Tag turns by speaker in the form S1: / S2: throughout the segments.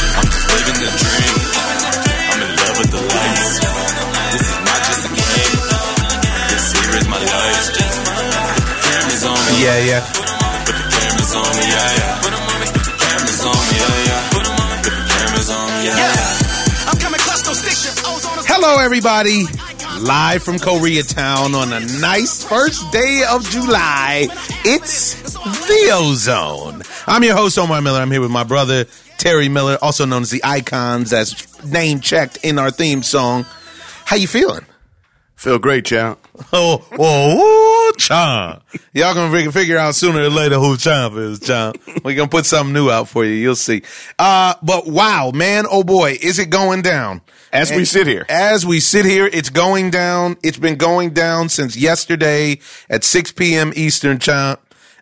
S1: living the dream. I'm in love with the life. This is not just a game. This here is my life. The camera's on me.
S2: Yeah, yeah.
S1: Put the cameras on me. Yeah, yeah. Put the cameras on me. Yeah, yeah. Put the cameras on me. Yeah, yeah.
S3: I'm coming clutch, no stick shift. I was on a
S2: Hello, everybody. Live from Koreatown on a nice first day of July. It's the Ozone. I'm your host, Omar Miller. I'm here with my brother, Terry Miller, also known as the Icons, as name checked in our theme song. How you feeling?
S4: Feel great, champ.
S2: Oh, oh, ooh, Chomp. Y'all gonna fig- figure out sooner or later who Chomp is, Chomp. We're gonna put something new out for you. You'll see. Uh, but wow, man, oh boy, is it going down?
S4: As we sit here.
S2: As we sit here, it's going down. It's been going down since yesterday at 6 p.m. Eastern, Chomp.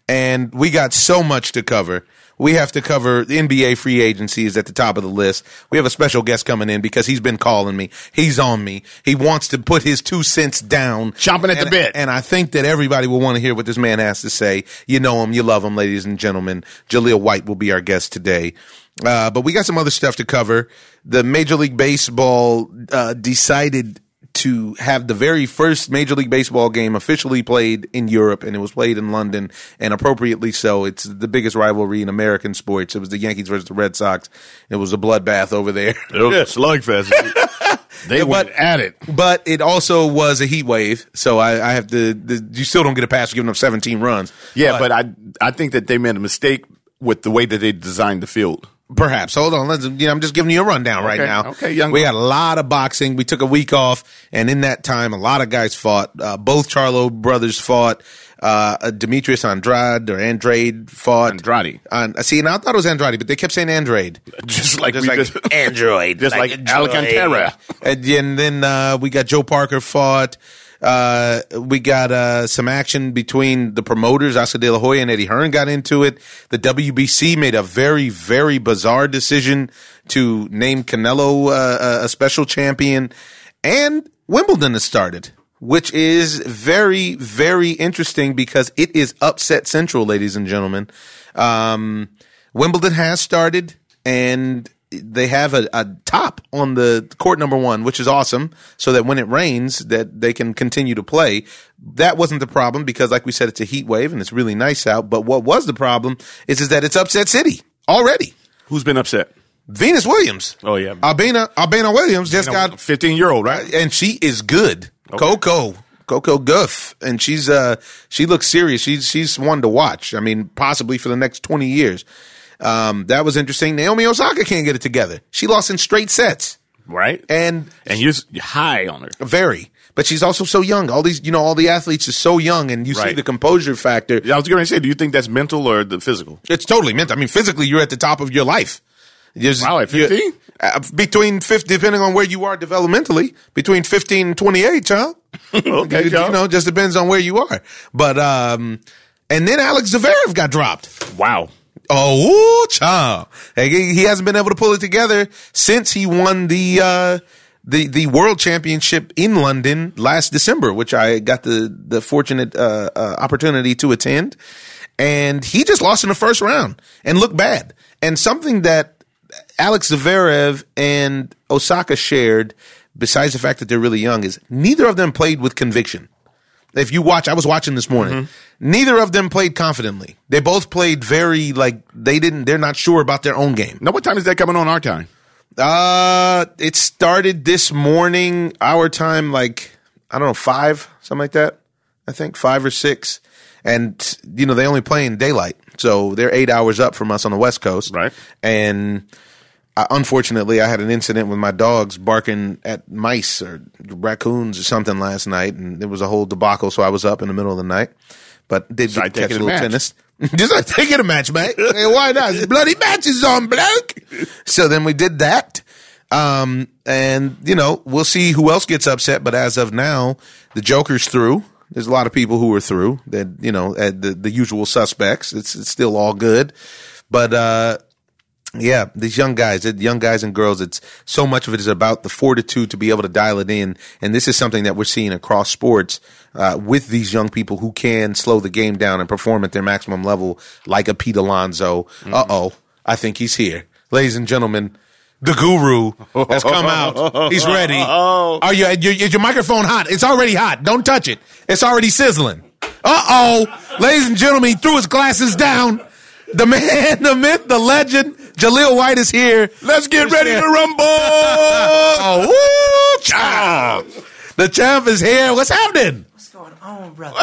S2: And we got so much to cover. We have to cover the NBA free agency is at the top of the list. We have a special guest coming in because he's been calling me. He's on me. He wants to put his two cents down
S4: Chomping at the
S2: and,
S4: bit.
S2: And I think that everybody will want to hear what this man has to say. You know him, you love him, ladies and gentlemen. Jaleel White will be our guest today. Uh, but we got some other stuff to cover. The Major League Baseball uh, decided to have the very first Major League Baseball game officially played in Europe, and it was played in London, and appropriately so. It's the biggest rivalry in American sports. It was the Yankees versus the Red Sox. It was a bloodbath over there.
S4: It was a slugfest. they went at it.
S2: But it also was a heat wave, so I, I have to. The, you still don't get a pass for giving up 17 runs.
S4: Yeah, but, I I think that they made a mistake with the way that they designed the field.
S2: Perhaps. Hold on. Let's, you know, I'm just giving you a rundown right
S4: Okay.
S2: now.
S4: Okay, young
S2: We
S4: man.
S2: had a lot of boxing. We took a week off, and in that time, a lot of guys fought. Uh, both Charlo brothers fought. Uh, uh, Demetrius Andrade or Andrade fought.
S4: Andrade.
S2: An- see, and I thought it was Andrade, but they kept saying Andrade.
S4: Just like
S2: Just
S4: we
S2: like
S4: did-
S2: Android.
S4: Just like
S2: Android.
S4: Alcantara.
S2: And, then- then uh, we got Joe Parker fought. Uh, we got uh, some action between the promoters, Oscar De La Hoya and Eddie Hearn got into it. The WBC made a very, very bizarre decision to name Canelo uh, a- a special champion. And Wimbledon has started, which is very, very interesting because it is upset central, ladies and gentlemen. Um, Wimbledon has started, and they have a, a top on the court number one, which is awesome. So that when it rains, that they can continue to play. That wasn't the problem because, like we said, it's a heat wave and it's really nice out. But what was the problem is is that it's upset city already.
S4: Who's been upset?
S2: Venus Williams.
S4: Oh, yeah.
S2: Albina Albina Williams just got
S4: Fifteen year old, right?
S2: and she is good. Coco, Coco Guff, and she's uh she looks serious. She's she's one to watch. I mean, possibly for the next twenty years. Um, that was interesting. Naomi Osaka can't get it together. She lost in straight sets,
S4: Right. And,
S2: and
S4: you're s- you're high on her.
S2: very. But she's also so young. All these, you know, all the athletes are so young, and you see
S4: Right.
S2: the composure factor.
S4: I was going to say, do you think that's mental or the physical?
S2: It's totally meant. I mean, physically, you're at the top of your life. There's-
S4: Wow, at
S2: you're-
S4: 15?
S2: Uh, between 50, depending on where you are developmentally, between 15 and 28, child.
S4: Okay,
S2: you,
S4: Joe.
S2: you know, just depends on where you are. But, um, and then Alex Zverev got dropped.
S4: Wow.
S2: Oh, ooh, child. Like, He he hasn't been able to pull it together since he won the, uh, the, the world championship in London last December, which I got the, the fortunate, uh, uh, opportunity to attend. And he just lost in the first round and looked bad. And something that Alex Zverev and Osaka shared, besides the fact that they're really young, is neither of them played with conviction if you watch, I was watching this morning. Neither of them played confidently. They both played very like they didn't. They're not sure about their own game.
S4: Now, what time is that coming on our time?
S2: Uh, it started this morning, our time, like I don't know, five, something like that. I think five or six, and you know they only play in daylight, so they're eight hours up from us on the West Coast,
S4: Right.
S2: And I, unfortunately, I had an incident with my dogs barking at mice or raccoons or something last night, and it was a whole debacle. So I was up in the middle of the night, but did
S4: Started
S2: get to catch a
S4: taking a
S2: little
S4: match.
S2: tennis. Just like taking a match, mate. Hey, why not? It's bloody matches on, bloke. So then we did that. Um, and you know, we'll see who else gets upset. But as of now, the Joker's through. There's a lot of people who are through that, you know, uh, the, the usual suspects. It's, it's still all good. But, uh, yeah, these young guys, the young guys and girls, it's so much of it is about the fortitude to be able to dial it in. And this is something that we're seeing across sports uh, with these young people who can slow the game down and perform at their maximum level, like a Pete Alonso. Uh oh, I think he's here. Ladies and gentlemen, the guru has come out. He's ready. Are you? Your, is your microphone hot? It's already hot. Don't touch it. It's already sizzling. Uh oh, ladies and gentlemen, he threw his glasses down. The man, the myth, the legend, Jaleel White is here.
S4: Let's get ready to rumble.
S2: Oh, woo, champ! The champ is here. What's happening?
S5: What's going on, brother?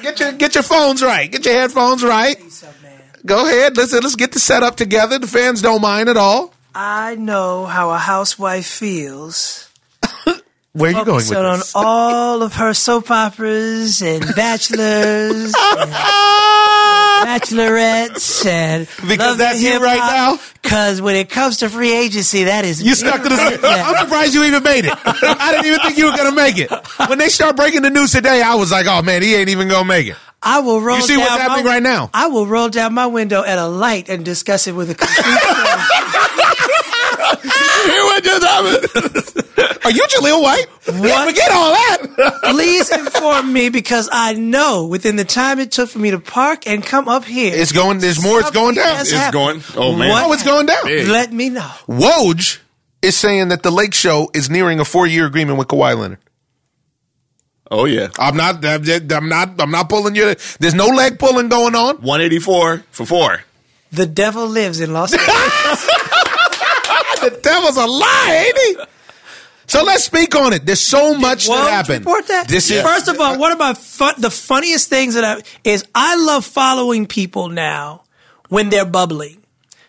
S2: Get your get your phones right. Get your headphones right.
S5: What's up, man?
S2: Go ahead. Let's let's get the setup together. The fans don't mind at all.
S5: I know how a housewife feels.
S2: Where are you going with
S5: Focusing on
S2: this?
S5: all of her soap operas and bachelors,
S2: Ah!
S5: bachelorettes, and
S2: Because that's you right now?
S5: Because when it comes to free agency, that is
S2: You stuck to the. I'm surprised you even made it. I didn't even think you were gonna make it. When they start breaking the news today, I was like, "Oh man, he ain't even gonna make it."
S5: I will roll.
S2: You see what's
S5: down my-
S2: happening right now?
S5: I will roll down my window at a light and discuss it with a complete. stranger.
S4: Hear what just happened?
S2: Are you Jaleel White?
S5: What?
S2: Forget all that.
S5: Please inform me because I know within the time it took for me to park and come up here.
S2: It's going. There's more. It's going down.
S5: Something has
S4: It's
S5: happened.
S4: going- oh, man.
S2: Oh, it's going down.
S4: Hey.
S5: Let me know.
S2: Woj is saying that the Lake Show is nearing a four-year agreement with Kawhi Leonard.
S4: Oh yeah,
S2: I'm not. I'm just- I'm not. I'm not pulling you. There's no leg pulling going on.
S4: one eighty four for four.
S5: The devil lives in Los Angeles.
S2: The devil's a lie, ain't he? So let's speak on it. There's so much
S5: Won't
S2: that
S5: you
S2: happened.
S5: Report that.
S2: This is
S5: First of all, one of my fun, the funniest things that I is I love following people now when they're bubbling.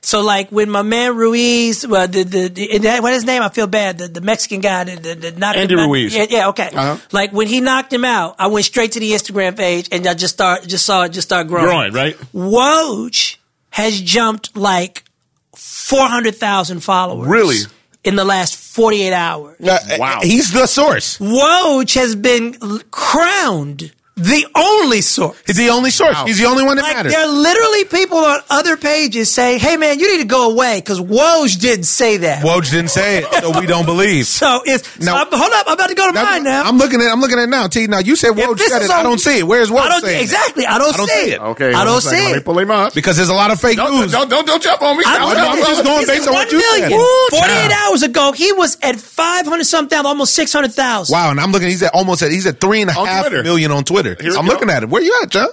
S5: So like when my man Ruiz, well, the, the, the what his name? I feel bad. The, the Mexican guy, the, the, the knocked
S4: Andy
S5: him out.
S4: Ruiz.
S5: Yeah, yeah, okay.
S2: Uh-huh.
S5: Like when he knocked him out, I went straight to the Instagram page and I just start just saw it just start growing.
S4: Growing, right?
S5: Woj has jumped like four hundred thousand followers.
S4: Really?
S5: In the last forty eight hours.
S2: wow.
S4: Wow.
S2: Uh, He's the source.
S5: Woj has been l- crowned the only source.
S2: He's the only source. He's the only one that
S5: Like
S2: matters.
S5: there are literally people on other pages saying, "Hey man, you need to go away," because Woj didn't say that.
S2: Woj didn't say it, so we don't believe.
S5: So it's
S2: Now-
S5: now, hold up, I'm about to go to
S2: Now,
S5: mine now.
S2: I'm looking at. I'm looking at it now. T. Now you said
S5: If
S2: Woj
S5: this
S2: said
S5: is
S2: it. I
S5: on-
S2: don't see it. Where's Woj?
S5: I don't
S2: saying that?
S5: exactly. I don't,
S2: I don't
S5: see
S2: see
S5: it.
S2: it.
S4: Okay, hold
S5: I
S4: on a
S5: don't
S4: second.
S5: see
S4: Let me
S5: it.
S4: pull him up.
S2: Because there's a lot of fake
S4: Don't,
S2: news.
S4: don't, don't, don't jump on me.
S5: I don't
S2: no,
S5: know.
S2: I'm just going
S5: He's
S2: based on
S5: one
S2: what you said.
S5: million.
S2: Woo,
S5: Forty-eight
S2: child.
S5: hours ago, he was at five hundred some thousand, almost six hundred thousand.
S2: Wow, and I'm looking. He's at almost at. He's at three and a
S4: On
S2: half
S4: Twitter.
S2: million on Twitter.
S4: Here we
S2: I'm
S4: go.
S2: looking at it. Where you at, Joe?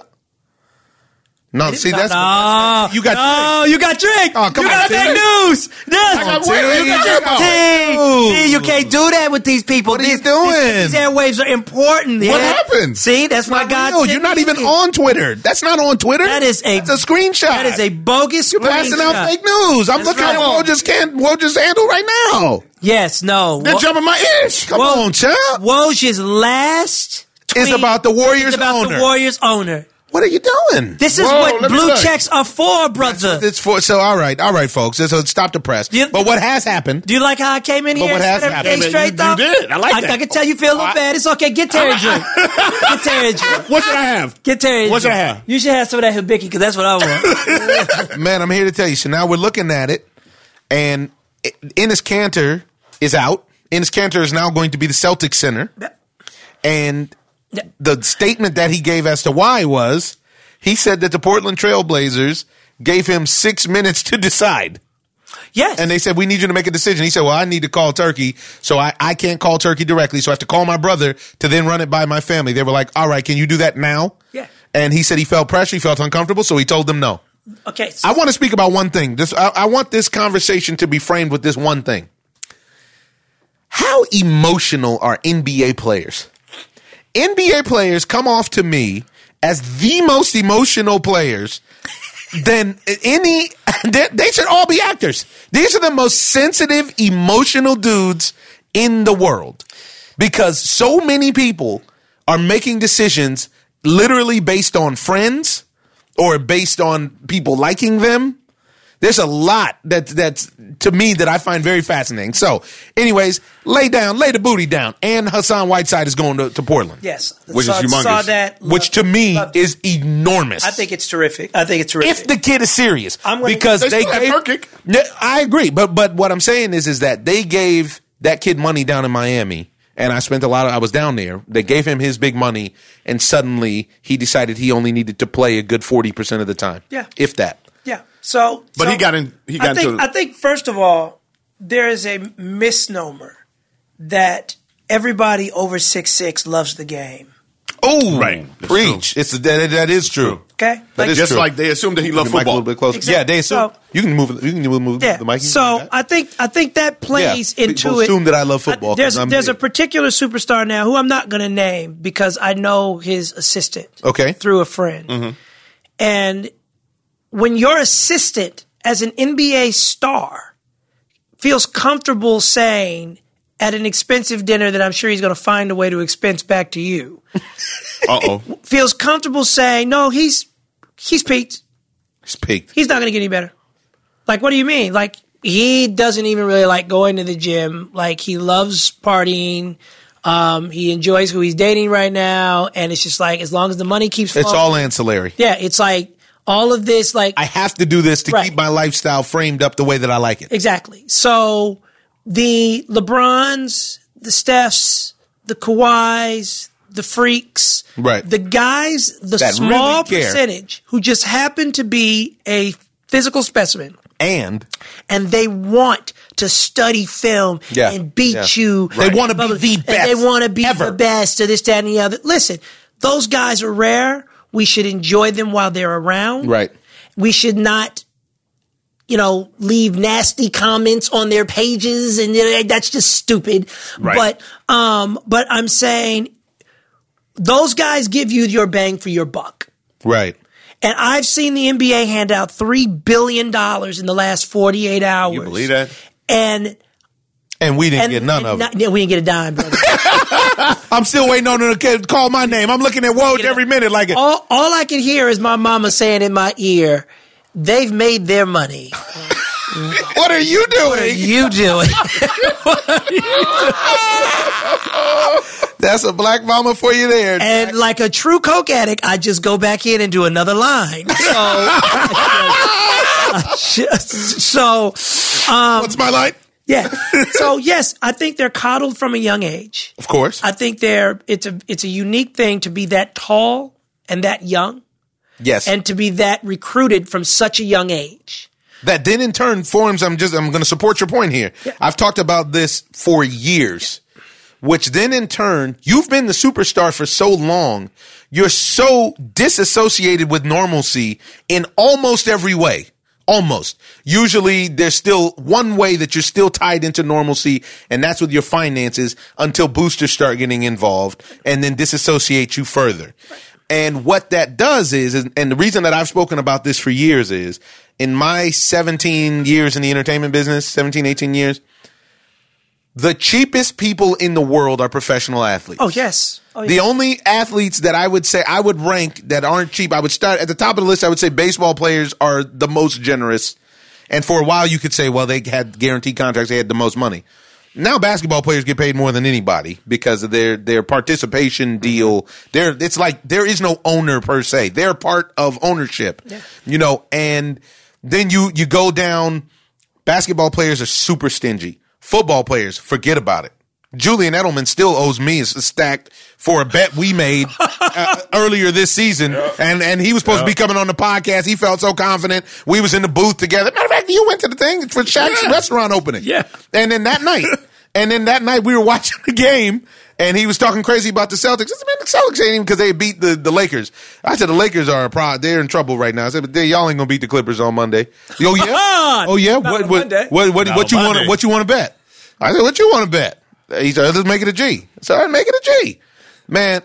S2: No, see that's
S5: No,
S2: you got.
S5: No, you got Drake.
S2: Oh, come
S5: you
S2: on,
S5: got
S2: T.
S5: fake news. Yes.
S2: Come on,
S4: Wait, wait,
S2: T.
S4: wait, wait,
S5: T, T, you can't do that with these people.
S2: What are you
S5: these,
S2: doing?
S5: These, these airwaves are important.
S2: What
S5: yeah?
S2: happened?
S5: See, that's why God.
S2: No,
S5: sent
S2: you're not
S5: me
S2: even
S5: here.
S2: on Twitter. That's not on Twitter.
S5: That is a-
S2: That's a screenshot.
S5: That is a bogus.
S2: You're passing
S5: screenshot.
S2: out fake news. I'm
S5: That's
S2: looking
S5: right.
S2: at Woj's can Woj's handle right now.
S5: Yes, no.
S2: They're
S5: Wo-
S2: jumping my ears. Come
S5: Woj-
S2: on, child.
S5: Woj's last tweet
S2: It's about the Warriors
S5: is about
S2: owner.
S5: the Warriors owner.
S2: What are you doing?
S5: This is
S4: Whoa,
S5: what
S4: let me
S5: blue
S4: look.
S5: checks are for, brother.
S2: It's for so. All right, all right, folks. So stop the press.
S5: You-
S2: But what has happened?
S5: Do you like how I came in
S2: But
S5: here?
S2: what
S5: and
S2: has
S5: said everything
S2: happened?
S5: Straight
S4: You- you
S5: up?
S4: did. I like that.
S5: I, can tell you feel a little bad. It's okay. Get Terry a drink. Get Terry a drink.
S4: What should I have?
S5: Get Terry. a
S4: What should I
S5: drink.
S4: have?
S5: You should have some of that hibiki because that's what I want.
S2: Man, I'm here to tell you. So now we're looking at it, and Ennis Cantor is out. Ennis Cantor is now going to be the Celtic center. And the statement that he gave as to why was he said that the Portland Trailblazers gave him six minutes to decide.
S5: yes.
S2: And they said, We need you to make a decision. He said, Well, I need to call Turkey. So I, I can't call Turkey directly. So I have to call my brother to then run it by my family. They were like, All right, can you do that now?
S5: Yeah.
S2: And he said he felt pressure. He felt uncomfortable. So he told them no.
S5: okay. So,
S2: I want to speak about one thing. This I, I want this conversation to be framed with this one thing. How emotional are NBA players? NBA players come off to me as the most emotional players than any they, they should all be actors. These are the most sensitive, emotional dudes in the world. Because so many people are making decisions literally based on friends or based on people liking them. There's a lot that that's to me that I find very fascinating. So, anyways, lay down, lay the booty down, and Hassan Whiteside is going to, to Portland.
S5: yes.
S4: Which
S5: saw,
S4: is humongous.
S5: Saw that.
S2: Which
S5: loved
S2: to
S5: it,
S2: me
S5: loved it.
S2: is enormous.
S5: I think it's terrific. I think it's terrific.
S2: if the kid is serious,
S5: I'm gonna-
S2: because
S4: They
S2: they
S4: still have
S2: gave,
S4: Nurkic.
S2: Yeah, I agree, but but what I'm saying is is that they gave that kid money down in Miami, and I spent a lot of I was down there. They gave him his big money, and suddenly he decided he only needed to play a good forty percent of the time.
S5: Yeah.
S2: if that.
S5: yeah. So.
S4: But
S5: so-
S4: he got in- he got
S5: I think,
S4: into-
S5: I think first of all, there is a misnomer that everybody over six six loves the game.
S2: Oh,
S4: Right. That's
S2: preach. It's that. That is true.
S5: Okay,
S2: That is
S4: Just
S2: true.
S4: like they assumed that he loved
S2: Your mic a
S4: football.
S2: little bit closer.
S5: Exactly.
S2: Yeah, they assume
S5: So-
S2: you can move. You can move
S5: yeah.
S2: the mic.
S5: so I think I think that plays
S2: People
S5: into it.
S2: assume that I love football 'cause
S5: there's
S2: I'm
S5: there's
S2: big.
S5: a particular superstar now who I'm not going to name because I know his assistant.
S2: Okay. Mm-hmm.
S5: through a friend, and when your assistant as an NBA star feels comfortable saying at an expensive dinner that I'm sure he's going to find a way to expense back to you
S4: Uh oh.
S5: feels comfortable saying no he's he's peaked
S2: It's peaked.
S5: he's not going to get any better. Like, what do you mean? Like, he doesn't even really like going to the gym. Like, he loves partying. Um, he enjoys who he's dating right now, and it's just like as long as the money keeps. Flowing,
S2: It's all ancillary.
S5: yeah. It's like all of this, like
S2: I have to do this to
S5: Right.
S2: keep my lifestyle framed up the way that I like it.
S5: exactly. So the Lebrons, the Stephs, the Kawhis, the freaks,
S2: Right.
S5: The guys, the
S2: That really
S5: small
S2: care.
S5: percentage who just happen to be a physical specimen.
S2: And
S5: and they want to study film
S2: Yeah,
S5: and beat
S2: yeah.
S5: you.
S2: They
S5: and
S2: wanna be
S5: blah, blah,
S2: the
S5: and
S2: best
S5: They want to be
S2: ever.
S5: the best, or this, that, and the other. Listen, those guys are rare. We should enjoy them while they're around.
S2: Right.
S5: We should not, you know, leave nasty comments on their pages, and you know, that's just stupid.
S4: Right.
S5: But, um, but I'm saying those guys give you your bang for your buck.
S2: right.
S5: And I've seen the NBA hand out three billion dollars in the last forty-eight hours.
S4: You believe that?
S5: And
S2: And we didn't
S5: and
S2: get none
S5: and
S2: of
S5: not-
S2: it.
S5: yeah, we didn't get a dime, brother.
S2: I'm still waiting on her to ca- call my name. I'm looking at Woj every minute like it.
S5: all, all I can hear is my mama saying in my ear, "They've made their money.
S2: What are you doing?
S5: You do it."
S2: That's a black mama for you there.
S5: And like a true coke addict, I just go back in and do another line. So, I just- so
S2: What's
S5: um,
S2: my life?
S5: yeah. So yes, I think they're coddled from a young age.
S2: Of course.
S5: I think they're it's a it's a unique thing to be that tall and that young
S2: yes.
S5: and to be that recruited from such a young age.
S2: that then in turn forms i'm just i'm going to support your point here i've talked about this for years which then in turn you've been the superstar for so long you're so disassociated with normalcy in almost every way almost usually there's still one way that you're still tied into normalcy and that's with your finances until boosters start getting involved and then disassociate you further and what that does is, is- and the reason that I've spoken about this for years is in my 17 years in the entertainment business, 17, 18 years, the cheapest people in the world are professional athletes.
S5: Oh yes. Oh,
S2: The only athletes that I would say I would rank that aren't cheap, I would start at the top of the list. I would say baseball players are the most generous. And for a while, you could say, well, they had guaranteed contracts, they had the most money. Now basketball players get paid more than anybody because of their their participation deal. There, it's like there is no owner per se. They're part of ownership, you know. And then you you go down. Basketball players are super stingy. Football players, forget about it. Julian Edelman still owes me a stack for a bet we made uh, earlier this season, and and he was supposed to be coming on the podcast. He felt so confident. We was in the booth together. Matter of fact, you went to the thing for Shaq's restaurant opening.
S4: Yeah.
S2: and then that night, and then that night we were watching the game, and he was talking crazy about the Celtics. I said, man, the Celtics ain't even because they beat the, the Lakers. I said the Lakers are a pro. They're in trouble right now. I said, but they, y'all ain't gonna beat the Clippers on Monday. Oh yeah, oh yeah.
S5: Not
S2: What
S5: on
S2: what,
S5: Monday.
S2: what what what,
S4: Not
S2: what
S4: on
S2: you want
S4: Monday.
S2: what you want to bet? I said, what you want to bet? He said, let's make it a G. So I make it a G. Man,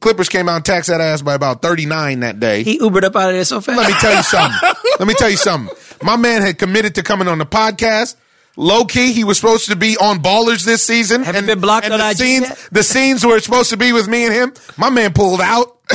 S2: Clippers came out and taxed that ass by about thirty nine that day.
S5: He Ubered up out of there so fast.
S2: Let me tell you something. Let me tell you something. My man had committed to coming on the podcast. Low key, he was supposed to be on Ballers this season.
S5: Haven't been blocked
S2: and
S5: on
S2: the
S5: IG
S2: scenes,
S5: yet?
S2: the scenes where it's supposed to be with me and him. My man pulled out.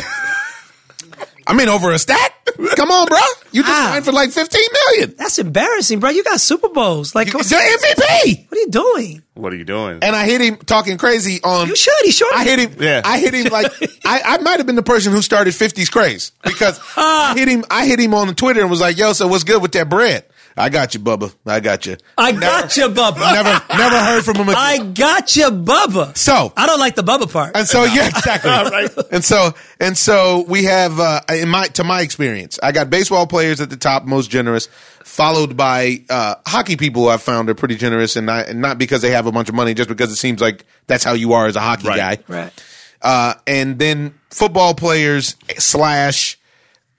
S2: I mean, over a stack. Come on, bro. You just
S5: Ow.
S2: signed for like fifteen million.
S5: That's embarrassing, bro. You got Super Bowls. Like, come on.
S2: He's the MVP.
S5: what are you doing?
S4: What are you doing?
S2: And I hit him talking crazy on.
S5: You should. He should.
S2: I hit him.
S4: Yeah.
S2: I hit him like I, I might have been the person who started fifties craze because I hit him. I hit him on Twitter and was like, "Yo, so what's good with that bread? I got you, Bubba. I got you.
S5: I got you, Bubba.
S2: Never, never heard from him. Again.
S5: I got you, Bubba.
S2: So-
S5: I don't like the Bubba part.
S2: And
S4: uh,
S2: so yeah, exactly. And so and so we have uh, in my to my experience, I got baseball players at the top, most generous. followed by uh, hockey people who I found are pretty generous, and not, and not because they have a bunch of money, just because it seems like that's how you are as a hockey
S4: Right.
S2: guy.
S5: Right.
S2: Uh, and then football players slash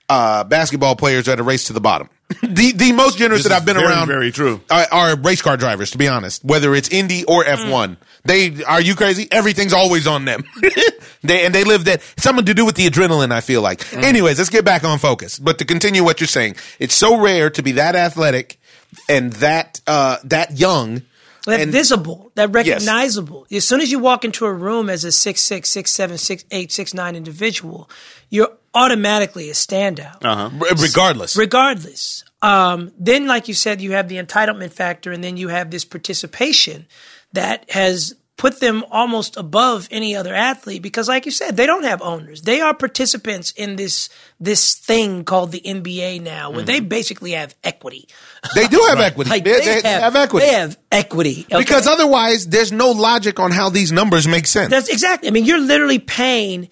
S2: uh, basketball players are at a race to the bottom. the the most generous
S4: This
S2: that
S4: is
S2: I've been
S4: very,
S2: around
S4: very true.
S2: are, are race car drivers, to be honest. Whether it's Indy or F
S4: Mm.
S2: one, they are you crazy? Everything's always on them. they and they live that something to do with the adrenaline. I feel like.
S4: Mm.
S2: Anyways, let's get back on focus. But to continue what you're saying, it's so rare to be that athletic and that uh, that young.
S5: That
S2: and
S5: visible, that recognizable. As soon as you walk into a room as a six six, six seven, six eight, six nine individual, you're automatically a standout.
S4: Uh-huh.
S2: r- regardless,
S5: Regardless. Um, then, like you said, you have the entitlement factor, and then you have this participation that has put them almost above any other athlete because, like you said, they don't have owners. They are participants in this this thing called the NBA now, where they basically have equity.
S2: they do have equity.
S5: Like
S2: Mm-hmm. they, they have equity.
S5: They have equity okay?
S2: Because otherwise, there's no logic on how these numbers make sense.
S5: That's exactly. I mean, you're literally paying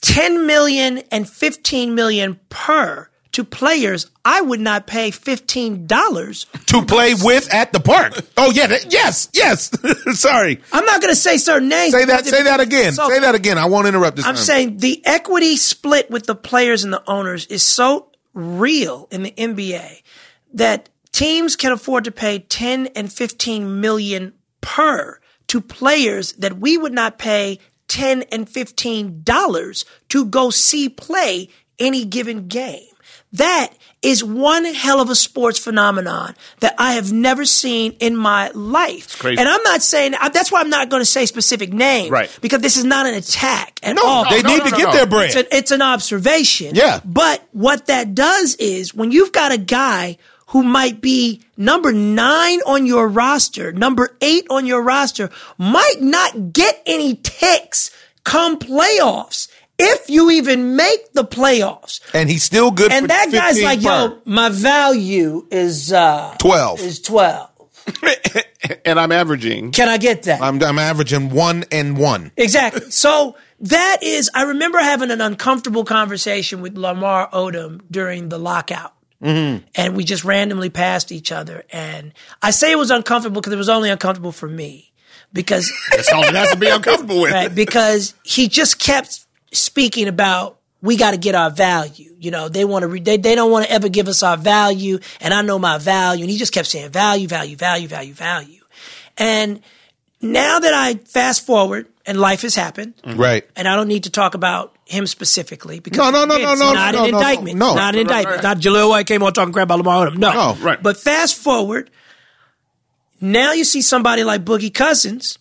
S5: 10 million and 15 million per to players. I would not pay $15.
S2: to play with at the park. Oh yeah, that, yes, yes. Sorry.
S5: I'm not going to say certain names.
S2: Say that. Say that again.
S5: So-
S2: say that again. I won't interrupt this.
S5: I'm
S2: time.
S5: saying the equity split with the players and the owners is so real in the NBA that teams can afford to pay 10 and 15 million per to players that we would not pay 10 and 15 dollars to go see play any given game. That is one hell of a sports phenomenon that I have never seen in my life.
S4: crazy.
S5: And I'm not saying I- that's why I'm not going to say specific names,
S4: Right.
S5: because this is not an attack at
S2: No,
S5: all.
S2: Oh, they
S4: no,
S2: need
S4: no,
S2: to
S4: no,
S2: get
S4: no.
S2: their bread.
S5: It's, an, it's an observation.
S2: Yeah.
S5: But what that does is when you've got a guy who might be number nine on your roster, number eight on your roster, might not get any ticks come playoffs if you even make the playoffs.
S2: and he's still good. for
S5: And that guy's
S2: 15
S5: like, yo,
S2: per.
S5: my value is uh,
S2: Twelve.
S5: Is twelve.
S4: and I'm averaging.
S5: Can I get that?
S2: I'm, I'm averaging one and one.
S5: Exactly. So that is, I remember having an uncomfortable conversation with Lamar Odom during the lockout. And we just randomly passed each other. And I say it was uncomfortable because it was only uncomfortable for me because,
S4: That's all it has to be uncomfortable with.
S5: right, because he just kept speaking about we got to get our value. You know, they want to, re- they, they don't want to ever give us our value. And I know my value. And he just kept saying value, value, value, value, value. And now that I fast forward and life has happened,
S2: Right.
S5: and I don't need to talk about him specifically because
S2: No, no, no, no,
S5: it's
S2: no,
S5: not
S2: no,
S5: an
S2: no,
S5: indictment.
S2: no.
S5: It's not an
S4: No, no, no,
S5: indictment.
S4: no.
S5: Not Jaleel White came on talking crap about Lamar Odom. No,
S2: No,
S4: right.
S5: But fast forward, now you see somebody like Boogie Cousins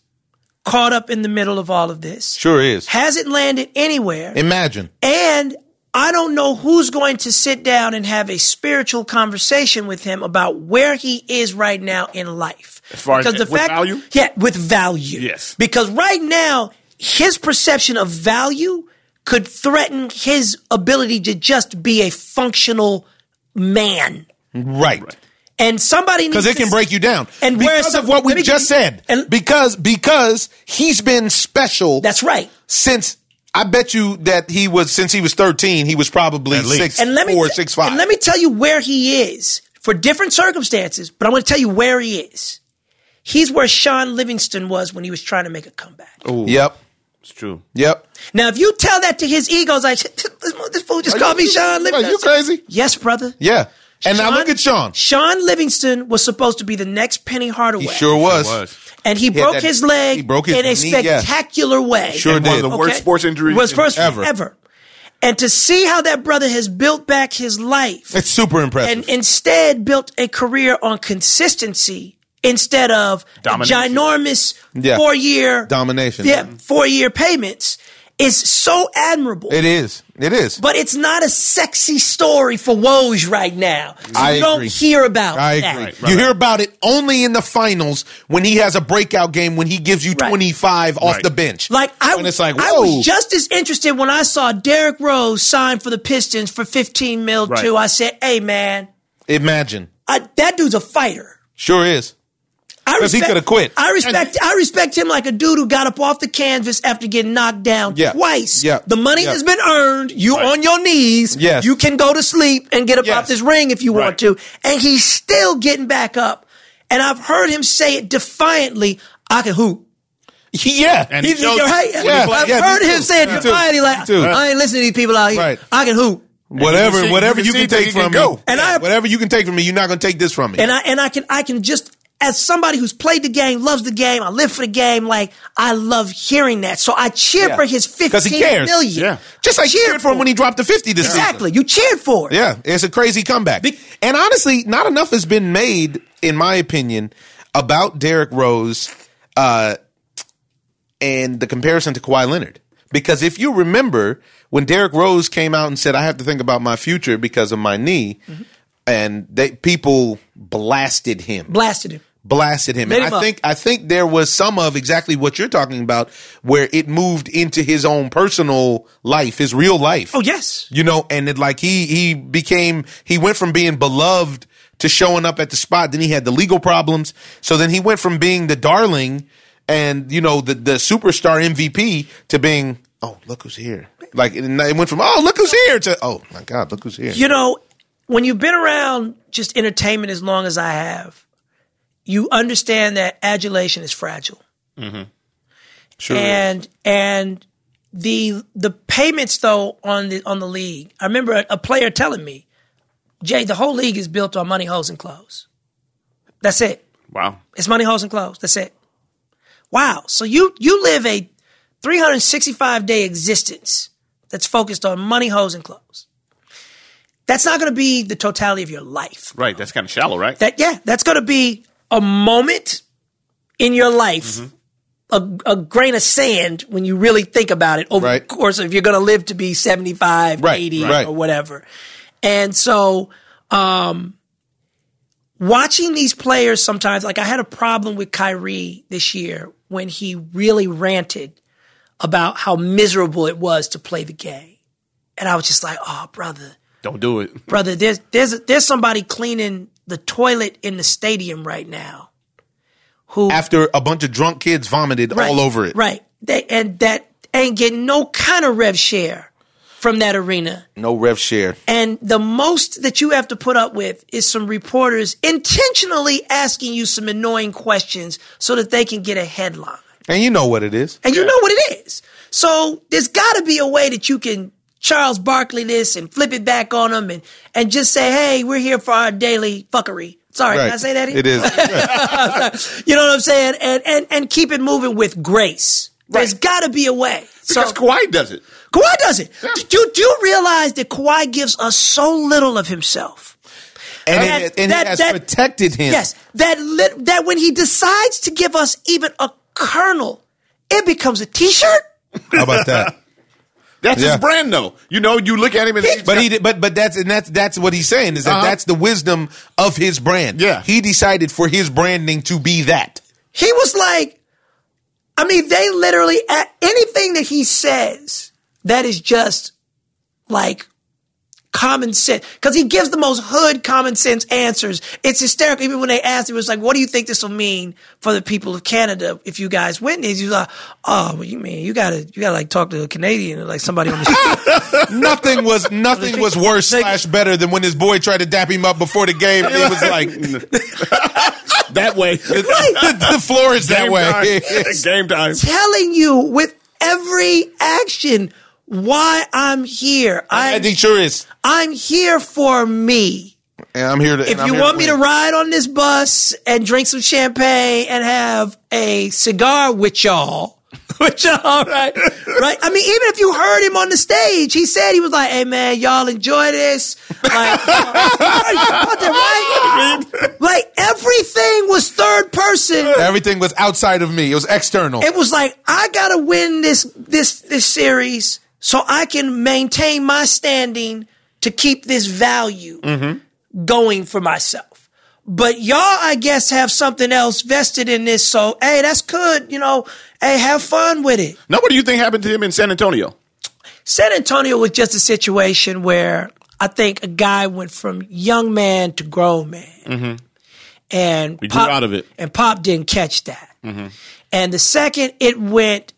S5: caught up in the middle of all of this.
S2: Sure is.
S5: hasn't landed anywhere,
S2: Imagine.
S5: and I don't know who's going to sit down and have a spiritual conversation with him about where he is right now in life. As
S4: far as- with value?
S5: yeah, with value.
S4: Yes.
S5: Because right now, his perception of value could threaten his ability to just be a functional man.
S2: Right.
S5: And somebody needs
S2: Because it can
S5: to-
S2: break you down.
S5: And where's
S2: because
S5: some-
S2: of what we
S5: let me give
S2: just
S5: you-
S2: said.
S5: and-
S2: because because he's been special.
S5: That's right.
S2: Since I bet you that he was since he was thirteen, he was probably
S4: At least.
S2: six
S5: and let me
S2: four,
S5: te-
S2: six five.
S5: And let me tell you where he is for different circumstances, but I'm going to tell you where he is. He's where Sean Livingston was when he was trying to make a comeback.
S2: Yep.
S4: It's true.
S2: Yep.
S5: Now, if you tell that to his ego, it's like this, mo- this fool just
S2: Are
S5: called
S2: you-
S5: me Sean
S2: are you
S5: Livingston.
S2: crazy?
S5: Yes, brother.
S2: Yeah. And now look at Sean.
S5: Sean Livingston was supposed to be the next Penny Hardaway,
S2: He sure was.
S5: and he
S2: had
S5: broke
S2: that-
S5: his leg
S2: he broke his
S5: in a
S2: knee, yeah.
S5: spectacular way.
S2: Sure
S4: And one of
S2: did.
S4: the worst sports injuries
S5: was first
S2: ever.
S5: ever. ever. And to see how that brother has built back his life
S2: It's super impressive.
S5: and instead built a career on consistency instead of
S4: Domination.
S5: ginormous
S2: Yeah.
S5: four year
S2: Domination.
S5: Yeah, four year payments is so admirable.
S2: it is. It is.
S5: but it's not a sexy story for Woj right now. So
S2: I
S5: you don't
S2: agree.
S5: hear about
S2: I
S5: that.
S2: agree. you hear about it only in the finals when he has a breakout game when he gives you
S5: Right.
S2: 25 off
S4: Right.
S2: the bench.
S5: Like I,
S2: And it's like,
S5: I
S2: whoa.
S5: was just as interested when I saw Derrick Rose sign for the Pistons for 15 mil
S4: Right.
S5: too. I said, "Hey man,
S2: Imagine.
S5: I, that dude's a fighter."
S2: Sure is.
S5: I
S2: 'Cause he
S5: respect-
S2: coulda quit.
S5: I respect. I respect him like a dude who got up off the canvas after getting knocked down
S2: Yeah.
S5: twice.
S2: Yeah.
S5: The money
S2: Yeah.
S5: has been earned. You
S4: Right.
S5: on your knees.
S2: Yes.
S5: You can go to sleep and get up
S2: Yes.
S5: off this ring if you want
S4: Right.
S5: to. And he's still getting back up. And I've heard him say it defiantly. I can hoop.
S2: yeah.
S4: And
S5: He-
S4: he showed-
S5: you're right.
S4: when he
S2: Yeah,
S4: played-
S5: I've
S2: yeah, me
S5: heard him
S2: too.
S5: say it
S2: Me too. Me
S5: defiantly. Like
S2: too.
S5: I ain't listening to these people out here.
S2: Right.
S5: I can hoop.
S2: whatever,
S4: You can see-
S2: whatever you
S4: you can
S2: can
S4: see
S2: take
S4: that he
S2: from
S4: can
S2: me,
S4: go.
S5: And
S2: Yeah,
S5: I-
S2: whatever you can take from me, you're not going to take this from me.
S5: and I and I can I can just as somebody who's played the game, loves the game, I live for the game. Like I love hearing that, so I cheer
S2: Yeah.
S5: for his
S2: 'Cause he
S5: fifteen
S2: cares.
S5: million.
S4: Yeah.
S2: Just like you
S5: Cheer
S2: cheered for him when he dropped the 50 this season.
S5: exactly, you cheered for it.
S2: Yeah, it's a crazy comeback.
S5: Be-
S2: and honestly, not enough has been made, in my opinion, about Derrick Rose uh, and the comparison to Kawhi Leonard. Because if you remember when Derrick Rose came out and said, "I have to think about my future because of my knee," and they, people blasted him
S5: Blasted him.
S2: blasted him.
S5: Lit
S2: and
S5: him
S2: I
S5: up.
S2: think I think there was some of exactly what you're talking about where it moved into his own personal life, his real life.
S5: Oh yes,
S2: You know, and it like he he became he went from being beloved to showing up at the spot. Then he had the legal problems. So then he went from being the darling and you know the the superstar MVP to being oh look who's here. Like it, it went from oh look who's here to oh my god look who's here.
S5: you know when you've been around just entertainment as long as I have, you understand that adulation is fragile.
S2: sure.
S5: and and the the payments though on the on the league. I remember a, a player telling me, "Jay, the whole league is built on money, hoes, and clothes. That's it.
S4: Wow.
S5: It's money, hoes, and clothes. That's it. Wow. So you you live a 365 day existence that's focused on money, hoes, and clothes. That's not going to be the totality of your life.
S4: Right. That's kind of shallow, right?
S5: That yeah, that's going to be a moment in your life, a, a grain of sand when you really think about it over
S2: Mm-hmm. Right.
S5: the course of if you're going to live to be 75,
S2: Right,
S5: 80
S2: right.
S5: or whatever. And so um watching these players sometimes like I had a problem with Kyrie this year when he really ranted about how miserable it was to play the game. And I was just like, "Oh, brother,
S4: Don't do it.
S5: brother, there's there's there's somebody cleaning the toilet in the stadium right now. Who
S2: After a bunch of drunk kids vomited
S5: right,
S2: all over it.
S5: Right. They, and that ain't getting no kind of rev share from that arena.
S2: No rev share.
S5: And the most that you have to put up with is some reporters intentionally asking you some annoying questions so that they can get a headline.
S2: And you know what it is.
S5: And you know what it is. So there's got to be a way that you can Charles Barkley this and flip it back on them and, and just say, hey, we're here for our daily fuckery. Sorry, did I say that? here?
S2: It is.
S5: You know what I'm saying? And and and keep it moving with grace. There's got to be a way.
S4: Because
S5: so
S4: Kawhi does it.
S5: Kawhi does it. Do, do, do you realize that Kawhi gives us so little of himself?
S2: and
S5: That-
S2: it, and
S5: that-
S2: it has
S5: that-
S2: protected him.
S5: Yes, that lit, that when he decides to give us even a kernel, it becomes a T-shirt.
S2: How about that?
S4: That's
S2: Yeah.
S4: his brand, though. You know, you look at him and he's
S2: But
S4: got-
S2: he, did- but but that's and that's that's what he's saying is that
S4: Uh-huh.
S2: that's the wisdom of his brand.
S4: Yeah.
S2: he decided for his branding to be that.
S5: He was like, I mean, they literally at anything that he says that is just like common sense because he gives the most hood common sense answers. It's hysterical. Even when they asked, him, it was like, "What do you think this will mean for the people of Canada if you guys win this?" He was like, "Oh, well, you mean you gotta you gotta like talk to a Canadian or like somebody on the street."
S2: nothing was nothing was worse slash better than when his boy tried to dap him up before the game. and He was like,
S4: that way.
S2: the, the floor is that
S4: Game
S2: way.
S4: time. Game time.
S5: telling you with every action why I'm here.
S2: I
S5: I
S2: think sure is.
S5: I'm here for me.
S2: And I'm here to. and
S5: if
S2: I'm
S5: you
S2: here
S5: want me to
S2: win.
S5: ride on this bus and drink some champagne and have a cigar with y'all, with y'all, right? Right? I mean, even if you heard him on the stage, he said he was like, hey man, y'all enjoy this. Like, right? like everything was third person.
S2: everything was outside of me. It was external.
S5: It was like, I gotta win this this this series so I can maintain my standing to keep this value going for myself. But y'all, I guess, have something else vested in this. So, hey, that's good. You know, hey, have fun with it.
S4: Now, what do you think happened to him in San Antonio?
S5: San Antonio was just a situation where I think a guy went from young man to grown man. and
S6: Mm-hmm. We drew out of it. Mm-hmm.
S5: and Pop didn't catch that. And the second it went,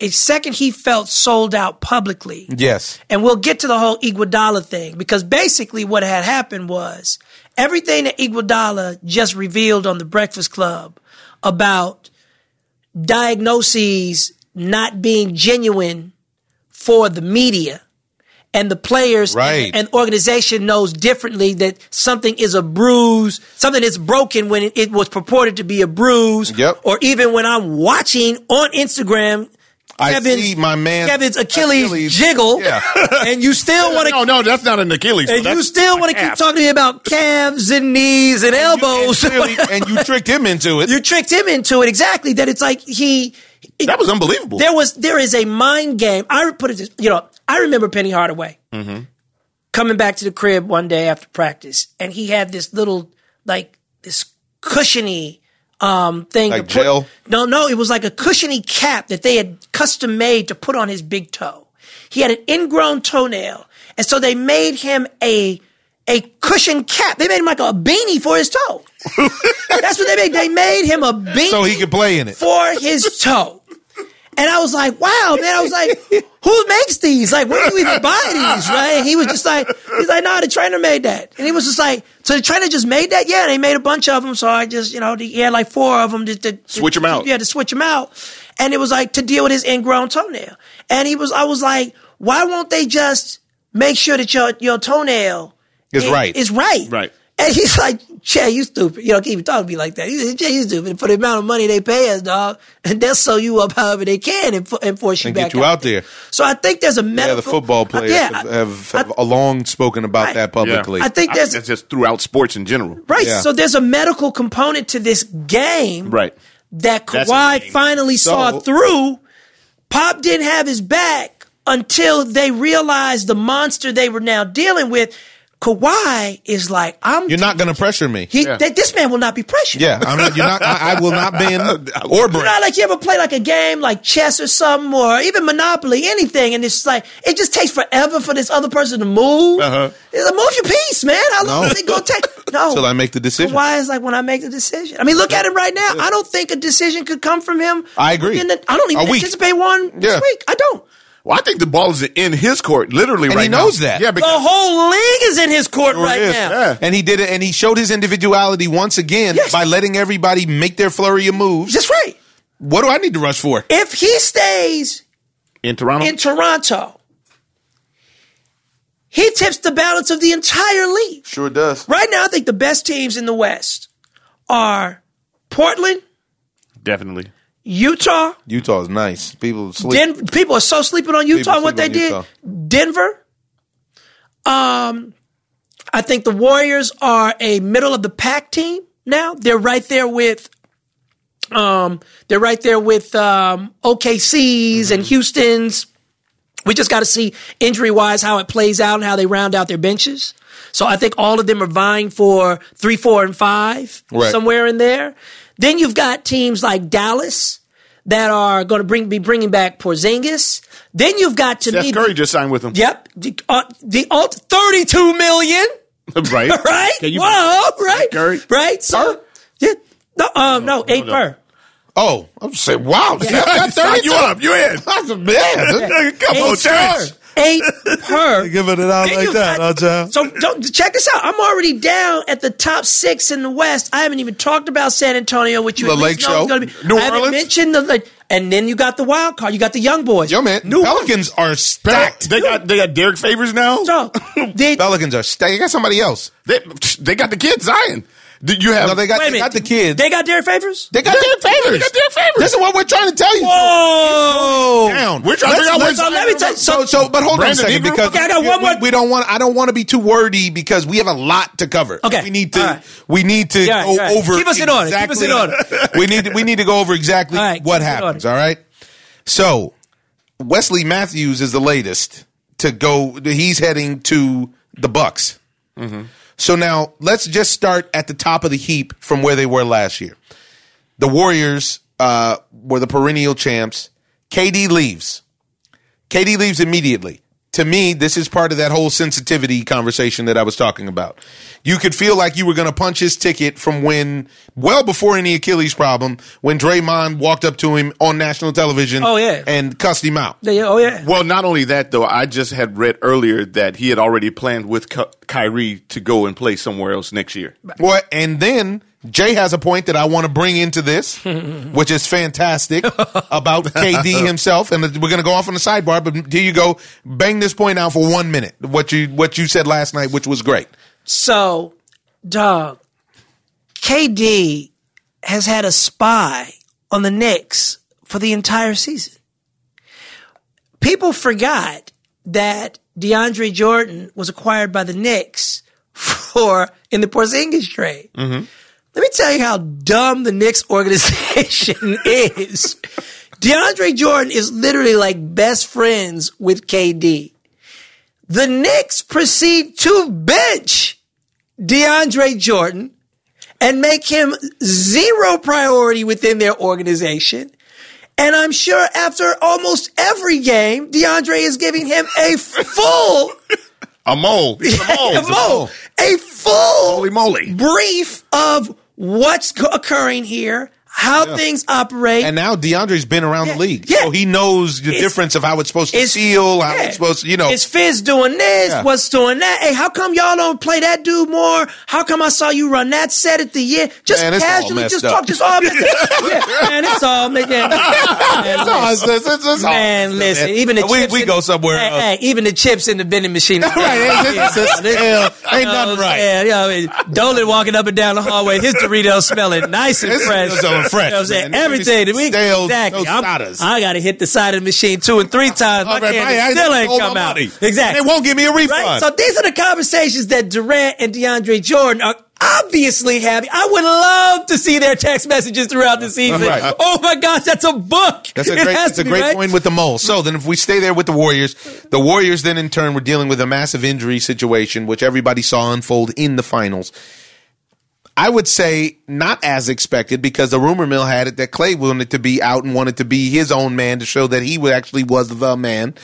S5: the second he felt sold out publicly,
S2: Yes.
S5: and we'll get to the whole Iguodala thing because basically what had happened was everything that Iguodala just revealed on the Breakfast Club about diagnoses not being genuine for the media and the players
S2: Right.
S5: and, and organization knows differently that something is a bruise, something is broken when it, it was purported to be a bruise,
S2: Yep.
S5: or even when I'm watching on Instagram.
S2: I
S5: Kevin's,
S2: see my man
S5: Kevin's Achilles,
S2: Achilles.
S5: jiggle,
S2: Yeah.
S5: and you still want to
S4: No, no, that's not an Achilles.
S5: and you
S4: that's
S5: still want to keep
S4: calf.
S5: talking to me about calves and knees and elbows.
S2: And, clearly- and you tricked him into it.
S5: you tricked him into it exactly. That it's like he.
S4: That was unbelievable.
S5: There was there is a mind game. I put it. This, you know, I remember Penny Hardaway
S2: Mm-hmm.
S5: coming back to the crib one day after practice, and he had this little like this cushiony um thing
S2: Like
S5: to put-
S2: gel?
S5: No, no, it was like a cushiony cap that they had custom made to put on his big toe. He had an ingrown toenail, and so they made him a a cushion cap. They made him like a beanie for his toe. That's what they made. They made him a beanie
S2: so he could play in it.
S5: for his toe. And I was like, wow, man. I was like, who makes these? Like, where do you even buy these? Right? And he was just like, he's like, no, the trainer made that. And he was just like, so the trainer just made that? Yeah, they made a bunch of them. So I just, you know, he had like four of them. To, to,
S4: Switch 'em out.
S5: Yeah, to switch them out. And it was like to deal with his ingrown toenail. And he was, I was like, why won't they just make sure that your, your toenail
S2: Is right.
S5: Is right.
S6: Right.
S5: And he's like, Jay, you stupid. You don't even talk to me like that. He said, Jay, you stupid. For the amount of money they pay us, dog, and they'll sew you up however they can and, fo- and force you
S2: And
S5: back
S2: get you out there.
S5: So I think there's a medical.
S2: Yeah, the football players
S5: yeah,
S2: have,
S5: I-
S2: have,
S5: I-
S2: have long spoken about
S5: Right.
S2: that
S4: Yeah.
S2: publicly.
S5: I think there's
S4: that's just throughout sports in general.
S5: right.
S2: yeah.
S5: So there's a medical component to this game
S4: Right.
S5: that
S6: That's a
S5: Kawhi
S6: thing.
S5: finally saw
S2: So-
S5: through. Pop didn't have his back until they realized the monster they were now dealing with. Kawhi is like, I'm.
S2: You're not going to pressure me.
S5: he, that this man will not be pressured.
S2: yeah, I'm not, you're not, I, I will not bend or break.
S5: You know, like you ever play like a game like chess or something, or even Monopoly, anything, and it's like it just takes forever for this other person to move.
S4: Uh-huh.
S5: It's like, move your piece, man. How long
S2: No.
S5: is it gonna take? No,
S2: Till I make the decision.
S5: Why is like when I make the decision? I mean, look at him right now. I don't think a decision could come from him.
S2: I agree.
S5: within the- I don't even
S2: A week.
S5: anticipate one
S2: Yeah.
S5: this week. I don't.
S4: Well, I think the ball is in his court, literally
S2: And
S4: right
S2: he
S4: now.
S2: knows that.
S4: Yeah,
S5: The
S4: because
S5: whole league is in his court right
S2: Yes.
S5: now.
S4: Yeah.
S2: And he did it, and he showed his individuality once again
S5: Yes.
S2: by letting everybody make their flurry of moves.
S5: That's right.
S2: What do I need to rush for?
S5: If he stays
S4: in Toronto,
S5: in Toronto, he tips the balance of the entire league.
S2: Sure does.
S5: Right now, I think the best teams in the West are Portland,
S4: definitely.
S5: Utah.
S2: Utah's nice. People sleep.
S5: Den- people are so sleeping on Utah and what they
S2: sleep
S5: did.
S2: on
S5: Denver. Um, I think the Warriors are a middle of the pack team now. They're right there with, um, they're right there with um, OKC's
S2: Mm-hmm.
S5: and Houston's. We just got to see injury wise how it plays out and how they round out their benches. So I think all of them are vying for three, four, and five
S2: Right.
S5: somewhere in there. Then you've got teams like Dallas that are going to bring be bringing back Porzingis. Then you've got to
S4: Steph
S5: me.
S4: Curry just signed with him.
S5: Yep, the, uh, the alt thirty two million.
S4: right.
S5: Right?
S6: Can you-
S5: Whoa! Right?
S4: Curry?
S5: Right? So yeah. No, um, no, eight
S4: no.
S5: per.
S2: Oh, I'm saying, wow. Steph got
S4: Sign
S2: 30
S4: you up. You in? Come
S2: Man,
S4: on,
S5: Eight per.
S4: Terrence.
S5: Eight per.
S2: giving it out
S5: Then you got- So don't, check this out. I'm already down at the top six in the West. I haven't even talked about San Antonio, which you
S2: The
S5: at least
S2: Lake
S5: know is
S2: Show.
S5: gonna be-
S2: New
S5: I haven't
S2: Orleans.
S5: mentioned the like, and then you got the wild card. You got the young boys.
S2: Yo, man,
S5: New
S2: Pelicans are stacked.
S4: They got they got Derek Favors now.
S5: So they,
S2: Pelicans are stacked. They got somebody else.
S4: They, they got the kid Zion. Did you have?
S2: No, they got,
S5: wait a
S2: they got
S5: minute.
S2: the kids.
S5: They got Derek Favors.
S2: They got
S4: Yeah,
S2: their
S4: they
S2: favors.
S4: got their favors.
S2: This is what we're trying to tell you.
S5: Whoa!
S2: Down.
S4: We're trying to figure out
S2: Let's-
S4: where-
S5: So let me tell you.
S2: So, so, but hold
S4: Brandon
S2: on a second
S4: Ingram?
S2: because
S5: Okay, I got one
S2: we,
S5: more-
S2: we don't want. I don't want to be too wordy because we have a lot to cover.
S5: Okay,
S2: we need to.
S5: all right.
S2: We need to
S5: Yeah, all right,
S2: go
S5: all right.
S2: over.
S5: Keep us in order, keep us
S2: exactly-
S5: in order.
S2: we need. to- We need to go over exactly
S5: All right, keep
S2: what
S5: us in
S2: happens.
S5: order.
S2: All right. So Wesley Matthews is the latest to go. He's heading to the Bucks. So now let's just start at the top of the heap from where they were last year. The Warriors uh, were the perennial champs. KD leaves. KD leaves immediately. to me, this is part of that whole sensitivity conversation that I was talking about. You could feel like you were going to punch his ticket from when, well before any Achilles problem, when Draymond walked up to him on national television.
S5: Oh, yeah.
S2: and cussed him out.
S5: Yeah, yeah, oh yeah.
S4: Well, not only that though, I just had read earlier that he had already planned with Ky- Kyrie to go and play somewhere else next year.
S2: Well, and then Jay has a point that I want to bring into this, which is fantastic about KD himself, and we're going to go off on the sidebar. But here you go, bang this point out for one minute. What you what you said last night, which was great.
S5: So, dog, KD has had a spy on the Knicks for the entire season. People forgot that DeAndre Jordan was acquired by the Knicks for in the Porzingis trade. Let me tell you how dumb the Knicks organization is. DeAndre Jordan is literally like best friends with KD. The Knicks proceed to bench DeAndre Jordan and make him zero priority within their organization. And I'm sure after almost every game, DeAndre is giving him a full,
S4: A mole. He's a mole.
S5: a, mo- a full
S4: Holy moly.
S5: brief of what's co- occurring here, how things operate.
S2: And now DeAndre's been around the league,
S5: yeah.
S2: so he knows the
S5: It's-
S2: difference of how it's supposed to
S5: It's-
S2: feel, how
S5: yeah.
S2: it's supposed to, you know.
S5: Is Fizz doing this?
S2: Yeah.
S5: What's doing that? Hey, how come y'all don't play that dude more? How come I saw you run that set at the year? Just
S2: Man, it's all
S5: casually,
S2: messed
S5: just
S2: up.
S5: talk, just all messed up. yeah, man, it's all man, man,
S2: No, it's- it's- it's- it's-
S5: man, listen, even the
S2: we
S5: chips
S2: we
S5: in-
S2: go somewhere.
S5: Hey,
S2: else.
S5: hey, even the chips in the vending machine.
S2: Right, it's- it's- it's- yeah, ain't nothing right.
S5: Yeah, yeah. I mean, Dolan walking up and down the hallway, his Doritos smelling nice and
S2: His
S5: fresh.
S2: Doritos smelling fresh,
S5: You know what I'm saying?
S2: man.
S5: Everything. that we-
S2: Stale
S5: exactly. I'm-
S2: tostadas.
S5: I got to hit the side of the machine two and three times. My
S2: Alright,
S5: candy
S2: my- Oh, I
S5: still ain't
S2: stole my
S5: come out.
S2: money. They
S5: Exactly.
S2: won't give me a refund.
S5: Right? So these are the conversations that Durant and DeAndre Jordan are obviously having. I would love to see their text messages throughout the season.
S2: Right.
S5: Oh my gosh, that's a book.
S2: That's a
S5: It
S2: great,
S5: has
S2: that's
S5: to
S2: a
S5: be,
S2: great
S5: right?
S2: point with the mole. So then, if we stay there with the Warriors, the Warriors then in turn were dealing with a massive injury situation, which everybody saw unfold in the finals. I would say not as expected because the rumor mill had it that Clay wanted to be out and wanted to be his own man to show that he wa- actually was the man.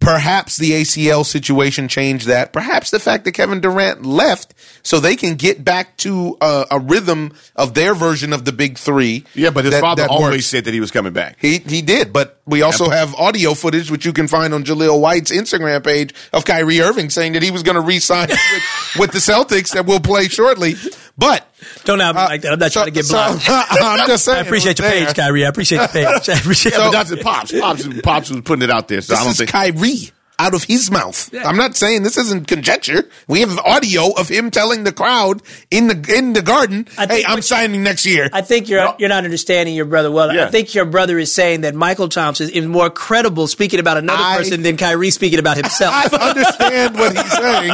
S2: Perhaps the ACL situation changed that. Perhaps the fact that Kevin Durant left so they can get back to a, a rhythm of their version of the big three.
S4: Yeah, but his
S2: that-
S4: father
S2: that
S4: always
S2: works.
S4: said that he was coming back.
S2: He he did, but we also have audio footage which you can find on Jaleel White's Instagram page of Kyrie Irving saying that he was going to re-sign with, with the Celtics that will play shortly. But
S5: Don't have me
S2: uh,
S5: like that. I'm not trying to get
S2: so-
S5: blocked.
S2: so- I'm just saying.
S5: I appreciate your
S2: it was
S5: page,
S2: there.
S5: Kyrie. I appreciate your page. I appreciate
S4: Yeah, but that's it. Pops. Pops. Pops was putting it out there, so I
S2: This
S4: don't
S2: is
S4: think.
S2: Kyrie out of his mouth. I'm not saying this isn't conjecture. We have audio of him telling the crowd in the in the garden,
S5: I
S2: "Hey,
S5: think
S2: I'm
S5: what-
S2: signing next year."
S5: I think you're you're not understanding your brother well. I
S4: Yeah.
S5: think your brother is saying that Michael Thompson is more credible speaking about another
S2: I-
S5: person than Kyrie speaking about himself.
S2: I understand what he's saying.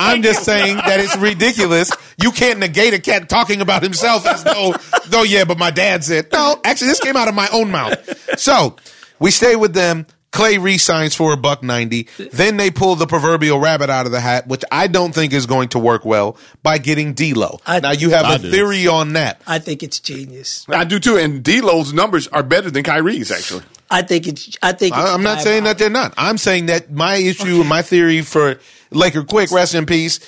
S2: I'm just saying that it's ridiculous. You can't negate a cat talking about himself as though, though, yeah, but my dad said. No, actually, this came out of my own mouth. So we stay with them. Clay re-signs for a buck ninety. Then they pull the proverbial rabbit out of the hat, which I don't think is going to work well by getting D'Lo.
S5: I-
S2: now you have a
S4: I do.
S2: theory on that.
S5: I think it's genius.
S4: I do too. And D'Lo's numbers are better than Kyrie's actually.
S5: I think it's. I think it's
S2: I- I'm not saying
S5: diabolical.
S2: that they're not. I'm saying that my issue and my theory for Laker Quick, rest in peace,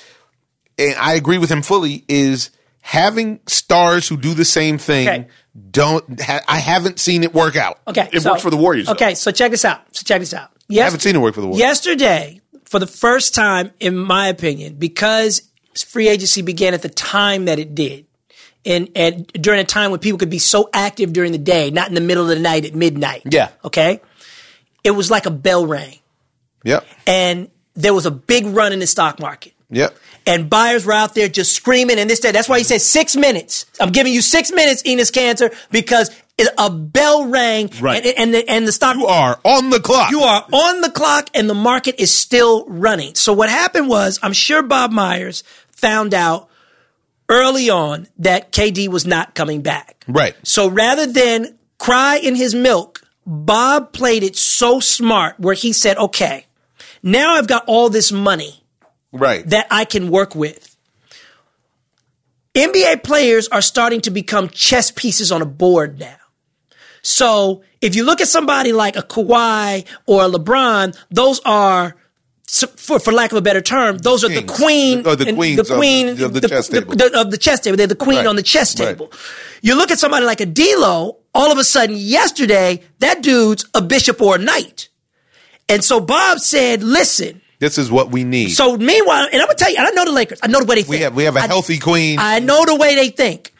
S2: and I agree with him fully, is having stars who do the same thing.
S5: Okay.
S2: Don't ha- I haven't seen it work out.
S5: Okay,
S4: It worked for the Warriors, though.
S5: Okay, so check this out. So check this out.
S2: I
S5: Yes,
S2: haven't seen it work for the Warriors.
S5: yesterday, for the first time, in my opinion, because free agency began at the time that it did, and, and during a time when people could be so active during the day, not in the middle of the night at midnight.
S2: Yeah.
S5: Okay. It was like a bell rang,
S2: Yep.
S5: and there was a big run in the stock market
S2: Yep.
S5: and buyers were out there just screaming and this that. That's why he said six minutes. I'm giving you six minutes, Enos Cancer, because it, a bell rang
S4: Right.
S5: and, and the, and the stock
S2: You are on the clock.
S5: you are on the clock and the market is still running. So what happened was, I'm sure Bob Myers found out early on that KD was not coming back.
S2: Right.
S5: So rather than cry in his milk, Bob played it so smart where he said, okay, now I've got all this money
S2: Right.
S5: that I can work with. NBA players are starting to become chess pieces on a board now. So if you look at somebody like a Kawhi or a LeBron, those are so for, for lack of a better term, those are the
S2: Kings.
S5: queen,
S2: Oh, the
S5: and
S2: queens
S5: the
S2: of the-
S5: queen
S2: of the chess table.
S5: the- of the chess table. They're the queen
S2: Right.
S5: on the chess
S2: Right.
S5: table. You look at somebody like a D'Lo. All of a sudden, yesterday, that dude's a bishop or a knight. And so Bob said, "Listen."
S2: This is what we need.
S5: So meanwhile, and I'm gonna tell you, and I know the Lakers. I know the way they think.
S2: we have we have a
S5: I-
S2: healthy queen.
S5: I know the way they think.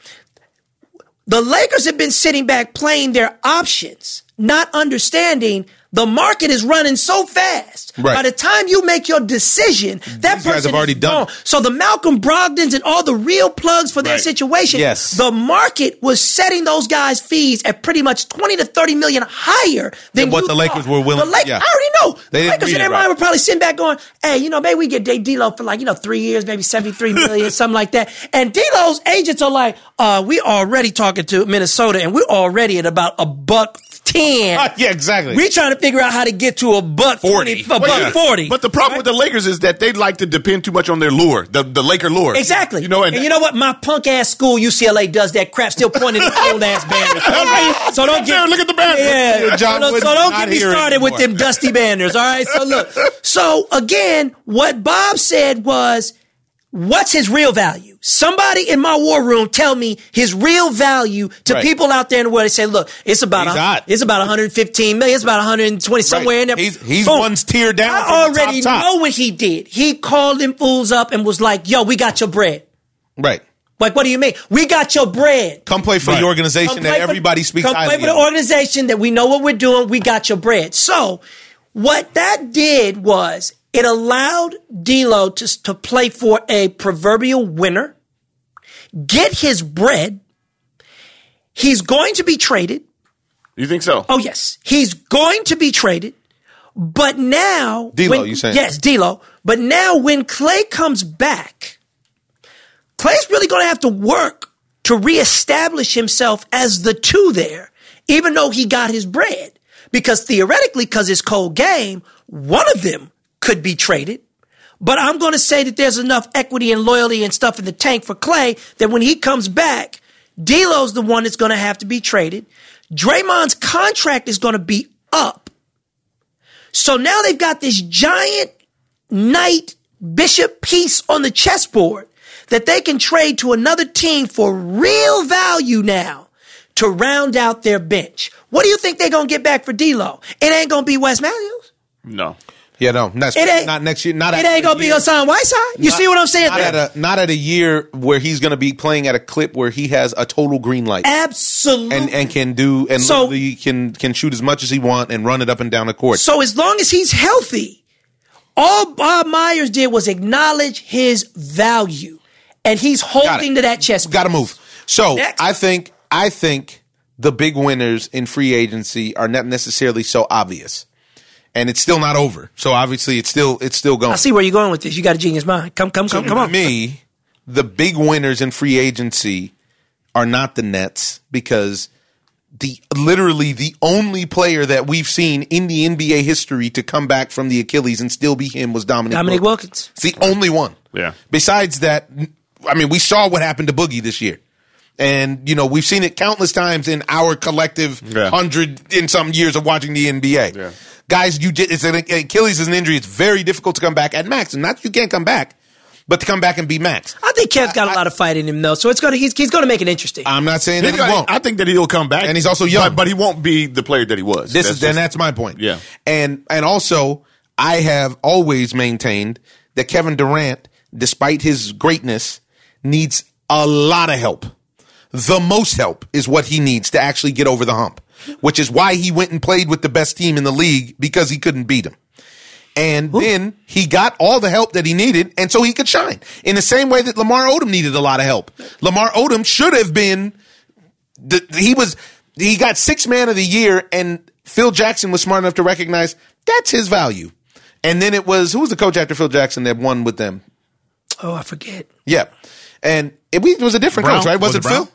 S5: The Lakers have been sitting back playing their options, not understanding the market is running so fast.
S2: Right.
S5: By the time you make your decision, that
S2: These guys
S5: person
S2: have
S5: is
S2: already done
S5: gone. So the Malcolm Brogdons and all the real plugs for their
S4: Right.
S5: situation,
S2: Yes.
S5: the market was setting those guys' fees at pretty much twenty to thirty million higher than
S2: what
S5: you
S2: the Lakers
S5: thought.
S2: were willing-
S5: The Lak-
S2: yeah.
S5: I already know.
S2: They
S5: the
S2: didn't
S5: Lakers
S2: read
S5: in
S2: it
S5: their
S2: right.
S5: mind were probably sitting back going, hey, you know, maybe we get D-Lo for like, you know, three years, maybe 73 million, something like that. And D-Lo's agents are like, uh, we already talking to Minnesota and we're already at about a buck 10.
S2: Ah, yeah, exactly.
S5: We're trying to figure out how to get to a buck
S2: 40.
S5: 40, a buck
S2: Well, yeah.
S5: 40.
S4: But the problem with the Lakers is that they like to depend too much on their lure, the, the Laker lure.
S5: Exactly.
S4: You know, and,
S5: you know what? My punk ass school, UCLA, does that crap. Still pointing at the old ass banners. All right? So don't get
S4: Jared, look at the banner.
S5: Yeah.
S2: John
S5: so don't,
S2: Wooden's
S5: so don't
S2: not
S5: get me
S2: here
S5: started with
S2: anymore.
S5: them dusty banners. All right. So look. So again, what Bob said was, what's his real value? Somebody in my war room tell me his real value to
S2: Right.
S5: people out there in the world. They say, look, it's about
S2: He's
S5: a,
S2: hot.
S5: it's about 115 million. It's about 120 somewhere in there.
S2: He's- he's
S5: Boom.
S2: one tier down from
S5: I
S2: the top
S5: already
S2: top.
S5: know what he did. He called them fools up and was like, yo, we got your bread.
S2: right.
S5: Like, what do you mean? We got your bread.
S2: Come play for
S4: Right.
S2: the organization
S5: Come
S2: that
S5: play for-
S2: everybody speaks
S5: Come
S2: highly
S5: play for the
S2: of.
S5: organization that we know what we're doing. We got your bread. So what that did was it allowed D'Lo to, to play for a proverbial winner, get his bread. He's going to be traded.
S4: you think so?
S5: Oh yes, he's going to be traded. But now,
S2: D'Lo,
S5: when-
S2: you saying?
S5: yes, D'Lo. But now, when Clay comes back, Clay's really going to have to work to reestablish himself as the two there, even though he got his bread. Because theoretically, because it's cold game, one of them could be traded. But I'm going to say that there's enough equity and loyalty and stuff in the tank for Clay that when he comes back, D'Lo's the one that's going to have to be traded. Draymond's contract is going to be up. So now they've got this giant knight bishop piece on the chessboard that they can trade to another team for real value now to round out their bench. What do you think they're going to get back for D'Lo? It ain't going to be Wes Matthews.
S4: No.
S2: Yeah, no, not,
S5: It ain't-
S2: not next year. Not
S5: It
S2: after
S5: ain't
S2: the
S5: going to be
S2: year.
S5: Hassan Whiteside. You see what I'm saying?
S2: Not at a not at a year where he's going to be playing at a clip where he has a total green light
S5: Absolutely.
S2: and and can do and
S5: So-
S2: literally can can shoot as much as he want and run it up and down the court.
S5: So as long as he's healthy, all Bob Myers did was acknowledge his value, and he's holding to that chess.
S2: Got to move. So
S5: Next.
S2: I think I think the big winners in free agency are not necessarily so obvious, and it's still not over. So obviously, it's still it's still going.
S5: I see where you're going with this. You got a genius mind. Come, come, come, come
S2: to
S5: on.
S2: me, the big winners in free agency are not the Nets because the literally the only player that we've seen in the NBA history to come back from the Achilles and still be him was Dominic.
S5: Dominic
S2: Wilkins.
S5: Wilkins.
S2: It's the only one.
S4: Yeah.
S2: Besides that, I mean, we saw what happened to Boogie this year. And, you know, we've seen it countless times in our collective
S4: Yeah.
S2: hundred in some years of watching the NBA.
S4: Yeah.
S2: Guys, you did, it's an Achilles is an injury. It's very difficult to come back at max. And not that you can't come back, but to come back and be max.
S5: I think Kev's got a lot of fight in him though, so it's gonna he's, he's gonna make it interesting.
S2: I'm not saying that
S4: He's
S2: he
S4: got-
S2: won't.
S4: I think that he'll come back.
S2: And he's also young.
S4: But, but he won't be the player that he was.
S2: This is
S4: just-
S2: and that's my point.
S4: Yeah.
S2: And and also I have always maintained that Kevin Durant, despite his greatness, needs a lot of help. The most help is what he needs to actually get over the hump, which is why he went and played with the best team in the league because he couldn't beat him. And then he got all the help that he needed, and so he could shine. In the same way that Lamar Odom needed a lot of help. Lamar Odom should have been the, he was he got six man of the year, and Phil Jackson was smart enough to recognize that's his value. And then it was who was the coach after Phil Jackson that won with them?
S5: oh, I forget.
S2: Yeah, and it, we- it was a different
S4: Brown?
S2: coach, right? Was,
S4: Was
S2: it,
S4: it Brown?
S2: Phil?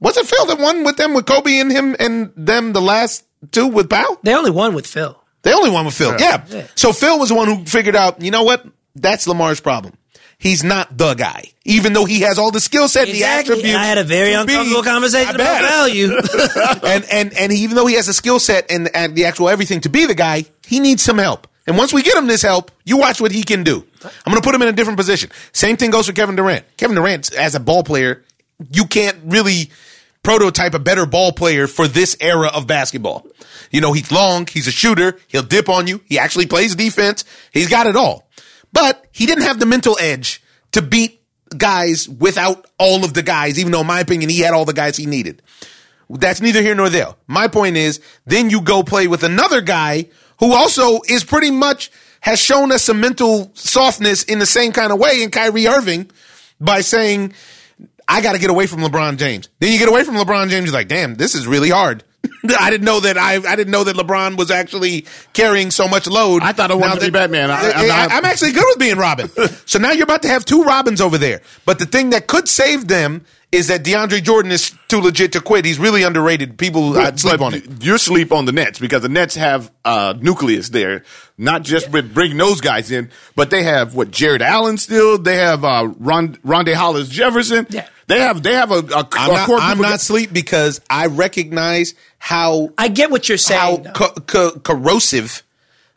S2: Was it Phil that won with them with Kobe and him and them the last two with Powell?
S5: They only won with Phil.
S2: They only won with Phil. Yeah.
S5: Yeah.
S2: So Phil was the one who figured out. You know what? That's Lamar's problem. He's not the guy, even though he has all the skill set, the
S5: Exactly.
S2: attributes.
S5: I had a very
S2: to be-
S5: uncomfortable
S2: I
S5: conversation about
S2: bet
S5: value.
S2: and and and he, even though he has the skill set and, and the actual everything to be the guy, he needs some help. And once we get him this help, you watch what he can do. I'm going to put him in a different position. Same thing goes for Kevin Durant. Kevin Durant, as a ball player, you can't really prototype a better ball player for this era of basketball. You know, he's long, he's a shooter, he'll dip on you, he actually plays defense, he's got it all. But he didn't have the mental edge to beat guys without all of the guys, even though, in my opinion, he had all the guys he needed. That's neither here nor there. My point is, then you go play with another guy who also is pretty much has shown us some mental softness in the same kind of way in Kyrie Irving by saying, I got to get away from LeBron James. Then you get away from LeBron James, you're like, damn, this is really hard. I didn't know that I I didn't know that LeBron was actually carrying so much load.
S4: I thought I wanted
S2: Now
S4: to be Batman. I- I'm not-
S2: I'm actually good with being Robin. so now you're about to have two Robins over there. But the thing that could save them is that DeAndre Jordan is too legit to quit. He's really underrated. People uh, sleep
S4: But
S2: on it.
S4: y- You sleep on the Nets because the Nets have uh, nucleus there. Not just with bringing those guys in, but they have what Jared Allen still. They have uh, Ron, Rondé Hollis Jefferson.
S5: Yeah.
S4: They have they have a, a, a
S2: I'm not,
S4: core
S2: I'm
S4: group of
S2: not
S4: guys.
S2: sleep because I recognize how
S5: I get what you're
S2: how
S5: saying. though.
S2: co- co- corrosive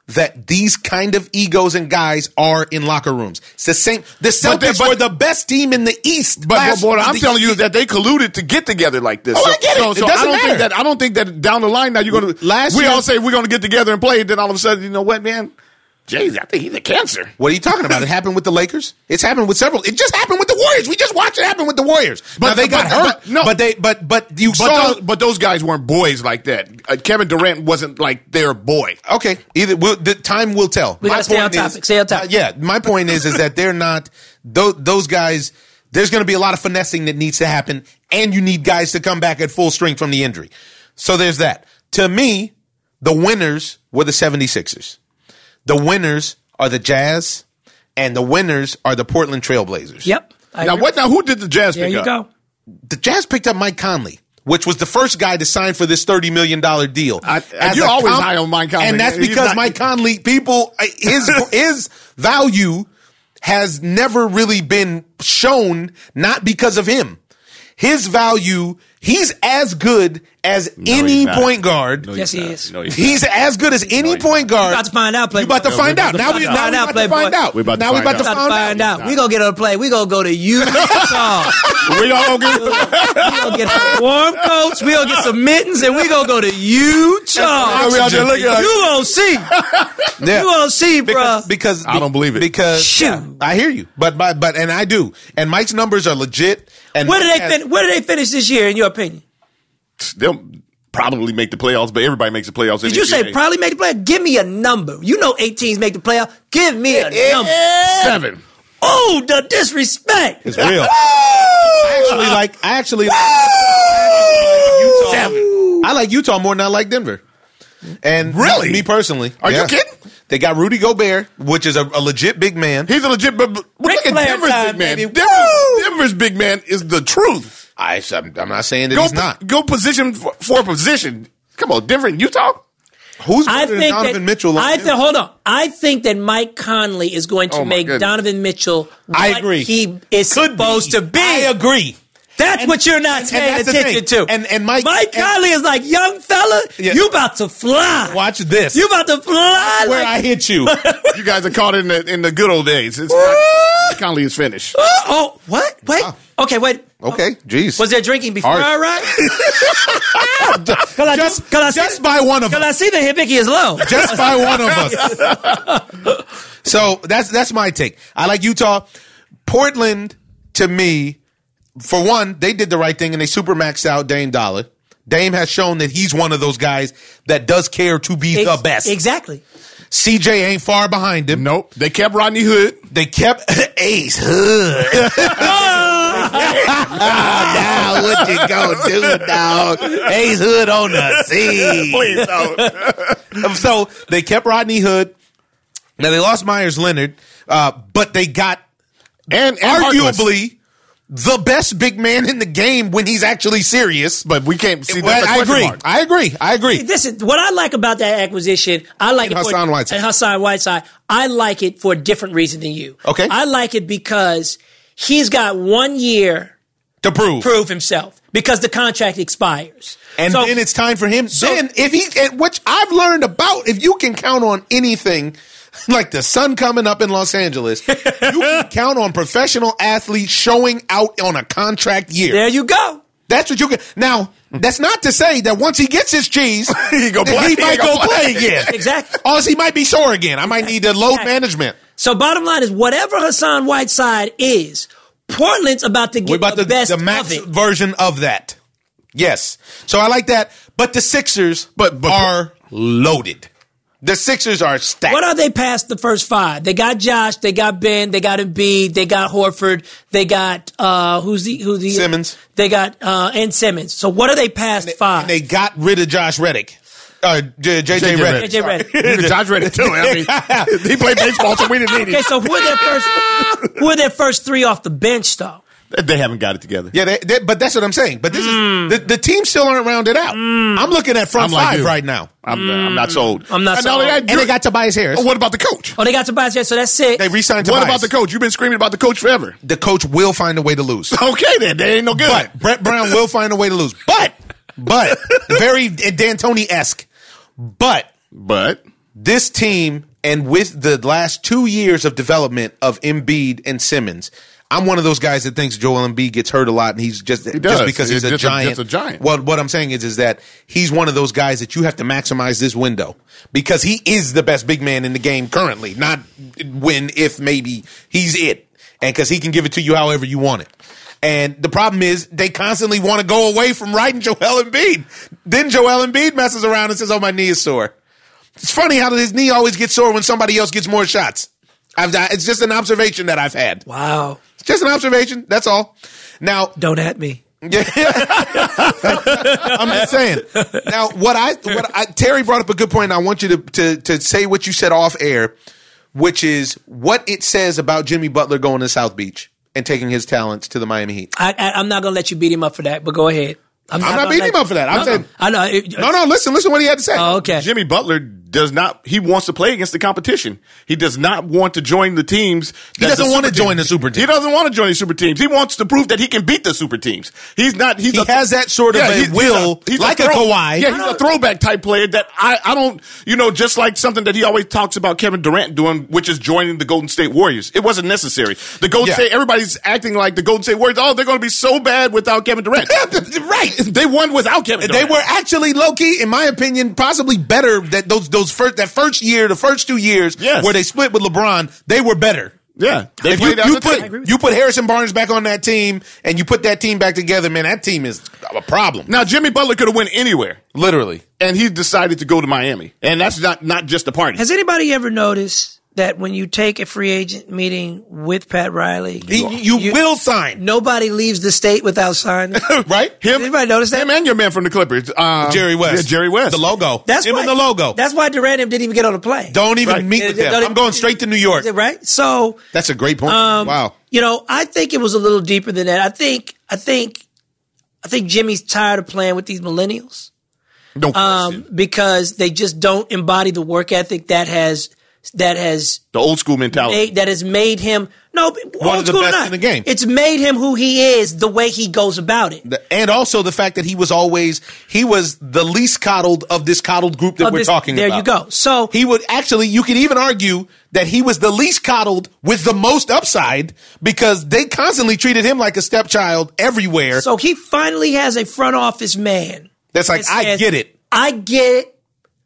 S2: that these kind of egos and guys are in locker rooms. It's the same. The Celtics
S4: But they- but-
S2: were the best team in the East.
S4: But,
S2: last-
S4: but what I'm
S2: the-
S4: telling you is that they colluded to get together like this.
S2: Oh, I get it. It doesn't
S4: I don't
S2: matter.
S4: think that I don't think that down the line now you're gonna
S2: Last
S4: we
S2: year-
S4: all say we're gonna get together and play, then all of a sudden, you know what, man? Jeez, I think he's a cancer.
S2: What are you talking about? It happened with the Lakers. It's happened with several. It just happened with the Warriors. We just watched it happen with the Warriors. But now
S4: But-
S2: they got
S4: but-
S2: hurt.
S4: but- no.
S2: but they but but you
S4: But,
S2: saw.
S4: those, but those guys weren't boys like that. Uh, Kevin Durant wasn't like their boy.
S2: okay, either we'll, the time will tell.
S5: We
S2: My
S5: gotta stay on
S2: point is-
S5: topic, stay on topic.
S2: Uh, yeah, my point is is that they're not those, those guys. There's going to be a lot of finessing that needs to happen, and you need guys to come back at full strength from the injury. So there's that. To me, the winners were the 76ers. The winners are the Jazz, and the winners are the Portland Trailblazers.
S5: Yep. I
S4: Now
S5: agree.
S4: what? Now who did the Jazz
S5: There
S4: pick
S5: you
S4: up?
S5: go.
S2: the Jazz picked up Mike Conley, which was the first guy to sign for this thirty million dollar deal.
S4: I- I-
S2: As
S4: you're
S2: a
S4: always high on Mike Conley.
S2: and that's
S4: He's
S2: because
S4: not-
S2: Mike Conley, people, I- his his value has never really been shown, not because of him. His value, he's as good as any
S4: he's not.
S2: point guard.
S5: Yes, he is.
S4: No, Oh, he's not.
S2: He's as good as any point guard.
S5: We're about to find out,
S2: You
S5: Playboy.
S2: about to find out. Now we now we
S5: We're about to
S2: about to
S5: find out,
S2: find
S5: Playboy.
S2: out.
S4: We're about to
S2: Now we
S4: find out.
S2: about to
S5: We're about to
S2: find
S5: find
S2: out.
S5: out. We're going to get on a plane. We're going to go to Utah.
S4: we all good.
S5: We're going to get some warm coats. We're going to get some mittens. And we're going to go to Utah.
S4: we out there looking like-
S5: You won't see.
S2: Yeah.
S5: You won't see, bro.
S2: because, because
S4: I don't believe it.
S2: Because
S5: Shoot.
S2: I hear you, but my but and I do, and Mike's numbers are legit. And
S5: Where did
S2: Mike
S5: they
S2: has-
S5: fin- Where did they finish this year, in your opinion?
S4: They'll probably make the playoffs, but everybody makes the playoffs.
S5: Did you say probably make the playoff? Give me a number. You know, 18s make the playoff. Give me a number.
S4: seven?
S5: Oh, the disrespect.
S2: It's
S4: Oh.
S2: real. I actually like. I actually like, I actually like Utah. I like Utah more than I like Denver. And
S4: Really?
S2: me personally,
S4: Are you kidding?
S2: They got Rudy Gobert, which is a, a legit big man.
S4: He's a legit. But, but look at
S5: Flair
S4: Denver's
S5: time,
S4: big man.
S5: baby.
S4: Denver's, Denver's big man is the truth.
S2: I, I'm, I'm not saying that
S4: Go,
S2: he's not.
S4: go position for, for position. Come on, Denver and Utah.
S2: Who's
S5: I
S2: better
S5: think
S2: than Donovan
S5: that,
S2: Mitchell? on
S5: I
S2: him?
S5: think, hold on. I think that Mike Conley is going to
S4: Oh, my
S5: make
S4: goodness.
S5: Donovan Mitchell what
S2: I agree.
S5: he is supposed to be.
S2: I agree.
S5: That's what you're not
S2: and
S5: paying
S2: that's the
S5: attention
S2: thing.
S5: to.
S2: And- and Mike-
S5: Mike
S2: and-
S5: Conley is like, young fella,
S2: Yeah.
S5: you about to fly.
S2: Watch this.
S5: You about to fly.
S2: where
S5: like-
S2: I hit you.
S4: You guys are caught in the in the good old days. It's not, Conley is finished.
S5: oh, oh, what? Wait. Okay, wait.
S2: Ah. okay, jeez.
S5: Was there drinking before
S2: All right.
S5: I arrived? Cause I
S2: Just-
S5: just, cause I
S2: just
S5: see,
S2: by one of
S5: cause
S2: us.
S5: I see the Hibiki is low.
S2: just by one of us. So that's that's my take. I like Utah. Portland to me, for one, they did the right thing and they super maxed out Dame Dollar. Dame has shown that he's one of those guys that does care to be the
S5: Ex-
S2: best.
S5: Exactly.
S2: CJ ain't far behind him.
S4: Nope. They kept Rodney Hood.
S2: They kept Ace Hood. now what you gonna do, dog? Ace Hood on the scene. Um,
S4: Please, no.
S2: so they kept Rodney Hood. Now they lost Myers Leonard, uh, but they got
S4: and, and Harkless.
S2: arguably the best big man in the game when he's actually serious.
S4: but we can't see
S2: Well,
S4: that.
S2: I agree. I agree. I agree.
S5: Listen, what I like about that acquisition, I like
S2: And
S5: it for,
S2: Hassan Whiteside.
S5: and Hassan Whiteside. I like it for a different reason than you.
S2: Okay.
S5: I like it because he's got one year
S2: To prove.
S5: prove himself because the contract expires.
S2: And
S5: So-
S2: then it's time for him.
S5: so-
S2: then if he, and which I've learned about, if you can count on anything like the sun coming up in Los Angeles, you can count on professional athletes showing out on a contract year.
S5: There you go.
S2: That's what you can. Now, that's not to say that once he gets his cheese, he,
S4: go play. He
S2: might
S4: go
S2: go play,
S4: play.
S2: again.
S5: Exactly.
S2: Or else he might be sore again. I might need to load
S5: Exactly.
S2: management.
S5: So bottom line is whatever Hassan Whiteside is, Portland's about to get
S2: We're about
S5: the,
S2: the,
S5: best
S2: the max
S5: of it.
S2: version of that. Yes. So I like that. But the Sixers
S4: But- but-
S2: are loaded. The Sixers are stacked.
S5: What are they past the first five? They got Josh, they got Ben, they got Embiid, they got Horford, they got uh who's the who's the
S2: Simmons.
S5: They got uh and Simmons. So what are they past five?
S2: And they got rid of Josh Reddick. Uh, J- JJ
S4: J.J.
S2: Reddick.
S5: JJ Redick.
S4: Josh ready too. I mean, he played baseball, so we didn't need
S5: Okay,
S4: him.
S5: so who are their first who are their first three off the bench though?
S4: They haven't got it together.
S2: Yeah, they, they, but that's what I'm saying. But this
S5: Hmm.
S2: is the, the team still aren't rounded out. I'm looking at front
S4: I'm like
S2: five
S4: you.
S2: right now,
S4: I'm, uh, I'm not sold.
S5: I'm not
S4: And not only
S5: sold.
S4: that,
S2: and they got Tobias Harris.
S4: Oh, what about the coach?
S5: Oh, they got Tobias Harris, so that's six.
S2: They re-signed
S4: What
S2: Tobias.
S4: about the coach? You've been screaming about the coach forever.
S2: The coach will find a way to lose.
S4: Okay, then they ain't no good.
S2: But Brett Brown will find a way to lose. But but very D'Antoni esque. But
S4: But
S2: this team and with the last two years of development of Embiid and Simmons, I'm one of those guys that thinks Joel Embiid gets hurt a lot, and he's just
S4: does.
S2: just because he's
S4: He's
S2: a
S4: just a-
S2: giant.
S4: just a giant.
S2: Well, what I'm saying is, is that he's one of those guys that you have to maximize this window because he is the best big man in the game currently. Not when, if, maybe he's it, and because he can give it to you however you want it. And the problem is they constantly want to go away from riding Joel Embiid. Then Joel Embiid messes around and says, "Oh, my knee is sore." It's funny how his knee always gets sore when somebody else gets more shots. I've, it's just an observation that I've had.
S5: wow.
S2: It's just an observation. That's all. Now,
S5: Don't at me.
S2: I'm just saying. Now, what I what I, Terry brought up a good point. And I want you to, to to say what you said off air, which is what it says about Jimmy Butler going to South Beach and taking his talents to the Miami Heat.
S5: I, I, I'm not gonna let you beat him up for that, but go ahead.
S2: I'm not
S5: gonna
S2: beating
S5: let-
S2: him up for that. I'm
S5: No,
S2: saying-
S5: I know. It-
S2: Oh, No, no, listen, listen what he had to say.
S5: Oh, okay.
S4: Jimmy Butler does not. He wants to play against the competition. He does not want to join the teams. He
S2: doesn't wanna join the super team.
S4: He doesn't want to join the super teams. He wants to prove that he can beat the super teams. He's not. He's
S2: He
S4: a-
S2: has that sort of a
S4: he's- he's
S2: will, like a Kawhi.
S4: Yeah, he's a throwback type player that I, I don't. You know, just like something that he always talks about Kevin Durant doing, which is joining the Golden State Warriors. It wasn't necessary. The Golden
S2: Yeah.
S4: State. Everybody's acting like the Golden State Warriors. Oh, they're going to be so bad without Kevin Durant.
S2: Right.
S4: They won without Kevin.
S2: They
S4: Durant.
S2: were actually low key, in my opinion, possibly better that those those first that first year, the first two years
S4: Yes.
S2: where they split with LeBron, they were better.
S4: Yeah, they
S2: if you,
S4: played as
S2: you
S4: a team.
S2: put you put Harrison Barnes back on that team and you put that team back together, man, that team is a problem.
S4: Now Jimmy Butler could have went anywhere,
S2: Literally.
S4: and he decided to go to Miami, and that's not not just a party.
S5: Has anybody ever noticed that when you take a free agent meeting with Pat Riley,
S2: He- you, will sign,
S5: nobody leaves the state without signing?
S2: right?
S4: Him,
S5: anybody notice that?
S4: Him and your man from the Clippers, um,
S2: Jerry West.
S4: Yeah, Jerry West.
S2: The logo.
S5: That's
S2: him
S5: why,
S2: and the logo.
S5: That's why Durant and him didn't even get on the plane.
S2: Don't even
S4: Right.
S2: meet with them.
S5: Yeah, don't-
S2: I'm going straight to New York.
S5: right? So
S2: That's a great point.
S5: Um,
S2: wow.
S5: You know, I think it was a little deeper than that. I think, I think, I think Jimmy's tired of playing with these millennials
S4: No
S5: um,
S4: question.
S5: because they just don't embody the work ethic that has that has
S4: the old school mentality.
S5: made, that has made him no
S2: One
S5: old
S2: of the
S5: school or
S2: best
S5: not,
S2: in the game.
S5: It's made him who he is, the way he goes about it.
S2: The- And also the fact that he was always he was the least coddled of this coddled group that
S5: Of
S2: we're
S5: this-
S2: talking
S5: there
S2: about.
S5: you go. So
S2: He would actually you could even argue that he was the least coddled with the most upside because they constantly treated him like a stepchild everywhere.
S5: so he finally has a front office man.
S2: That's like
S5: that
S2: I
S5: says,
S2: get it.
S5: I get it.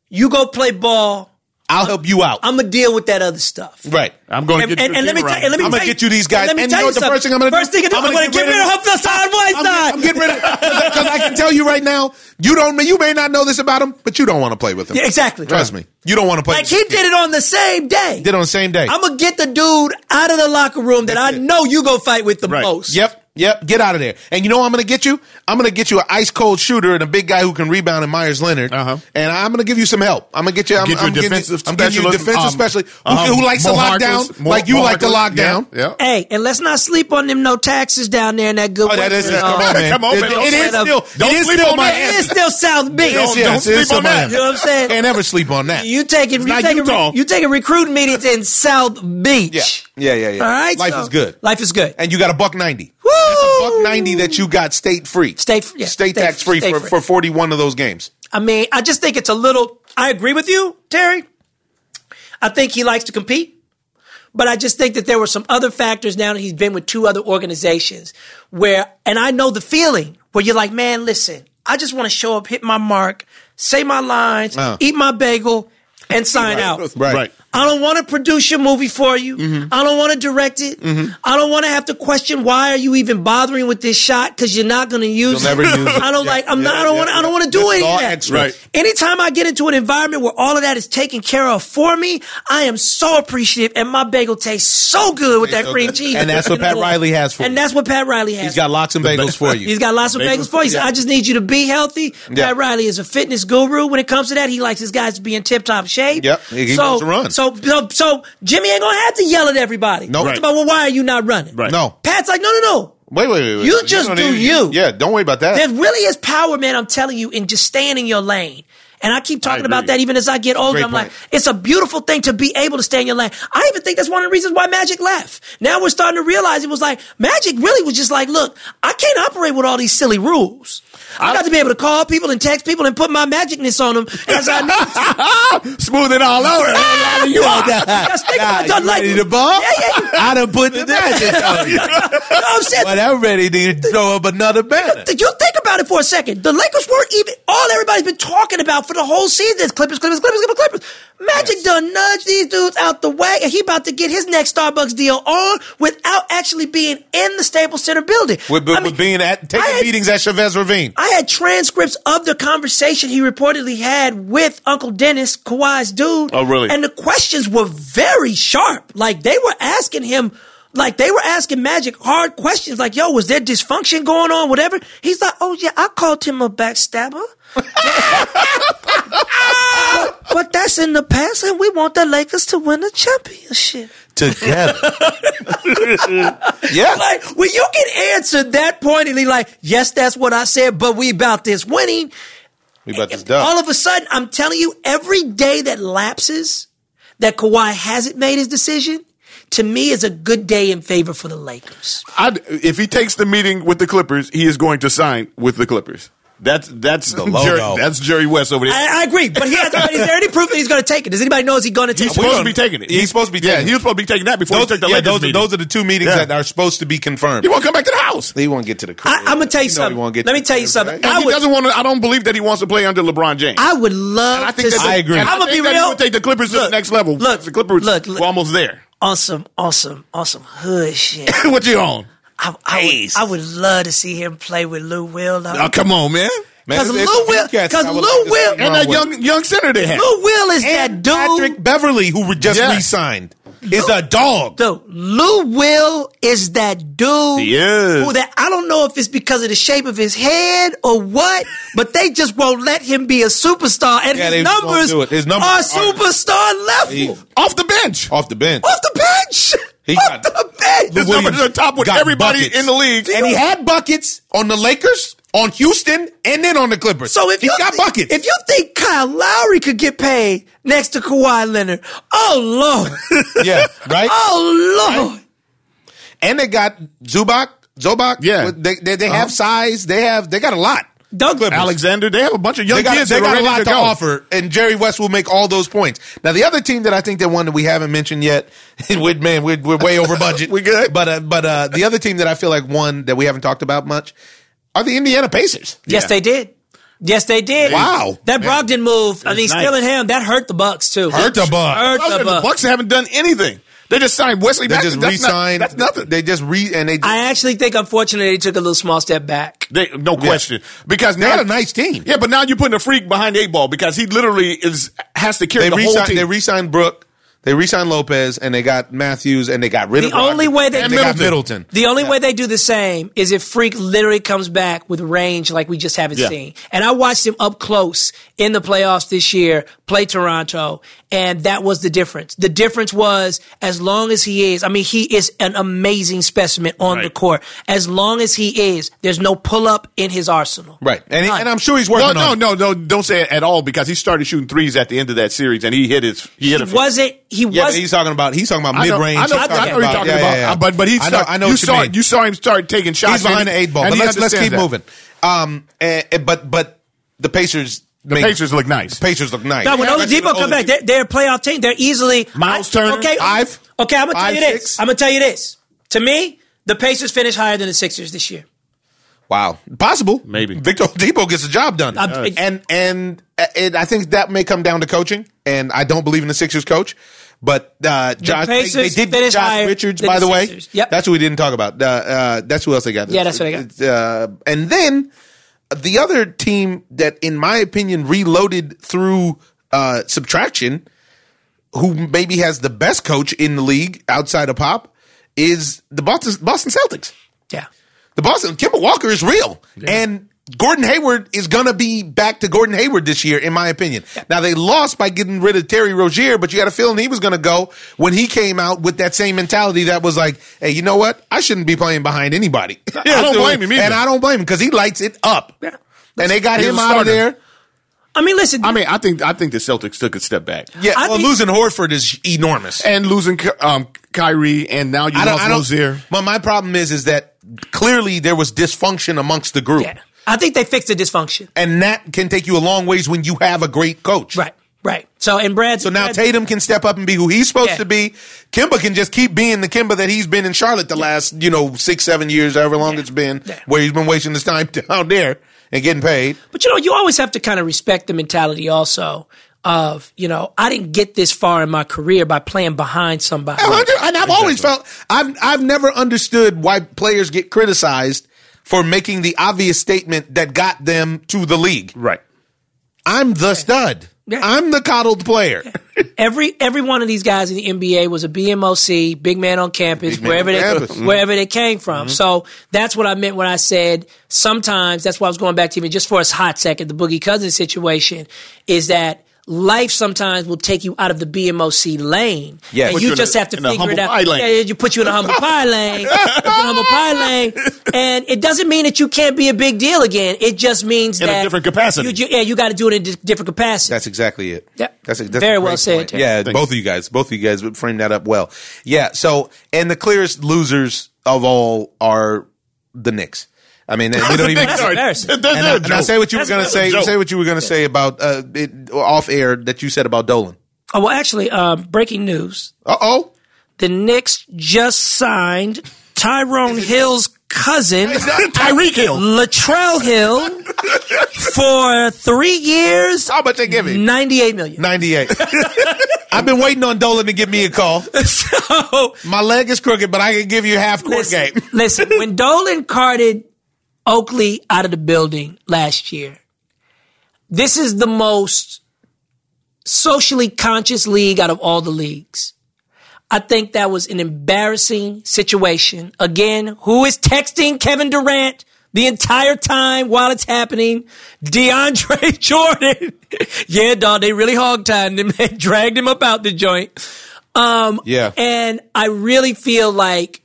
S5: You go play ball.
S2: I'll help you out.
S5: I'm gonna deal with that other stuff.
S2: right.
S4: I'm going to get you a team
S5: let me tell-
S4: around.
S5: and let me
S2: I'm
S5: tell
S2: gonna get you these guys.
S5: let me
S2: And
S5: tell
S2: you know what the
S5: something.
S2: first thing I'm gonna do?
S5: First thing I do,
S2: I'm
S5: I'm
S2: gonna
S5: gonna
S2: get
S5: get rid
S2: rid
S5: of Humphrey side white
S2: I'm,
S5: side.
S2: I'm getting rid of because I can tell you right now. You don't. You may not know this about him, but you don't want to play with him.
S5: Yeah, exactly.
S2: Trust me. You don't want to play.
S5: Like
S2: with
S5: he
S2: this kid.
S5: did it on the same day.
S2: Did it on the same day.
S5: I'm gonna get the dude out of the locker room that
S2: That's
S5: I
S2: it.
S5: know you gonna fight with the
S4: Right.
S5: most.
S2: Yep, yep. Get out of there. And you know what I'm going to get you? I'm going to get you an ice cold shooter and a big guy who can rebound and Myers Leonard.
S4: Uh-huh.
S2: And I'm going to give you some help. I'm going to get you. I'm,
S4: Get you a
S2: I'm getting
S4: defensive
S2: I'm getting you a
S4: specialist,
S2: defensive
S4: um,
S2: specialist who,
S4: um,
S2: who likes to
S4: Mo
S2: lock down,
S4: Harkless, Mo-
S2: like you
S4: Mo
S2: like to
S4: Harkless,
S2: lock
S4: yeah,
S2: down.
S4: yeah.
S5: Hey, and let's not sleep on them no taxes down there in that good
S2: Oh, that
S5: weather,
S2: is,
S5: uh,
S2: come on, man.
S4: Come on,
S2: It-
S4: man. Don't
S2: it is
S4: sleep on-
S2: still,
S4: don't
S2: it is
S4: sleep
S2: still
S4: on
S2: my
S4: my
S5: It is
S2: ass.
S5: still South Beach.
S2: Yes,
S4: Don't-
S2: yes,
S4: don't
S2: it is
S4: sleep on
S2: still my
S4: that.
S2: ass.
S5: You know what I'm saying?
S2: Can't ever sleep on that.
S5: You taking
S4: It's
S5: you
S4: not
S5: taking
S4: Utah.
S5: you taking recruiting meetings in South Beach.
S2: Yeah. Yeah, yeah, yeah.
S5: All right,
S2: Life
S5: so-
S2: is good.
S5: Life is good.
S2: and you got a buck ninety.
S5: Woo!
S2: Buck ninety that you got state free.
S5: State- yeah,
S2: state
S5: state-
S2: tax free
S5: state
S2: for,
S5: free.
S2: for forty one of those games.
S5: I mean, I just think it's a little. I agree with you, Terry. I think he likes to compete. But I just think that there were some other factors now that he's been with two other organizations where, and I know the feeling where you're like, man, listen, I just want to show up, hit my mark, say my lines,
S2: Uh.
S5: eat my bagel, and sign out.
S2: Right. Mm-hmm.
S4: Right.
S5: I don't want to produce your movie for you. I don't want to direct it. I don't want to have to question why are you even bothering with this shot because you're not going to use
S2: You'll never
S5: it.
S2: use it.
S5: I don't
S2: Yeah,
S5: like. I'm
S2: yeah,
S5: not. I don't
S2: yeah,
S5: want. to I don't
S2: yeah.
S5: want to do
S2: That's
S5: any
S2: all
S5: of that.
S2: extras.
S4: Right.
S5: Anytime I get into an environment where all of that is taken care of for me, I am so appreciative, and my bagel tastes so good with that
S2: so
S5: cream
S2: good.
S5: cheese.
S2: And that's what Pat
S5: the-
S2: Riley has for
S5: And
S2: you.
S5: that's what Pat Riley has.
S2: He's got lots of bagels for you.
S5: He's got lots of bagels for you. He said, I just need you to be healthy.
S2: Yeah.
S5: Pat Riley is a fitness guru when it comes to that. He likes his guys to be in tip top shape.
S2: Yep. He
S5: so,
S2: wants to run.
S5: So, so, so Jimmy ain't gonna have to yell at everybody.
S2: Nope.
S5: It's about, well, why are you not running?
S4: Right.
S2: No.
S5: Pat's like, no, no, no.
S2: Wait, wait, wait. wait.
S5: You just
S2: don't
S5: do
S2: need-
S5: you.
S2: Yeah, don't worry about that.
S5: There really is power, man. I'm telling you, in just staying in your lane. And I keep talking about
S4: agree.
S5: that even as I get older.
S2: Great
S5: I'm like,
S2: point.
S5: it's a beautiful thing to be able to stay in your lane. I even think that's one of the reasons why Magic left. Now we're starting to realize it was like, Magic really was just like, look, I can't operate with all these silly rules. I got to be able to call people and text people and put my magicness on them as I need to.
S4: Smooth it all over.
S2: you out there.
S5: Because think about
S2: Nah,
S5: that,
S2: you
S5: like-
S2: ready to ball?
S5: Yeah, yeah, you-
S2: I done put the magic on you.
S5: You know what I'm saying?
S2: But I'm ready to throw up another banner.
S5: Did you think about it for a second? The Lakers weren't even all everybody's been talking about for the whole season is Clippers, Clippers, Clippers, Clippers, Clippers. Magic done nudge these dudes out the way, and he about to get his next Starbucks deal on without actually being in the Staples Center building.
S2: With, with,
S5: I mean,
S2: being at taking
S5: I had-
S2: meetings at Chavez Ravine.
S5: I had transcripts of the conversation he reportedly had with Uncle Dennis, Kawhi's dude.
S4: Oh, really?
S5: And the questions were very sharp. Like they were asking him, like they were asking Magic hard questions. Like, yo, was there dysfunction going on? Whatever. He's like, oh yeah, I called him a backstabber. but, but that's in the past, and we want the Lakers to win a championship.
S2: Together. yeah.
S5: Like when you can answer that pointedly, like, yes, that's what I said, but we about this winning.
S2: we about this
S5: All
S2: done.
S5: of a sudden, I'm telling you, every day that lapses that Kawhi hasn't made his decision, to me is a good day in favor for the Lakers.
S4: I'd- if he takes the meeting with the Clippers, he is going to sign with the Clippers. That's that's the
S2: logo.
S4: Jerry, that's Jerry West over there.
S5: I, I agree, but, he has, but is there any proof that he's going to take it? Does anybody know is he going to take
S4: He's
S5: it?
S4: supposed to be taking it.
S2: He's supposed to be
S4: yeah.
S2: taking it.
S4: He was supposed to be taking that before
S2: Those,
S4: he took the
S2: yeah,
S4: Lakers
S2: those,
S4: meeting.
S2: those are the two meetings
S4: Yeah.
S2: that are supposed to be confirmed.
S4: he won't come back to the house.
S2: He won't get to the crib.
S5: I, I'm going to tell
S2: know he
S5: you something.
S2: won't
S5: Let
S2: get
S5: me
S2: to
S5: tell
S2: the
S5: you
S2: crib,
S5: something.
S2: right?
S5: I
S4: he
S5: would,
S4: doesn't want to. I don't believe that he wants to play under LeBron James.
S5: I would love
S4: And I
S5: to
S4: think that
S5: see-
S2: I agree.
S4: I'm
S5: I'm
S4: gonna
S5: going to be real.
S4: Would take the Clippers to the
S5: Look,
S4: next level.
S5: Look,
S4: the Clippers
S5: look,
S4: were
S5: look
S4: almost there.
S5: awesome, awesome, awesome hood shit.
S4: what you on?
S5: I, I, would, I would love to see him play with Lou Will. though.
S4: Oh, come on, man.
S2: Man,
S5: Because
S2: it's-
S5: Lou
S2: it's
S5: Will,
S2: cats
S5: because
S2: I would
S5: Lou
S2: like to
S5: Will,
S2: see
S4: And
S2: Wrong
S4: that
S2: way.
S4: young young center they have.
S5: Lou Will is that
S2: And
S5: dude.
S2: Patrick Beverly, who we just
S4: Yeah.
S2: re-signed, is a dog.
S5: Dude, Lou Will is that dude.
S4: He is.
S5: Who that I don't know if it's because of the shape of his head or what, but they just won't let him be a superstar. And
S2: Yeah, they
S5: his,
S2: won't
S5: numbers
S2: do it. His numbers
S5: are
S2: are-
S5: superstar level.
S2: He-
S4: Off the bench.
S2: off the bench.
S5: Off the bench.
S2: He
S5: Off
S2: got-
S5: the bench.
S4: His
S2: Williams
S4: numbers are top with
S2: got
S4: everybody
S2: buckets.
S4: in the league.
S2: and he had buckets on the Lakers, on Houston, and then on the Clippers.
S5: So if
S2: he
S5: you
S2: got
S5: thi-
S2: buckets,
S5: if you think Kyle Lowry could get paid next to Kawhi Leonard, oh lord,
S2: yeah, right.
S4: Ah.
S5: oh lord.
S2: And they got Zubac, Zobac.
S4: Yeah.
S2: they they, they have size. They have they got a lot.
S5: Doug-
S2: Clippers.
S4: Alexander, they have a bunch of young
S2: They got,
S4: kids.
S2: they
S4: that are
S2: got a
S4: ready
S2: lot to,
S4: go.
S2: offer, and Jerry West will make all those points. Now, the other team that I think that one that we haven't mentioned yet, we man, we're, we're way over budget.
S4: We good?
S2: but uh, but uh, the other team that I feel like one that we haven't talked about much are the Indiana Pacers.
S5: Yes,
S4: Yeah.
S5: they did. Yes, they did.
S2: Wow.
S5: that Brogdon move. I
S4: was
S5: mean,
S4: nice.
S5: stealing him that hurt the Bucks too.
S2: Hurt the Bucks.
S5: Hurt
S4: Those
S5: the
S4: are The
S5: Bucks.
S4: Bucks haven't done anything. They just signed Wesley.
S2: They
S4: Matthews.
S2: just
S4: That's not-
S2: re-signed.
S4: That's nothing.
S2: They just re and they.
S5: I actually think, unfortunately, they took a little small step back.
S4: They, no question. Because
S2: they
S4: now
S2: had a nice team.
S4: Yeah, but now you're putting a freak behind the eight ball because he literally is has to carry
S2: They
S4: the whole
S2: re-signed.
S4: team.
S2: They re-signed Brooke. They re-signed Lopez, and they got Matthews, and they got rid
S5: The
S2: of Brogdon.
S5: only way they-
S2: and
S5: And
S2: they got
S4: Middleton.
S2: Middleton.
S5: The only way they do the same is if Freak literally comes back with range like we just haven't
S4: Yeah.
S5: seen. And I watched him up close in the playoffs this year play Toronto, and that was the difference. The difference was as long as he is, I mean, he is an amazing specimen on the
S4: Right.
S5: court. As long as he is, there's no pull up in his arsenal.
S2: Right, and, he-
S5: None.
S2: and I'm sure he's
S4: no,
S2: working on.
S4: no,
S2: it.
S4: no, no, don't say it at all because he started shooting threes at the end of that series and he hit his he hit
S5: He
S4: a
S5: wasn't. He
S2: Yeah, but
S5: wasn't.
S2: he's talking about he's talking about
S4: I know,
S2: mid range.
S4: I know, I know, I know you're talking about, but but he
S2: I know,
S4: start-
S2: I know
S4: you
S2: what you
S4: saw
S2: mean.
S4: you saw him start taking shots.
S2: he's behind the eight ball.
S4: and
S2: But
S4: he
S2: let's let's
S4: understands
S2: keep
S4: that.
S2: moving. Um, eh, eh, but but the Pacers
S4: The
S2: mean,
S4: Patriots look nice.
S2: Patriots look nice.
S5: Now, when
S2: Yeah,
S5: Oladipo
S2: that's-
S5: come back, they're, they're a playoff team. They're easily
S4: Miles
S5: I-
S4: Turner,
S5: Okay,
S4: five,
S5: Okay, I'm gonna tell
S4: five,
S5: you this.
S4: six.
S5: I'm gonna tell you this. To me, the Pacers finished higher than the Sixers this year.
S2: Wow, possible.
S4: Maybe.
S2: Victor Oladipo gets the job done,
S5: Uh,
S2: and and uh, it, I think that may come down to coaching. And I don't believe in the Sixers coach, but uh, Josh they,
S5: Pacers
S2: they did get
S5: finished
S2: Josh
S5: higher
S2: Richards.
S5: than
S2: By
S5: the
S2: the, way,
S5: Sixers. Yep.
S2: that's what we didn't talk about. Uh, uh, that's who else they got.
S5: Yeah, that's what I got.
S2: Uh, and then uh, the other team that, in my opinion, reloaded through uh, subtraction, who maybe has the best coach in the league outside of Pop, is the Boston, Boston Celtics.
S5: Yeah.
S2: The Boston Kimball Walker is real, and Gordon Hayward is gonna be back to Gordon Hayward this year, in my opinion. Now they lost by getting rid of Terry Rozier, but you got a feeling he was gonna go when he came out with that same mentality that was like, "Hey, you know what? I shouldn't be playing behind anybody."
S4: I don't blame him either.
S2: and I don't blame him because he lights it up.
S5: Yeah.
S2: And they got
S4: He's
S2: him
S4: a
S2: out of
S4: starter.
S2: there.
S5: I mean, listen.
S4: I mean, I think I think the Celtics took a step back.
S2: Yeah,
S5: I
S2: well,
S5: think-
S2: losing Horford is enormous.
S4: And losing Ky- um, Kyrie, and now you
S2: I don't.
S4: lost
S2: I don't
S4: Rozier.
S2: But my problem is, is that clearly there was dysfunction amongst the group,
S5: yeah. I think they fixed the dysfunction.
S2: and that can take you a long ways when you have a great coach.
S5: Right. Right. So and Brad.
S2: So now
S5: Brad,
S2: Tatum can step up and be who he's supposed
S5: Yeah.
S2: to be. Kimba can just keep being the Kimba that he's been in Charlotte the last, you know, six, seven years, however long
S5: Yeah.
S2: it's been,
S5: Yeah.
S2: where he's been wasting his time down there and getting paid.
S5: But you know, you always have to kind of respect the mentality also of, you know, I didn't get this far in my career by playing behind somebody.
S2: A hundred- And I've always felt I've I've never understood why players get criticized for making the obvious statement that got them to the league.
S4: Right.
S2: I'm the stud.
S5: Yeah.
S2: I'm the coddled player.
S5: Every every one of these guys in the NBA was a BMOC, big man on campus,
S2: man
S5: wherever
S2: on
S5: they
S2: campus.
S4: Mm-hmm.
S5: wherever they came from. So that's what I meant when I said sometimes that's why I was going back to even just for a hot second, the Boogie Cousins situation is that life sometimes will take you out of the BMOC lane.
S2: Yes.
S5: And
S2: Put
S5: you,
S4: you in
S5: just
S4: a-
S5: have to
S4: in a
S5: figure it
S4: humble
S5: out.
S4: pie lane.
S5: Yeah, yeah, you put you in a humble pie lane. you put you in a humble pie lane. And it doesn't mean that you can't be a big deal again. It just means
S4: In a
S5: that
S4: different capacity.
S5: You, ju- yeah, you got to do it in a di- different capacity.
S2: That's exactly it.
S5: Yeah.
S2: That's, that's
S5: Very
S2: a
S5: well
S2: great
S5: said,
S2: point.
S5: Terry.
S2: Yeah,
S4: Thanks.
S2: both of you guys, both of you guys would frame that up well. Yeah. So, and the clearest losers of all are the Knicks. I mean, and we don't even.
S5: That's
S4: Sorry.
S5: embarrassing.
S4: That- that's
S2: And,
S4: a
S2: I, and I
S4: joke.
S2: say what you were
S4: That's
S2: gonna
S4: not a
S2: say.
S4: joke.
S2: Say what you were gonna say about uh, it, off air that you said about Dolan.
S5: Oh, well, actually, um, breaking news.
S2: Uh oh.
S5: The Knicks just signed Tyrone Hill's cousin,
S4: Tyreek Hill.
S5: Latrell Hill, for three years,
S2: How much they give him?
S5: $98 million.
S2: Ninety eight. I've been waiting on Dolan to give me a call.
S5: So,
S2: My leg is crooked, but I can give you half court
S5: listen,
S2: game.
S5: listen, when Dolan carted Oakley out of the building last year, this is the most socially conscious league out of all the leagues. I think that was an embarrassing situation. Again, who is texting Kevin Durant the entire time while it's happening? DeAndre Jordan. yeah, dog, they really hogtied him. They dragged him up out the joint. Um,
S2: Yeah.
S5: And I really feel like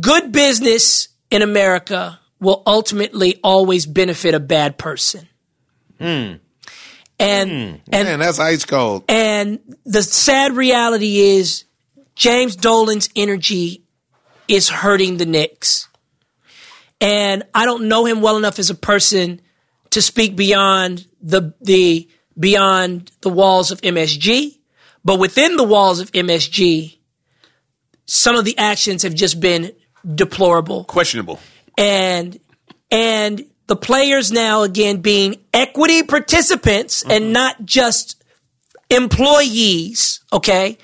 S5: good business in America will ultimately always benefit a bad person. And, and
S2: Man, that's ice cold.
S5: and the sad reality is James Dolan's energy is hurting the Knicks. And I don't know him well enough as a person to speak beyond the the beyond the walls of MSG, but within the walls of MSG, some of the actions have just been deplorable
S4: Questionable.
S5: and and the players now again being equity participants
S4: Mm-hmm.
S5: and not just employees, okay,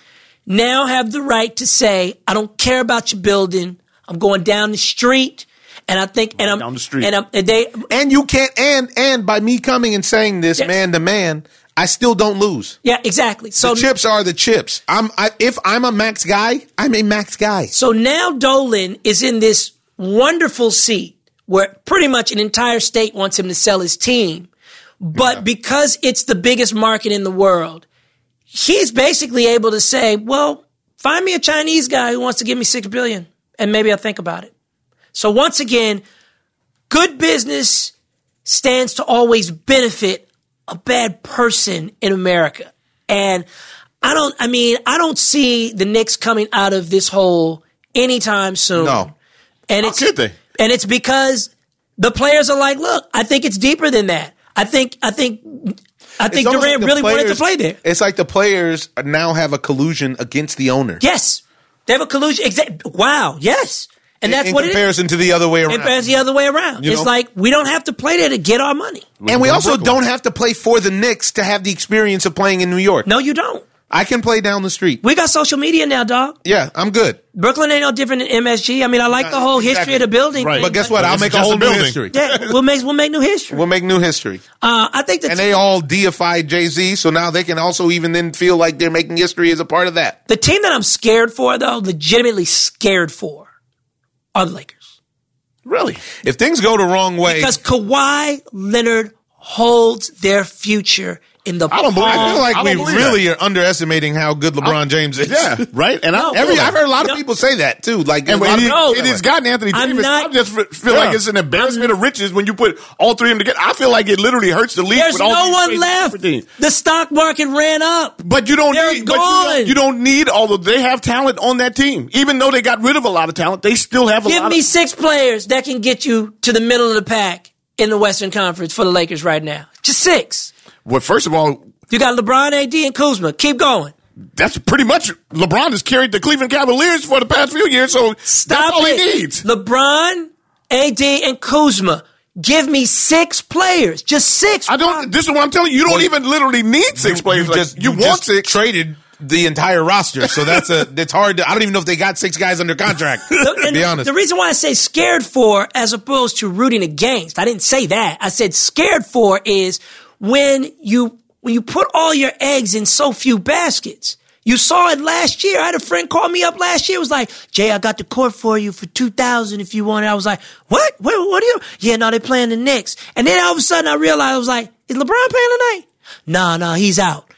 S5: now have the right to say, I don't care about your building. I'm going down the street and I think and I'm
S4: down the street.
S5: and I'm and they
S2: And you can't and and by me coming and saying this
S5: Yes.
S2: man to man, I still don't lose.
S5: yeah, exactly. So
S2: The chips are the chips. I'm I, if I'm a max guy, I'm a max guy.
S5: So now Dolan is in this wonderful seat where pretty much an entire state wants him to sell his team. But because it's the biggest market in the world, he's basically able to say, well, find me a Chinese guy who wants to give me six billion and maybe I'll think about it. So once again, good business stands to always benefit a bad person in America. And I don't, I mean, I don't see the Knicks coming out of this hole anytime soon.
S2: No.
S5: And it's,
S4: could they?
S5: and it's because the players are like, look, I think it's deeper than that. I think I think I think
S2: almost like
S5: Durant
S2: the
S5: really wanted to
S2: players-
S5: play there.
S2: It's like the players now have a collusion against the owner.
S5: Yes, they have a collusion. Exa- wow. Yes, and that's
S2: in
S5: what it is.
S2: comparison to the other way around.
S5: And it's the other way around.
S2: You
S5: it's
S2: know?
S5: like we don't have to play there to get our money.
S2: and we
S4: Brooklyn.
S2: also don't have to play for the Knicks to have the experience of playing in New York.
S5: No, you don't.
S2: I can play down the street.
S5: We got social media now, dog.
S2: Yeah, I'm good.
S5: Brooklyn ain't no different than MSG. I mean, I like the whole history
S2: Exactly.
S5: of the building.
S4: Right.
S5: thing,
S2: But guess what? I'll
S4: It's
S2: make a
S4: just
S2: whole
S4: a
S2: new
S4: building.
S2: history.
S5: Yeah, we'll make we'll make new history.
S2: We'll make new history.
S5: Uh, I think the
S2: And
S5: te-
S2: they all deify Jay Z, so now they can also even then feel like they're making history as a part of that.
S5: The team that I'm scared for, though, legitimately scared for, are the Lakers.
S4: Really?
S2: If things go the wrong way,
S5: Because Kawhi Leonard holds their future in the
S4: I don't believe
S5: palm
S2: I feel like
S4: I
S2: we
S4: don't believe that.
S2: really are underestimating how good LeBron James is.
S4: Yeah, right. And
S5: No,
S4: I, every,
S5: really.
S4: I've heard a lot.
S2: lot of
S5: No.
S2: people say that too. Like,
S4: And
S2: a
S4: it,
S2: lot of
S4: is-
S2: people feel
S4: it
S2: that
S4: has
S2: way.
S4: gotten Anthony
S5: I'm
S4: Davis.
S5: not-
S4: I just f- feel like it's an embarrassment of riches when you put all three of them together. I feel like it literally hurts the league.
S5: There's
S4: with all
S5: no
S4: these
S5: one
S4: trades
S5: left.
S4: and everything.
S5: The stock market ran up.
S4: But you don't
S5: They're
S4: need. but you don't-
S5: gone.
S4: you, don't, need all of. They have talent on that team, even though they got rid of a lot of talent. They still have a
S5: Give
S4: lot.
S5: me
S4: of,
S5: six players that can get you to the middle of the pack in the Western Conference for the Lakers right now. Just six.
S4: well, first of all,
S5: You got LeBron, AD, and Kuzma. Keep going.
S4: that's pretty much LeBron has carried the Cleveland Cavaliers for the past few years. So
S5: Stop
S4: that's all
S5: it.
S4: he needs.
S5: LeBron, AD, and Kuzma. Give me six players. Just six.
S4: I don't. This is what I'm telling you. You don't even literally need six players. Like, you, want
S2: just
S4: six.
S2: traded the entire roster, so that's a it's hard. to I don't even know if they got six guys under contract.
S5: The-
S2: to
S5: and
S2: be honest,
S5: The reason why I say scared for as opposed to rooting against, I didn't say that. I said scared for is when you when you put all your eggs in so few baskets. You saw it last year. I had a friend call me up last year. Was like, Jay, I got the court for you for two thousand if you want it. I was like, what? What? What are you? Yeah, no, they playing the Knicks. And then all of a sudden, I realized I was like, is LeBron playing tonight? Nah, nah, he's out.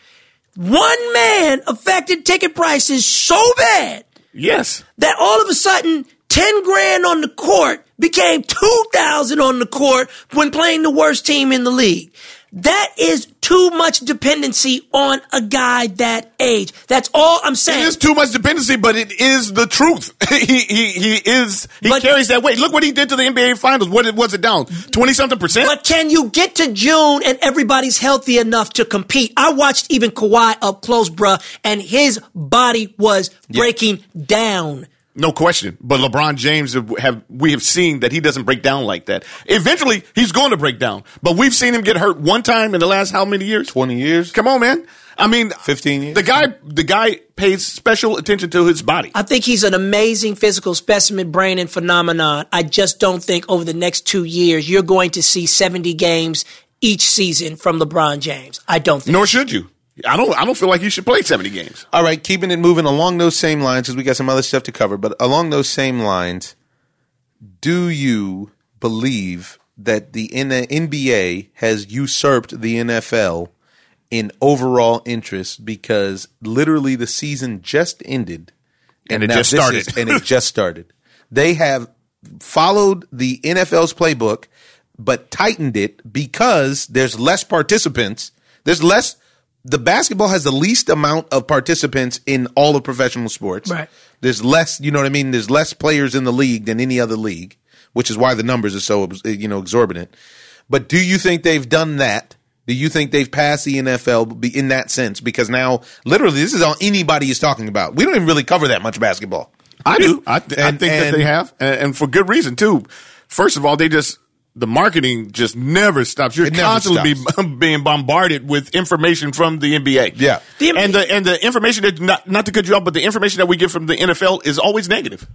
S5: One man affected ticket prices so bad
S4: Yes.
S5: that all of a sudden 10 grand on the court became 2000 on the court when playing the worst team in the league. That is too much dependency on a guy that age. That's all I'm saying.
S4: It is too much dependency, but it is the truth. he, he he is he
S5: But-
S4: carries that weight. Look what he did to the NBA Finals. What it was it down twenty something percent?
S5: But can you get to June and everybody's healthy enough to compete? I watched even Kawhi up close, bruh, and his body was breaking down.
S4: No question. But LeBron James have, have we have seen that he doesn't break down like that. Eventually, he's going to break down. But we've seen him get hurt one time in the last how many years?
S2: twenty years.
S4: Come on, man. I mean,
S2: 15 years.
S4: The guy the guy pays special attention to his body.
S5: I think he's an amazing physical specimen, brain, and phenomenon. I just don't think over the next two years you're going to see 70 games each season from LeBron James. I don't think.
S4: Nor should you. I don't. I don't feel like you should play seventy games.
S2: All right, keeping it moving along those same lines because we got some other stuff to cover. But along those same lines, do you believe that the N- NBA has usurped the NFL in overall interest? Because literally, the season just ended,
S4: And it
S2: now
S4: just
S2: this
S4: started.
S2: is- and it just started. They have followed the NFL's playbook, but tightened it because there's less participants. There's less. The basketball has the least amount of participants in all of professional sports.
S5: Right.
S2: There's less. You know what I mean. There's less players in the league than any other league, which is why the numbers are so you know exorbitant. But do you think they've done that? Do you think they've passed the NFL be- in that sense? Because now, literally, this is all anybody is talking about. We don't even really cover that much basketball.
S4: I do. I, th- I
S2: And-
S4: think that
S2: and-
S4: they have, and, and for good reason too. First of all, they just the marketing just never stops. You're
S2: It never
S4: constantly
S2: stops.
S4: Be, being bombarded with information from the NBA.
S2: Yeah.
S5: The NBA
S4: and the and the information that not not to cut you off, but the information that we get from the NFL is always negative.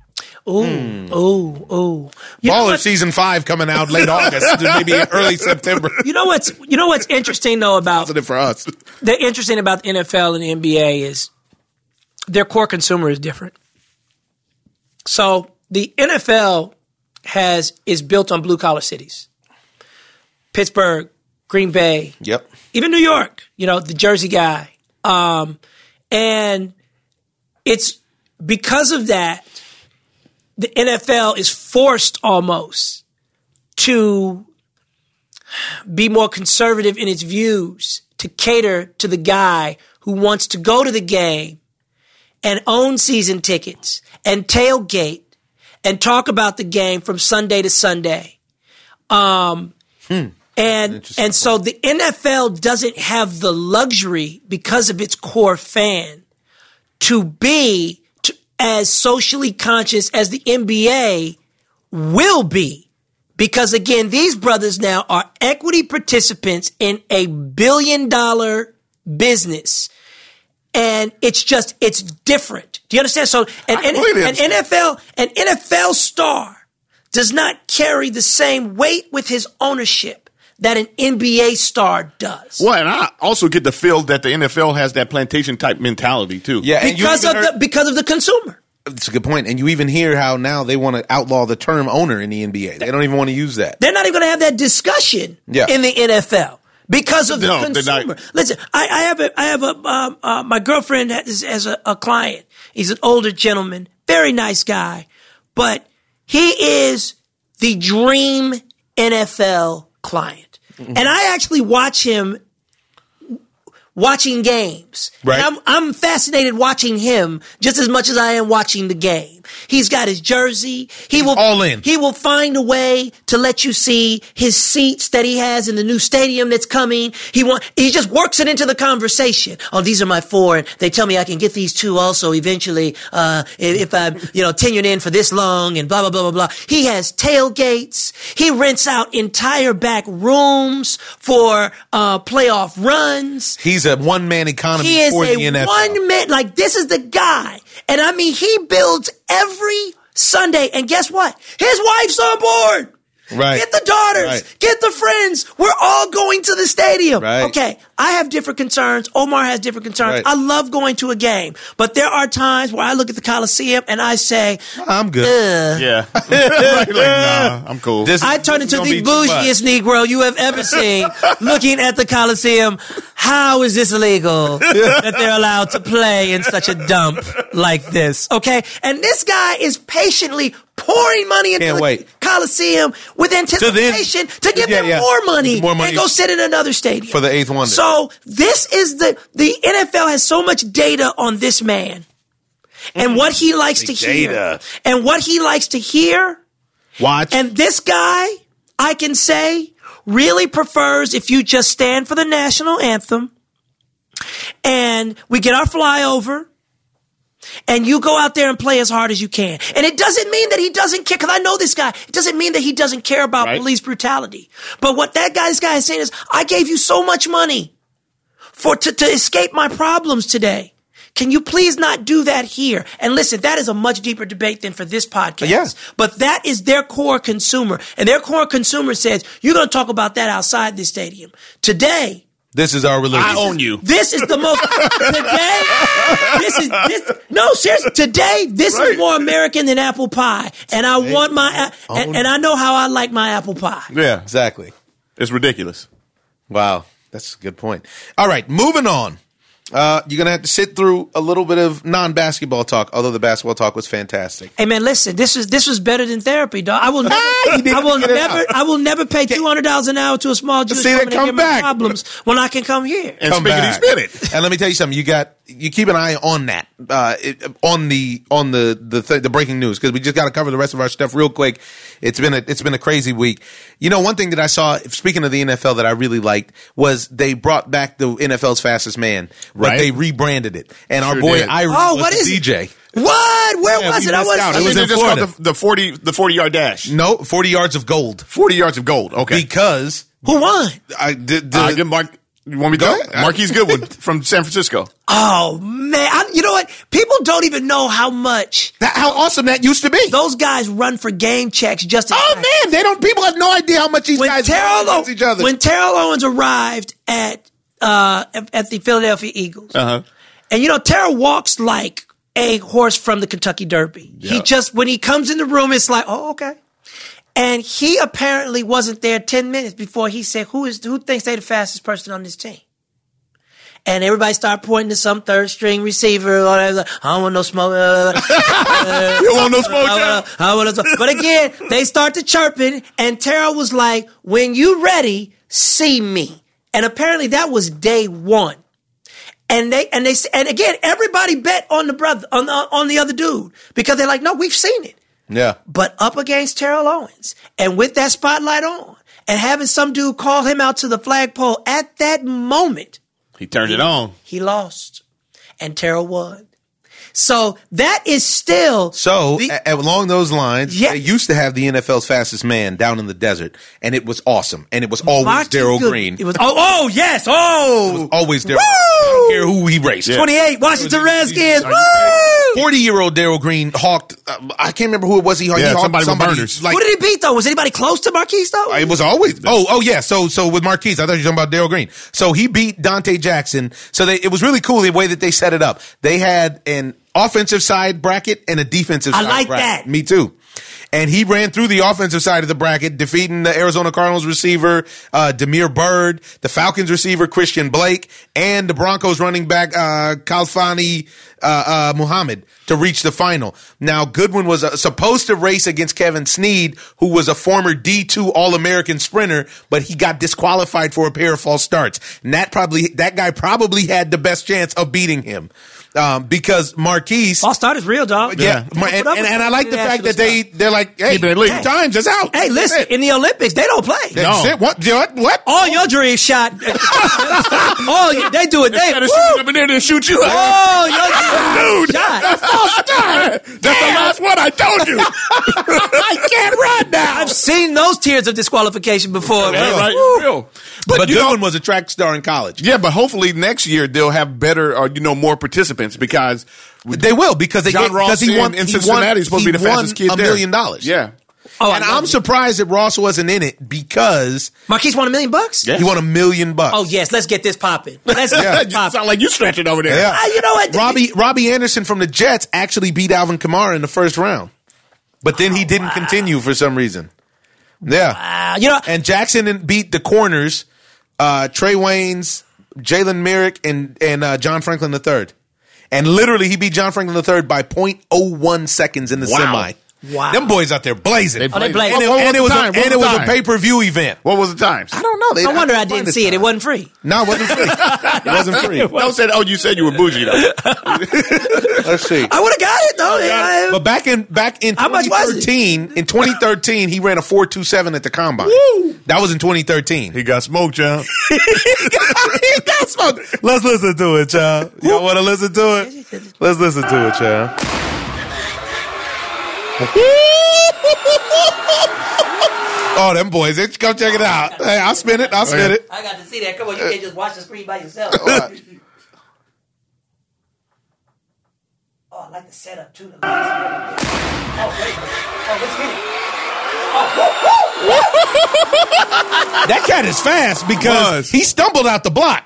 S5: Ooh, ooh, ooh. You know
S2: Baller
S5: what-
S2: season five coming out late August, maybe early September.
S5: You know what's you know what's interesting though about
S2: Positive for us.
S5: the interesting about the NFL and the NBA is their core consumer is different. So the NFL has is built on blue collar cities. Pittsburgh, Green Bay,
S2: Yep.
S5: even New York, you know, the Jersey guy. Um, and it's because of that, the NFL is forced almost to be more conservative in its views to cater to the guy who wants to go to the game and own season tickets and tailgate and talk about the game from Sunday to Sunday. Um, And
S2: Interesting
S5: and so the NFL doesn't have the luxury because of its core fan to be t as socially conscious as the NBA will be. Because again, these brothers now are equity participants in a billion dollar business. And it's just, it's different. Do you understand? So an, an,
S4: completely
S5: an
S4: understand.
S5: NFL, an NFL star does not carry the same weight with his ownership that an NBA star does.
S4: Well, and I also get the feel that the NFL has that plantation type mentality too.
S2: Yeah, and you
S5: Because of
S2: even
S5: the, because of the consumer.
S2: It's a good point. And you even hear how now they want to outlaw the term owner in the NBA. They don't even want to use that.
S5: They're not even going to have that discussion
S2: Yeah.
S5: in the NFL because of the
S4: No, they're not.
S5: consumer. Listen, I, I have a, I have a, um, uh, my girlfriend has, has a, a client. He's an older gentleman, very nice guy, but he is the dream NFL client. And I actually watch him watching games.
S2: Right.
S5: And I'm, I'm fascinated watching him just as much as I am watching the game. He's got his jersey. He will
S2: all in.
S5: He will find a way to let you see his seats that he has in the new stadium that's coming. He want he just works it into the conversation. Oh, these are my four, and they tell me I can get these two also eventually uh, if, if I'm you know tenured in for this long and blah blah blah blah blah. He has tailgates. He rents out entire back rooms for uh, playoff runs.
S2: He's a one man economy
S5: He is
S2: for the
S5: a
S2: NFL.
S5: one man. Like this is the guy, and I mean he builds every Sunday. And guess what? His wife's on board.
S2: Right.
S5: Get the daughters.
S2: Right.
S5: Get the friends. We're all going to the stadium.
S2: Right.
S5: Okay. I have different concerns. Omar has different concerns.
S2: Right.
S5: I love going to a game, but there are times where I look at the Coliseum and I say,
S2: I'm good.
S4: yeah. Right, like, nah, I'm cool.
S2: This-
S5: I turn
S2: this is
S5: into
S2: gonna
S5: the
S2: be too much.
S5: bougiest Negro you have ever seen looking at the Coliseum. How is this illegal that they're allowed to play in such a dump like this? Okay. And this guy is patiently pouring money into
S2: Can't
S5: the
S2: wait.
S5: Coliseum with anticipation to, give
S2: Yeah,
S5: them
S2: yeah.
S5: more money
S2: More money.
S5: and go sit in another stadium.
S2: For the eighth wonder.
S5: So this is the, the NFL has so much data on this man. And what he likes to
S2: Mm.
S5: hear.
S2: data.
S5: And what he likes to hear
S2: Watch.
S5: and this guy, I can say, really prefers if you just stand for the national anthem and we get our flyover and you go out there and play as hard as you can. And it doesn't mean that he doesn't care, because I know this guy. It doesn't mean that he doesn't care about
S4: Right.
S5: police brutality. But what that guy, this guy is saying is, I gave you so much money for to, to escape my problems today. Can you please not do that here? And listen, that is a much deeper debate than for this podcast.
S2: Yeah.
S5: But that is their core consumer. And their core consumer says, you're going to talk about that outside this stadium. Today,
S2: this is our religion.
S4: I own you.
S5: this is the most today. This is this. No, seriously. Today, this is
S4: Right.
S5: more American than apple pie, and I want my a- and, and I know how I like my apple pie.
S4: Yeah,
S2: Exactly.
S4: it's ridiculous.
S2: Wow. That's a good point. All right. Moving on. Uh, you're going to have to sit through a little bit of non basketball talk, although the basketball talk was fantastic.
S5: Hey man, listen. This is this was better than therapy, dog. I will never,
S2: You didn't
S5: I will
S2: get it
S5: never,
S2: out.
S5: I will never pay two hundred dollars an hour to a small Jewish
S2: See, they
S5: woman to
S2: come
S5: get my
S2: back.
S5: problems when I can come here.
S4: And
S2: Come
S4: spiggity
S2: back.
S4: spit
S2: And let me tell you something. You got you keep an eye on that uh, it, on the on the the, th- the breaking news because we just got to cover the rest of our stuff real quick. It's been a it's been a crazy week. You know, one thing that I saw speaking of the NFL that I really liked was they brought back the NFL's fastest man, but
S4: Right.
S2: they rebranded it. And our
S4: Sure
S2: boy
S4: did.
S2: Irie
S5: Oh,
S2: was
S5: what
S2: the
S5: is it?
S2: DJ.
S5: What? Where
S2: Yeah,
S5: was
S2: we
S5: it? I
S2: missed
S5: was.
S2: out. It
S4: I
S2: was
S4: think
S2: in
S4: they just called
S2: Florida.
S4: the, the forty the forty yard dash.
S2: No, forty yards of gold
S4: Forty yards of gold. Okay.
S2: because
S5: who won?
S2: I did.
S4: Uh, good Mark. You want me to
S2: Go
S4: go?
S2: ahead.
S4: Marquise Goodwin from San Francisco.
S5: Oh man, I, you know what? People don't even know how much
S2: that, how awesome that used to be.
S5: those guys run for game checks. Just as
S2: Oh man, they don't. People have no idea how much these
S5: when
S2: guys
S5: Terrell,
S2: love each other.
S5: when Terrell Owens arrived at uh, at- at the Philadelphia Eagles,
S2: Uh-huh.
S4: Uh huh.
S5: and you know Terrell walks like a horse from the Kentucky Derby. He
S4: Yeah.
S5: just when he comes in the room, it's like, oh okay. And he apparently wasn't there ten minutes before he said, "Who is who thinks they the fastest person on this team?" And everybody started pointing to some third string receiver. Or whatever. I don't want no smoke. uh,
S4: You want no smoke?
S5: I
S4: Joe?
S5: wanna- I wanna- But again, they start to chirping, and Tara was like, "When you ready, see me." And apparently, that was day one. And they and they s- and again, everybody bet on the brother on the, on the other dude because they're like, "No, we've seen it."
S2: yeah,
S5: But up against Terrell Owens, and with that spotlight on. and having some dude call him out to the flagpole at that moment,
S4: He turned it on.
S5: he lost. And Terrell won. So that is still
S2: So
S5: the-
S2: a- along those lines,
S5: Yeah.
S2: they used to have the NFL's fastest man down in the desert, and it was awesome, and it was always
S5: Martin
S2: Daryl
S5: Good-
S2: Green.
S5: It was oh oh yes oh
S2: always Daryl.
S5: Woo!
S2: I don't care who he raced.
S4: Yeah.
S5: 28 Washington Redskins.
S4: Are you-
S5: Woo!
S2: Forty-year-old Daryl Green hawked. Uh, I can't remember who it was. He hawked.
S4: Yeah,
S2: he hawked
S4: somebody with
S2: somebody
S4: burners.
S2: Like
S5: Who did he beat though? Was anybody close to Marquise though?
S2: It was always oh oh yeah. So so with Marquise, I thought you were talking about Daryl Green. So he beat Dante Jackson. So they, it was really cool the way that they set it up. They had an offensive side bracket and a defensive.
S5: I
S2: side
S5: like
S2: bracket.
S5: that.
S2: Me too. And he ran through the offensive side of the bracket, defeating the Arizona Cardinals receiver uh, Demir Bird, the Falcons receiver Christian Blake, and the Broncos running back uh, Kalfani uh, uh, Muhammad to reach the final. Now Goodwin was uh, supposed to race against Kevin Sneed, who was a former D two All American sprinter, but he got disqualified for a pair of false starts. And that probably that guy probably had the best chance of beating him um, because Marquise.
S5: All starters real dog.
S2: Yeah,
S5: You
S2: and,
S5: put up
S2: and, and I
S5: with
S2: like the fact
S5: international
S2: that they
S5: stuff.
S2: they're like, hey,
S4: Keeping it legal.
S2: two times it's out.
S5: Hey, listen, Oh, in the Olympics they don't play.
S2: That's
S4: No.
S2: it. What? What? What?
S5: All your dreams shot. oh, yeah, they do it. They
S4: Gotta
S5: woo!
S4: shoot you up in there to shoot you. up.
S5: Oh, your
S4: Dude,
S5: dream shot.
S4: that's the last one I told you. I can't run now.
S5: I've seen those tiers of disqualification before. man.
S4: right,
S5: Woo!
S4: real.
S2: But,
S4: But, you know,
S2: Goodwin was a track star in college.
S4: yeah, but hopefully next year they'll have better or you know more participants because
S2: They will because they
S4: John
S2: get- because
S4: Ross
S2: he
S4: in-
S2: won
S4: in
S2: he
S4: Cincinnati
S2: won-
S4: is supposed
S2: he
S4: to be the fastest
S2: won
S4: kid
S2: a
S4: there.
S2: million dollars.
S4: yeah,
S5: Oh, I
S2: and
S5: love
S2: I'm
S5: it.
S2: surprised that Ross wasn't in it because
S5: Marquise won a million bucks.
S4: Yeah.
S2: he won a million bucks.
S5: Oh yes, let's get this popping. Let's get
S4: yeah.
S5: this
S4: You sound
S5: popping.
S4: like you stretching over there.
S2: Yeah.
S5: Ah, you know what?
S2: Robbie Robbie Anderson from the Jets actually beat Alvin Kamara in the first round, but then
S5: Oh,
S2: he didn't continue for some reason. Yeah,
S5: Ah, you know,
S2: and Jackson and- beat the corners, uh, Trey Waynes, Jalen Merrick, and and uh, John Franklin III. And literally, he beat John Franklin III by 0.01 seconds in the
S4: Wow.
S2: semi.
S5: Wow.
S2: Them boys out there blazing.
S4: Oh, they
S5: blazing.
S2: And it,
S4: What was
S2: and it
S4: the
S2: was,
S4: time?
S2: a,
S4: What
S2: and
S4: was
S2: it was
S4: the
S2: a
S4: time?
S2: pay per view event.
S4: What was the times?
S2: I don't know. They-
S5: no wonder I
S2: couldn't find
S5: didn't see it. It wasn't free.
S2: No, it wasn't free. it wasn't free.
S4: Don't say, oh, you said you were bougie though.
S2: Let's see.
S5: I would have got it though. Yeah.
S2: But back in back in
S5: How much was it?
S2: 2013, in 2013, he ran a 4.27 at the combine. That was in 2013.
S4: he got smoked, John.
S2: That's my- Let's listen to it, y'all. Y'all want to listen to it? Let's listen to it, y'all. oh, them boys! They come check it out. Hey, I'll spin it. I'll
S4: Oh,
S2: spin it.
S5: I got to see that. Come on, you can't just watch the screen by yourself. Oh, I like the setup too. The lights. Oh, wait. Oh, let's get it.
S2: That cat is fast because
S4: Was.
S2: he stumbled out the block.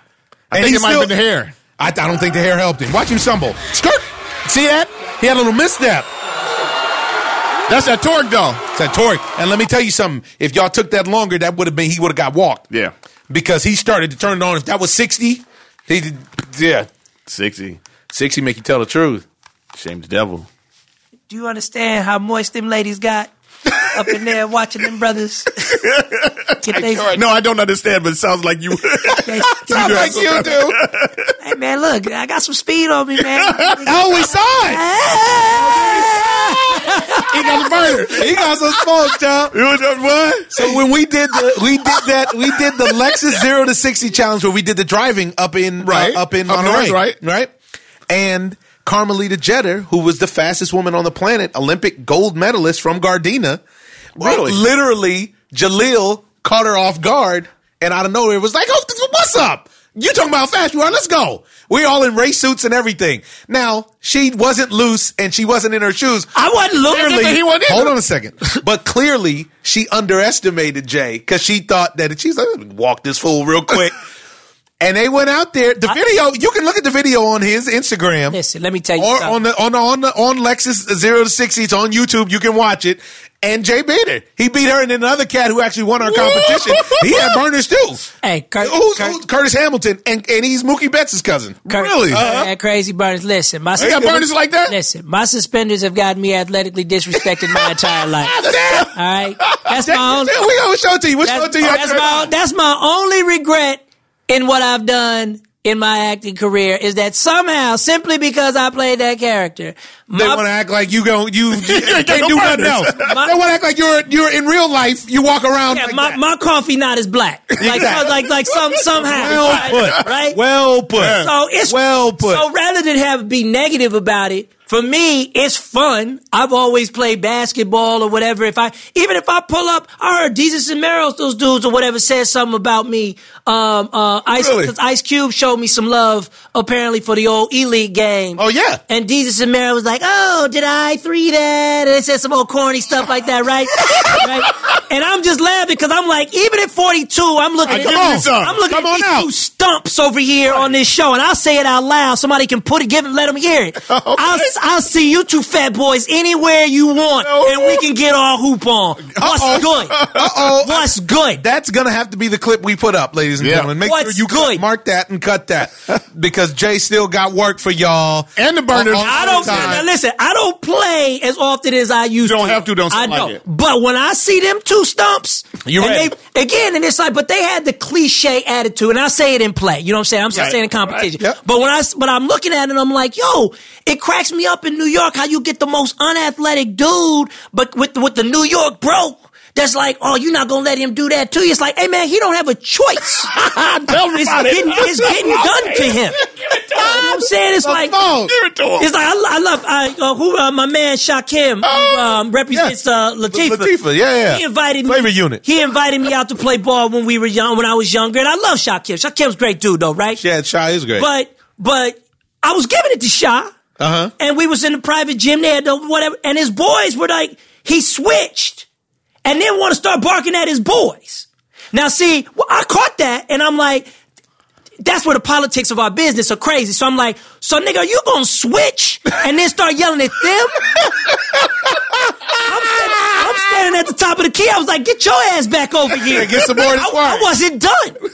S4: I
S2: And
S4: think
S2: he
S4: it might have
S2: still-
S4: been the hair.
S2: I, I don't think the hair helped him. Watch him stumble. Skirt. See that? He had a little misstep.
S4: That's that torque though.
S2: It's that torque. And let me tell you something. If y'all took that longer, that would have been he would have got walked.
S4: Yeah,
S2: because he started to turn it on. If that was sixty, he did, yeah,
S4: sixty.
S2: sixty make you tell the truth.
S4: Shame the devil.
S5: Do you understand how moist them ladies got up in there watching them brothers? Get they,
S4: No, I don't understand, but it sounds like you.
S5: they,
S2: Sounds like you do.
S5: hey man, look, I got some speed on me, man.
S2: Oh, we saw
S4: he got the burner.
S2: it. He got some smoke, y'all.
S4: You know what?
S2: So when we did the we did that we did the Lexus zero to sixty challenge where we did the driving up in
S4: Right.
S2: uh, up in
S4: Up north,
S2: Monterey
S4: right.
S2: right and Carmelita Jeter who was the fastest woman on the planet Olympic gold medalist from Gardena
S4: Really?
S2: literally Jalil caught her off guard and out of nowhere was like oh, what's up you talking about how fast you are let's go we're all in race suits and everything now she wasn't loose and she wasn't in her shoes
S5: I wasn't looking.
S4: He wasn't either.
S2: Hold on a second. But clearly, she underestimated Jay because she thought that she's like, "Let me walk this fool real quick. and they went out there. The video, you can look at the video on his Instagram
S5: Listen, let me tell you
S2: or
S5: something.
S2: on the on the, on the on Lexus zero to sixty. It's on YouTube. You can watch it. And Jay beat her. He beat her, and then another cat who actually won our competition. he had burners too.
S5: hey, Kurt,
S2: Who's,
S5: Kurt,
S2: who's Curtis Hamilton? And and he's Mookie Betts' cousin.
S5: Kurt,
S4: Really?
S2: Uh-huh.
S5: Uh, that crazy burners. Listen, my
S4: They got burners like that?
S5: Listen, my suspenders have gotten me athletically disrespected my entire life. All
S2: Ah, Damn.
S5: right, that's
S2: Damn,
S5: my only.
S2: we gonna show it to you. We'll show it
S5: That's,
S2: to you.
S5: that's
S2: after-
S5: my that's my only regret in what I've done in my acting career is that somehow, simply because I played that character,
S2: They
S5: My-
S2: want to act like you go you, you can't
S4: got no
S2: do nothing
S4: partners.
S2: else. they want to act like you're you're in real life. You walk around
S5: Yeah,
S2: like
S5: my,
S2: that.
S5: my coffee not is black. Like, so, like, like some, some
S2: well
S5: happens, right?
S2: put,
S5: right?
S2: Well put.
S5: So it's
S2: well put.
S5: So rather than have be negative about it, for me it's fun. I've always played basketball or whatever. If I even if I pull up, I heard Jesus and Merrill's those dudes or whatever said something about me. Um, uh, Ice,
S2: Really?
S5: 'cause Ice Cube showed me some love apparently for the old Elite game.
S2: oh yeah.
S5: And Jesus and Mary was like, "Oh, did I three that?" And it said some old corny stuff like that, right? right? And I'm just laughing because I'm like, even at 42, I'm looking.
S4: I
S5: at,
S4: give you some.
S5: I'm looking
S4: Come
S5: at
S4: on
S5: these
S4: out.
S5: two stumps over here on this show, and I'll say it out loud. Somebody can put it, give it, let them hear it. I'll, I'll see you two fat boys anywhere you want,
S4: No.
S5: and we can get our hoop on. What's good?
S2: Uh-oh.
S5: What's good?
S2: That's gonna have to be the clip we put up, ladies and
S4: Yeah.
S2: gentlemen. Make
S5: What's
S2: sure you
S5: good?
S2: mark that and cut that because Jay still got work for y'all.
S4: And the burners.
S2: On- on
S5: I don't
S2: time.
S5: now listen. I don't play as often as I used.
S4: You don't
S5: to.
S4: have to, don't
S5: I
S4: sound like
S5: don't.
S4: it.
S5: But when I see them two stumps,
S2: You're
S5: and
S2: right.
S5: they- again, and it's like, but they had the cliche attitude, and I say it in play. You know what I'm saying? I'm just
S4: Right.
S5: saying in competition.
S2: Right. Yep.
S5: But when I s- but I'm looking at it, I'm like, yo, it cracks me up in New York how you get the most unathletic dude, but with with the New York broke. That's like, oh, you're not gonna let him do that to you. It's like, hey man, he don't have a choice.
S4: Tell me
S5: it's
S4: about it.
S5: getting, it's getting done to him. I'm saying it's like,
S2: phone.
S4: Give it to him.
S5: it's like I, I love I, uh, who uh, my man Shaquem who,
S2: Oh,
S5: um, represents uh, Latifah.
S2: Latifah, yeah, yeah.
S5: He invited
S2: Flavor
S5: me,
S2: unit.
S5: He invited me out to play ball when we were young, when I was younger, and I love Shaquem. Shakim's a great dude though, right?
S2: Yeah, Shy is great.
S5: But but I was giving it to Sha,
S2: uh huh.
S5: and we was in the private gym. They had the whatever, and his boys were like he switched, and then want to start barking at his boys. Now see, well, I caught that, and I'm like. That's where the politics of our business are crazy. So I'm like, so nigga, are you gonna switch and then start yelling at them? I'm, standing, I'm standing at the top of the key. I was like, get your ass back over here.
S2: Get some more of this
S5: I- I
S2: work.
S5: wasn't done.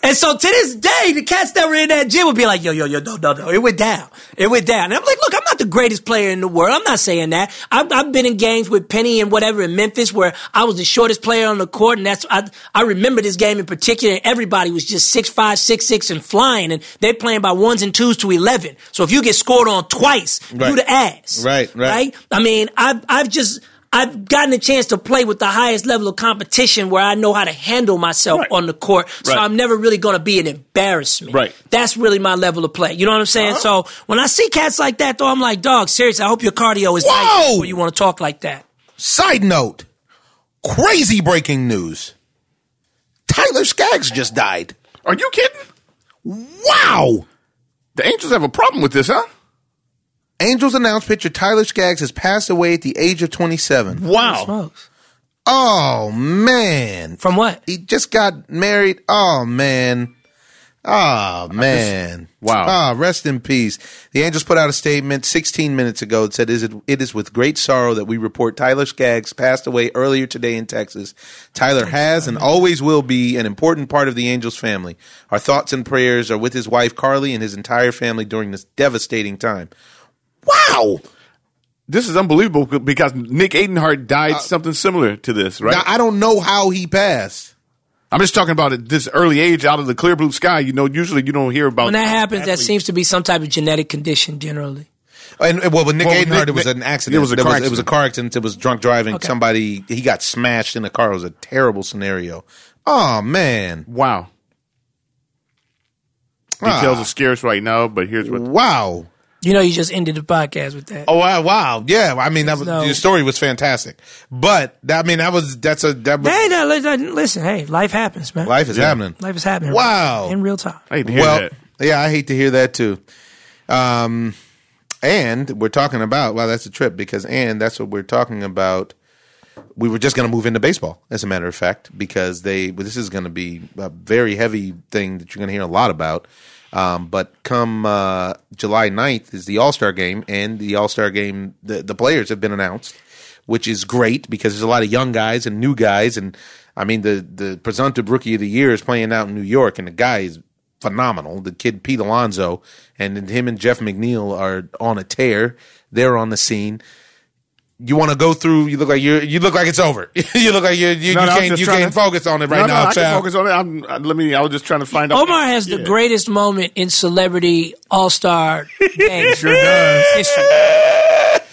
S5: And so to this day, the cats that were in that gym would be like, yo, yo, yo, no, no, no. It went down. It went down. And I'm like, look, I'm not the greatest player in the world. I'm not saying that. I've, I've been in games with Penny and whatever in Memphis where I was the shortest player on the court. And that's, I, I remember this game in particular. And everybody was just six, five, six, six and flying. And they playing by ones and twos to 11. So if you get scored on twice,
S2: Right.
S5: you the ass.
S2: Right, right.
S5: Right. I mean, I've I've just I've gotten a chance to play with the highest level of competition where I know how to handle myself
S4: Right.
S5: on the court. So
S4: Right.
S5: I'm never really going to be an embarrassment.
S4: Right.
S5: That's really my level of play. You know what I'm saying?
S2: Uh-huh.
S5: So when I see cats like that, though, I'm like, dog, seriously, I hope your cardio is
S2: Whoa!
S5: nice before you want to talk like that.
S2: Side note: crazy breaking news. Tyler Skaggs just died.
S4: Are you kidding?
S2: Wow.
S4: The Angels have a problem with this, huh?
S2: Angels announced pitcher Tyler Skaggs has passed away at the age of 27.
S4: Wow.
S2: Oh man.
S5: From what?
S2: he just got married. Oh man. Oh man.
S4: Wow.
S2: Ah, rest in peace. The Angels put out a statement 16 minutes ago that said, "Is it it is with great sorrow that we report Tyler Skaggs passed away earlier today in Texas. Tyler has and always will be an important part of the Angels family. Our thoughts and prayers are with his wife Carly and his entire family during this devastating time." Wow.
S4: This is unbelievable because Nick Aidenhart died something similar to this, right?
S2: Now I don't know how he passed.
S4: I'm just talking about at this early age, out of the clear blue sky. You know, usually you don't hear about.
S5: When that happens, that seems to be some type of genetic condition generally.
S2: And and, well, with Nick
S4: Well,
S2: Aidenhart,
S4: Nick-
S2: it was
S4: Nick-
S2: an accident.
S4: it was a
S2: There
S4: car
S2: It was a
S4: accident.
S2: car accident. It was drunk driving.
S5: Okay.
S2: Somebody he got smashed in the car. It was a terrible scenario. Oh man!
S4: wow.
S2: Ah.
S4: Details are scarce right now, but here's what.
S2: Wow!
S5: You know, you just ended the podcast with that.
S2: Oh wow! Wow! Yeah. I mean, that was,
S5: No.
S2: your story was fantastic. But that, I mean, that was that's a that was,
S5: Hey, no, listen, listen, hey, life happens, man.
S2: life is happening.
S5: Life is happening.
S2: Wow.
S5: In real time.
S4: I hate to hear
S2: Well,
S4: that.
S2: yeah, I hate to hear that too. Um, and we're talking about wow, that's a trip because and that's what we're talking about. We were just going to move into baseball, as a matter of fact, because they well, this is going to be a very heavy thing that you're going to hear a lot about. Um, but come uh, July 9th is the All Star Game, and the All Star Game the the players have been announced, which is great because there's a lot of young guys and new guys, and I mean the the presumptive rookie of the year is playing out in New York, and the guy is phenomenal. The kid Pete Alonso and then him and Jeff McNeil are on a tear. They're on the scene. You want to go through? You look like you you look like it's over. you look like you you,
S4: No,
S2: you
S4: no, I'm
S2: can't
S4: just
S2: you
S4: trying
S2: can't
S4: to-
S2: focus on it right
S4: no,
S2: now.
S4: no, I can
S2: child.
S4: focus on it. I'm, I, let me. I was just trying to find out.
S5: Omar has the
S4: Yeah.
S5: greatest moment in celebrity all star game.
S4: does.
S5: history.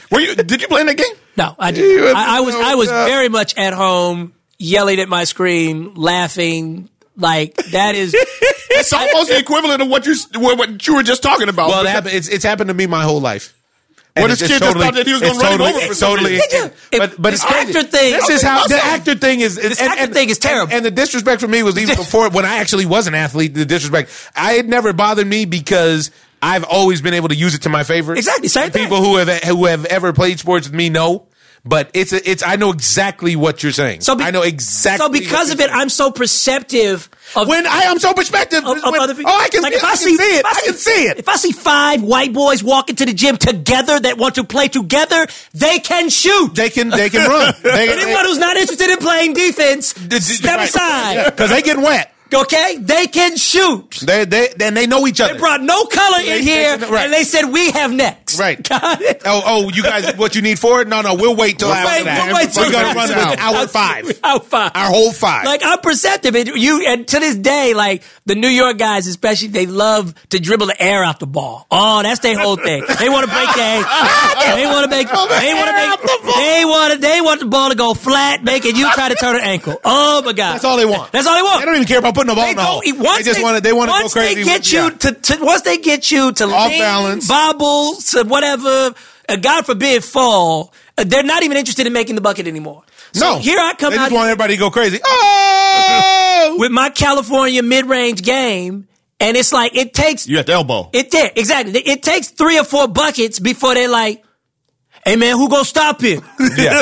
S4: Were you? Did you play in that game?
S5: No, I
S2: You
S5: didn't.
S2: have
S5: I, I was
S2: no
S5: I was
S2: doubt.
S5: very much at home yelling at my screen, laughing. Like that is
S4: It's almost the equivalent of what you s- what, what you were just talking about.
S2: Well, it
S4: Because-
S2: happened, it's it's happened to me my whole life. And
S4: Well,
S2: it's
S4: this kid just thought that he was gonna
S2: it's
S4: run him
S2: totally-
S4: over for
S2: it's
S4: some
S2: totally.
S5: reason.
S2: but but
S5: This
S2: it's crazy.
S5: actor thing-
S2: This is how the
S4: Awesome.
S2: actor thing is. This
S5: actor thing is terrible.
S2: And, the disrespect for me was even before when I actually was an athlete. The disrespect I it never bothered me because. I've always been able to use it to my favor.
S5: Exactly, same
S2: And people who have who have ever played sports with me know, but it's a, it's I know exactly what you're saying.
S5: so. be-
S2: I know exactly.
S5: So because
S2: what
S5: of
S2: you're
S5: it, I'm so perceptive of
S2: when I am so perspective.
S5: of, of
S2: when-
S5: other people.
S2: Oh, I can,
S5: Like,
S2: see,
S5: if
S2: I can see, it. I, can see it.
S5: If I see five white boys walking to the gym together that want to play together, they can shoot.
S2: They can they can run. They,
S5: Anyone who's not interested in playing defense, step aside.
S2: because they getting wet.
S5: Okay, they can shoot.
S2: They they then they know each other.
S5: They brought no color
S2: They-
S5: in here,
S2: they- right.
S5: and they said we have next.
S2: Right.
S5: Got it.
S2: Oh oh, you guys, what you need for it? No no, we'll wait till
S4: We'll
S2: after
S4: wait-
S2: that.
S4: we'll wait till
S2: We're gonna
S4: after
S2: run
S4: that.
S2: with hour five,
S5: Hour five.
S2: our whole five.
S5: Like I'm perceptive. And you and to this day, like the New York guys, especially, they love to dribble the air out the ball. Oh, that's their whole thing. They want to break the air. They want to make. They want to make. They want to. They want the ball to go flat, making you try to turn an ankle. Oh my god,
S2: That's all they want.
S5: That's all they want.
S2: They don't even care about putting the ball
S5: They
S2: in the
S5: go-
S2: hole.
S5: once
S2: They just want to. They want to go
S5: once
S2: crazy.
S5: They get
S2: with-
S5: you
S2: yeah.
S5: to, to once they get you to
S2: Off
S5: lean,
S2: balance.
S5: bobble, to whatever. Uh, God forbid, fall. uh, They're not even interested in making the bucket anymore. So
S2: no,
S5: here I come
S2: They
S5: out
S2: just want everybody to go crazy. Oh,
S5: with my California mid-range game, and it's like it takes
S4: you at the elbow.
S5: it there exactly. It takes three or four buckets before they're like, "Hey man, who gonna stop him?
S2: yeah.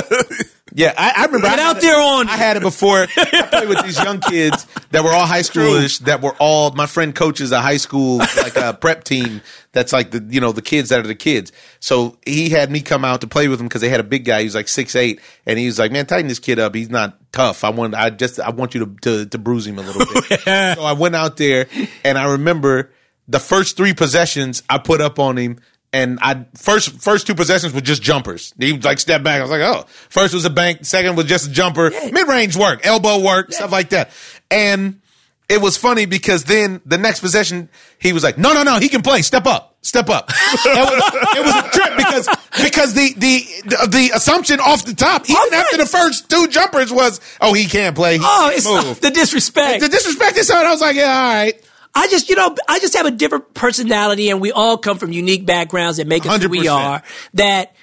S2: Yeah, I, I remember.
S5: Get
S2: I
S5: out
S2: had-
S5: there on
S2: I had it before. I played with these young kids that were all high schoolish. That were all my friend coaches a high school like a prep team. That's like the you know the kids that are the kids. So he had me come out to play with him because they had a big guy. He was like six eight, and he was like, "Man, tighten this kid up. He's not tough. I want. I just. I want you to to, to bruise him a little bit." so I went out there, and I remember the first three possessions I put up on him. And I first first two possessions were just jumpers. He like stepped back. I was like, oh. First was a bank. Second was just a jumper. Mid range work, elbow work, stuff like that. And it was funny because then the next possession he was like, no, no, no, he can play. Step up, step up. That was- it was a trip because because the the the, the assumption off the top, even
S5: Offense.
S2: after the first two jumpers was, oh, he can't play. He
S5: Oh,
S2: can't
S5: it's
S2: move.
S5: the disrespect.
S2: the disrespect is on. I was like, yeah, all right.
S5: I just, you know, I just have a different personality and we all come from unique backgrounds that make us who we
S2: 100%.
S5: are. That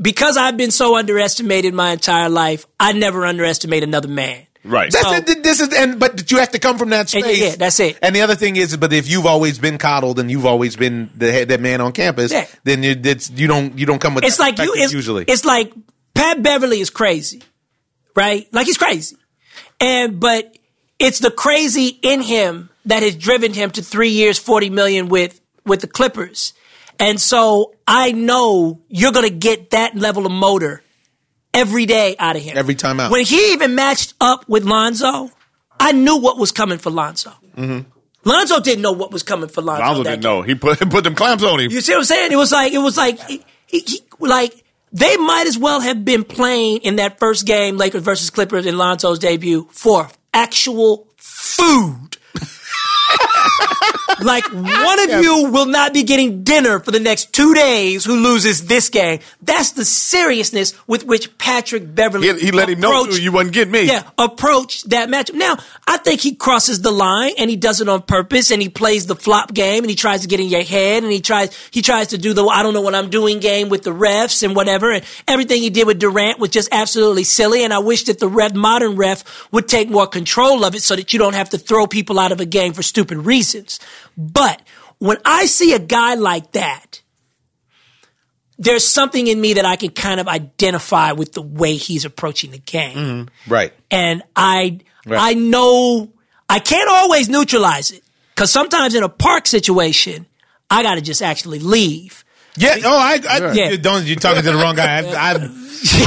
S5: because I've been so underestimated my entire life, I never underestimate another man.
S4: Right.
S2: That's
S5: So-
S2: it, this is and but you have to come from that
S5: Oh. And
S2: space.
S5: yeah, yeah, that's it.
S2: And the other thing is, but if you've always been coddled and you've always been the head, that man on campus,
S5: Yeah.
S2: then you it's, you don't you don't come with.
S5: It's
S2: that
S5: like you
S2: perspective
S5: it's,
S2: usually.
S5: it's like Pat Beverly is crazy. Right? Like he's crazy. And but it's the crazy in him that has driven him to 3 years 40 million with with the Clippers. And so I know you're going to get that level of motor every day out of him.
S2: Every time out.
S5: When he even matched up with Lonzo, I knew what was coming for Lonzo.
S2: Mm-hmm.
S5: Lonzo didn't know what was coming for Lonzo.
S4: Lonzo
S5: that
S4: didn't know. He put put them clamps on him.
S5: you see what I'm saying? It was like it was like he, he, he- like they might as well have been playing in that first game, Lakers versus Clippers in Lonzo's debut for actual food. like one of you will not be getting dinner for the next two days who loses this game. That's the seriousness with which Patrick Beverly
S4: He, he let him know
S5: approached-
S4: too, you wouldn't get me.
S5: yeah, approach that matchup. Now, I think he crosses the line and he does it on purpose and he plays the flop game and he tries to get in your head and he tries he tries to do the I don't know what I'm doing game with the refs and whatever and everything he did with Durant was just absolutely silly and I wish that the ref modern ref would take more control of it so that you don't have to throw people out of a game for stupid reasons. But when I see a guy like that, there's something in me that I can kind of identify with the way he's approaching the game
S2: right.
S5: and I
S2: Right.
S5: I know I can't always neutralize it because sometimes in a park situation I gotta just actually leave.
S2: Yeah. Oh, I, I
S5: Yeah.
S2: you don't. You're talking to the wrong guy. I, I,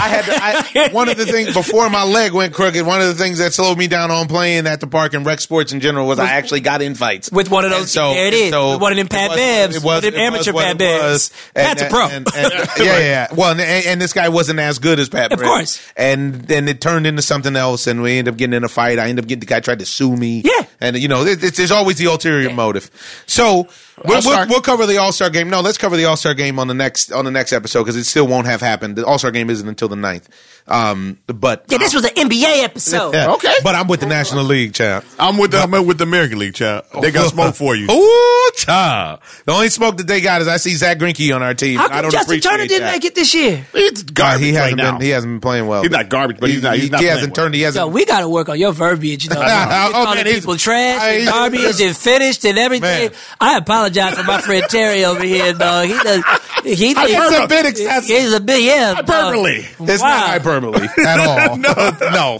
S2: I had to, I, one of the things before my leg went crooked. One of the things that slowed me down on playing at the park and rec sports in general was, I actually got in fights
S5: With one of
S2: And
S5: those- there
S2: and
S5: it is. With one of them Pat
S2: was-
S5: Bevs.
S2: it was- it
S5: With them
S2: was
S5: amateur
S2: what
S5: Pat
S2: it was.
S5: Bevs.
S2: And-
S5: Pat's a
S2: and-
S5: pro.
S2: and- and- yeah, yeah, yeah. Well, and, and, and this guy wasn't as good as Pat.
S5: Of
S2: Bev.
S5: course.
S2: And then it turned into something else, and we ended up getting in a fight. I ended up getting the guy tried to sue me.
S5: Yeah.
S2: And you know, it, it's, there's always the ulterior motive. So we'll,
S4: All-Star.
S2: we'll, we'll cover the All Star game. No, let's cover the All Star game on the next on the next episode because it still won't have happened. The All Star game isn't until the 9th. Um, but
S5: Yeah, this was an NBA episode.
S2: yeah.
S4: Okay.
S2: But I'm with the National League, champ.
S4: I'm with the, I'm with the American League, child. They got smoke for you.
S2: Ooh, child. The only smoke that they got is I see Zach Greinke on our team.
S5: How
S2: I
S5: come
S2: don't
S5: Justin
S2: appreciate
S5: Turner didn't
S2: that.
S5: make it this year?
S4: It's
S2: Uh,
S4: garbage
S2: he
S4: right
S2: hasn't
S4: now.
S2: been. He hasn't been playing well.
S4: He's not garbage, but
S2: He-
S4: he's not- he's
S2: he-
S4: not
S2: He
S4: playing
S2: hasn't
S4: well.
S2: turned. He
S5: Yo,
S2: hasn't.
S5: we gotta work on your verbiage, though. You're
S2: Oh,
S5: calling
S2: man, he's-
S5: people trash, and
S2: I-
S5: garbage, and finished, and everything.
S2: Man.
S5: I apologize for my friend Terry over here, dog. He does. He
S2: It's a
S5: thinks-
S2: bit excessive.
S5: He's a bit, yeah. dog.
S4: Hyperbole.
S2: It's
S5: wow.
S2: not hyperbole at all. no,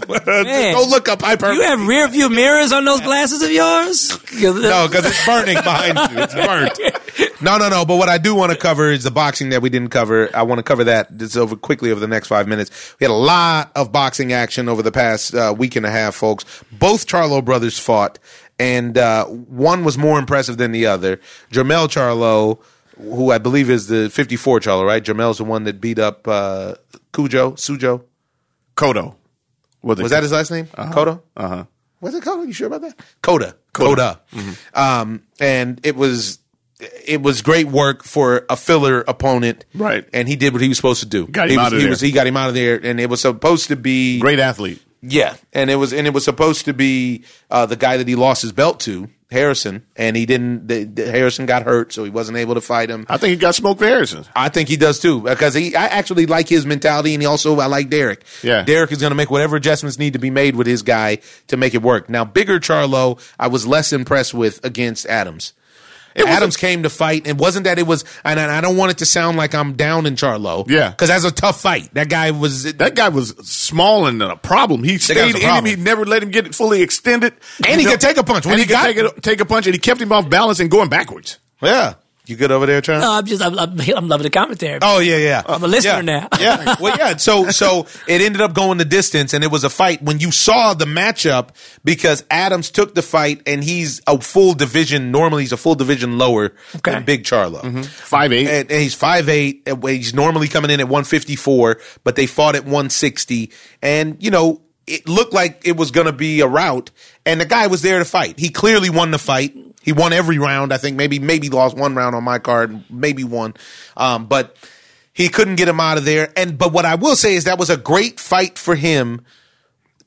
S2: no.
S5: Man.
S2: Go look up hyperbole.
S5: You have rear view mirrors on those glasses of yours?
S2: No, because it's burning behind you. It's burnt. No, no, no. But what I do want to cover is the boxing that we didn't cover. I want to cover that just over quickly over the next five minutes. We had a lot of boxing action over the past uh, week and a half, folks. Both Charlo brothers fought, and uh, one was more impressive than the other. Jermel Charlo, who I believe is the 54 Charlo, right? Jermel's the one that beat up uh, Cujo, Sujo.
S4: Kodo.
S2: Was that his last name?
S4: Uh-huh.
S2: Koda? Uh huh. Was it Koda? You sure about that? Koda. Koda. Um, and it was it was great work for a filler opponent.
S4: Right.
S2: And he did what he was supposed to do.
S4: Got him
S2: he was,
S4: out of
S2: he
S4: there.
S2: was- he got him out of there and it was supposed to be
S4: Great athlete.
S2: Yeah. And it was and it was supposed to be uh, the guy that he lost his belt to, Harrison, and he didn't the, the- Harrison got hurt so he wasn't able to fight him.
S4: I think he got smoked for Harrison.
S2: I think he does too because he. I actually like his mentality, and he also I like Derek.
S4: Yeah.
S2: Derek is going to make whatever adjustments need to be made with his guy to make it work. Now, bigger Charlo, I was less impressed with against Adams.
S4: It was
S2: Adams came to fight, and wasn't that it was? And I I don't want it to sound like I'm down in Charlo.
S4: Yeah.
S2: because that's a tough fight. That guy was.
S4: That guy was small and a problem. He
S2: guy
S4: stayed
S2: was a
S4: in him.
S2: problem.
S4: He never let him get it fully extended.
S2: And he could take a punch.
S4: and
S2: When he
S4: he, could
S2: got-
S4: take, a, take a punch, and he kept him off balance and going backwards.
S2: yeah, you good over there, Charlo?
S5: No, I'm just, I'm, I'm, I'm loving the commentary.
S2: Oh yeah, yeah.
S5: I'm a listener
S2: Yeah.
S5: now.
S2: yeah. Well, yeah. So so it ended up going the distance, and it was a fight when you saw the matchup because Adams took the fight, and he's a full division. Normally, he's a full division lower
S5: Okay. Mm-hmm.
S2: than Big Charlo.
S4: Five eight.
S2: And, and he's 5'8. and He's normally coming in at 154, but they fought at 160. And, you know, it looked like it was going to be a rout. And the guy was there to fight. He clearly won the fight. He won every round. I think maybe, maybe lost one round on my card, maybe one. Um, but he couldn't get him out of there. And, but what I will say is that was a great fight for him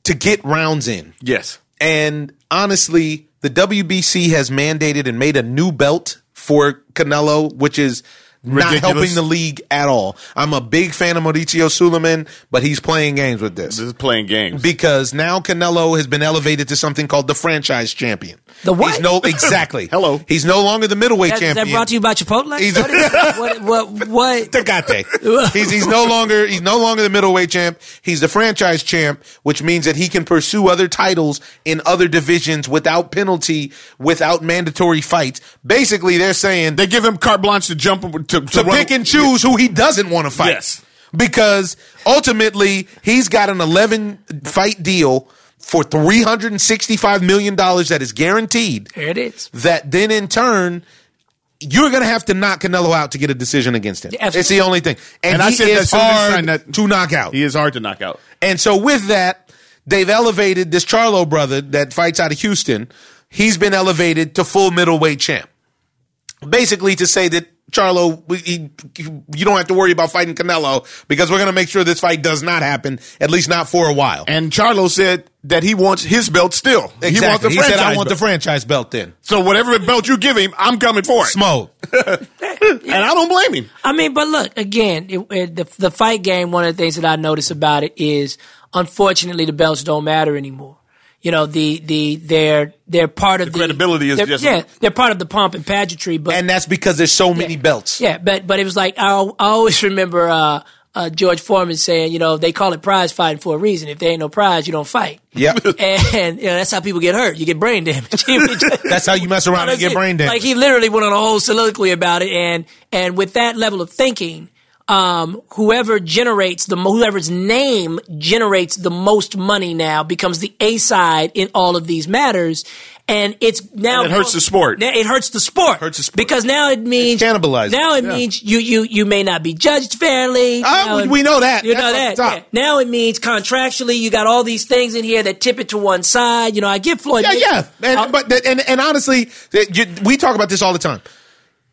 S2: to get rounds in.
S4: yes.
S2: And honestly, the WBC has mandated and made a new belt for Canelo, which is
S4: Ridiculous.
S2: not helping the league at all. I'm a big fan of Mauricio Suleiman, but he's playing games with this.
S4: This is playing games.
S2: Because now Canelo has been elevated to something called the franchise champion.
S5: The what?
S2: He's no exactly.
S4: Hello.
S2: He's no longer the middleweight
S5: That,
S2: champion.
S5: that brought to you by Chipotle? What,
S2: He's-
S5: is, what, what, what?
S2: Tecate. he's he's no longer he's no longer the middleweight champ. He's the franchise champ, which means that he can pursue other titles in other divisions without penalty, without mandatory fights. Basically, they're saying
S4: They give him carte blanche to jump to, to,
S2: to
S4: run-
S2: pick and choose who he doesn't want to fight.
S4: Yes.
S2: Because ultimately, he's got an 11 fight deal for $365 million that is guaranteed
S5: There it is.
S2: that then in turn you're going to have to knock Canelo out to get a decision against him.
S5: Yeah, absolutely.
S2: it's the only thing, and,
S4: And I
S2: he
S4: said that
S2: is
S4: as soon as he
S2: hard
S4: signed that-
S2: to knock out.
S4: He is hard to knock out.
S2: And so with that, they've elevated this Charlo brother that fights out of Houston. He's been elevated to full middleweight champ, basically to say that. Charlo, we- he, you don't have to worry about fighting Canelo because we're going to make sure this fight does not happen, at least not for a while.
S4: And Charlo said that he wants his belt still. He wants the
S2: Exactly. He,
S4: franchise.
S2: said, "I want the
S4: belt.
S2: franchise belt." Then
S4: so whatever belt you give him, I'm coming for it.
S2: smoke.
S4: And I don't blame him.
S5: I mean, but look again, it, it, the the fight game. One of the things that I notice about it is, unfortunately, the belts don't matter anymore. You know, the the they're they're part of the,
S4: credibility is
S5: they're-
S4: just-
S5: yeah, they're part of the pomp and pageantry. But
S2: and that's because there's so many belts.
S5: yeah, but but it was like I, al- I always remember uh, uh, George Foreman saying, you know, they call it prize fighting for a reason. If there ain't no prize, you don't fight.
S2: Yep.
S5: And you know, that's how people get hurt. You get brain damage. that's
S2: That's how you mess around and get brain damage.
S5: Like he literally went on a whole soliloquy about it, and and with that level of thinking, um, whoever generates the mo- whoever's name generates the most money now becomes the A side in all of these matters, and it's now
S4: And it hurts the sport.
S5: Now it hurts the sport.
S2: Hurts the sport.
S5: because now it means
S2: cannibalized.
S5: Now it means you you you may not be judged fairly.
S2: Ah,
S5: Now
S2: we-
S5: it-
S2: we know that.
S5: You
S2: That's
S5: know
S2: off the
S5: that.
S2: top.
S5: yeah. Now it means contractually, you got all these things in here that tip it to one side. You know, I get Floyd.
S2: Yeah,
S5: Mayweather-
S2: yeah. And,
S5: Uh,
S2: but that- and and honestly, that you, we talk about this all the time.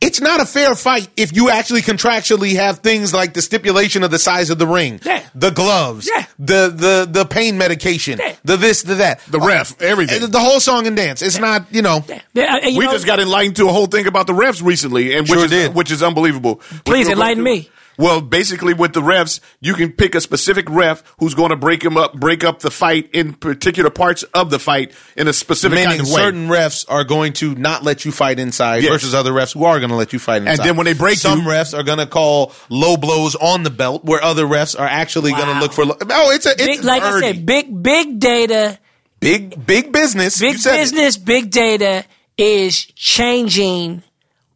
S2: It's not a fair fight if you actually contractually have things like the stipulation of the size of the ring,
S5: Yeah.
S2: the gloves,
S5: Yeah.
S2: the the the pain medication,
S5: Yeah.
S2: the this, the that,
S4: The ref, everything.
S2: the whole song and dance. It's not you know.
S5: Yeah, and uh, you
S4: we
S5: know-
S4: just got enlightened to a whole thing about the refs recently, and
S2: Sure
S4: which is
S2: did.
S4: which is unbelievable.
S5: Please
S4: Which we'll go
S5: enlighten
S4: through.
S5: me.
S4: Well, basically, with the refs, you can pick a specific ref who's going to break him up, break up the fight in particular parts of the fight in a specific
S2: Meaning
S4: kind of way.
S2: certain refs are going to not let you fight inside
S4: Yes.
S2: versus other refs who are going to let you fight inside.
S4: then when they break
S2: some
S4: you-
S2: refs are going to call low blows on the belt where other refs are actually going to
S5: Wow.
S2: look for. Lo- oh, it's a it's
S5: big, like I
S2: dirty.
S5: said, big big data,
S2: big big business. You
S5: big
S2: said it.
S5: business, big data is changing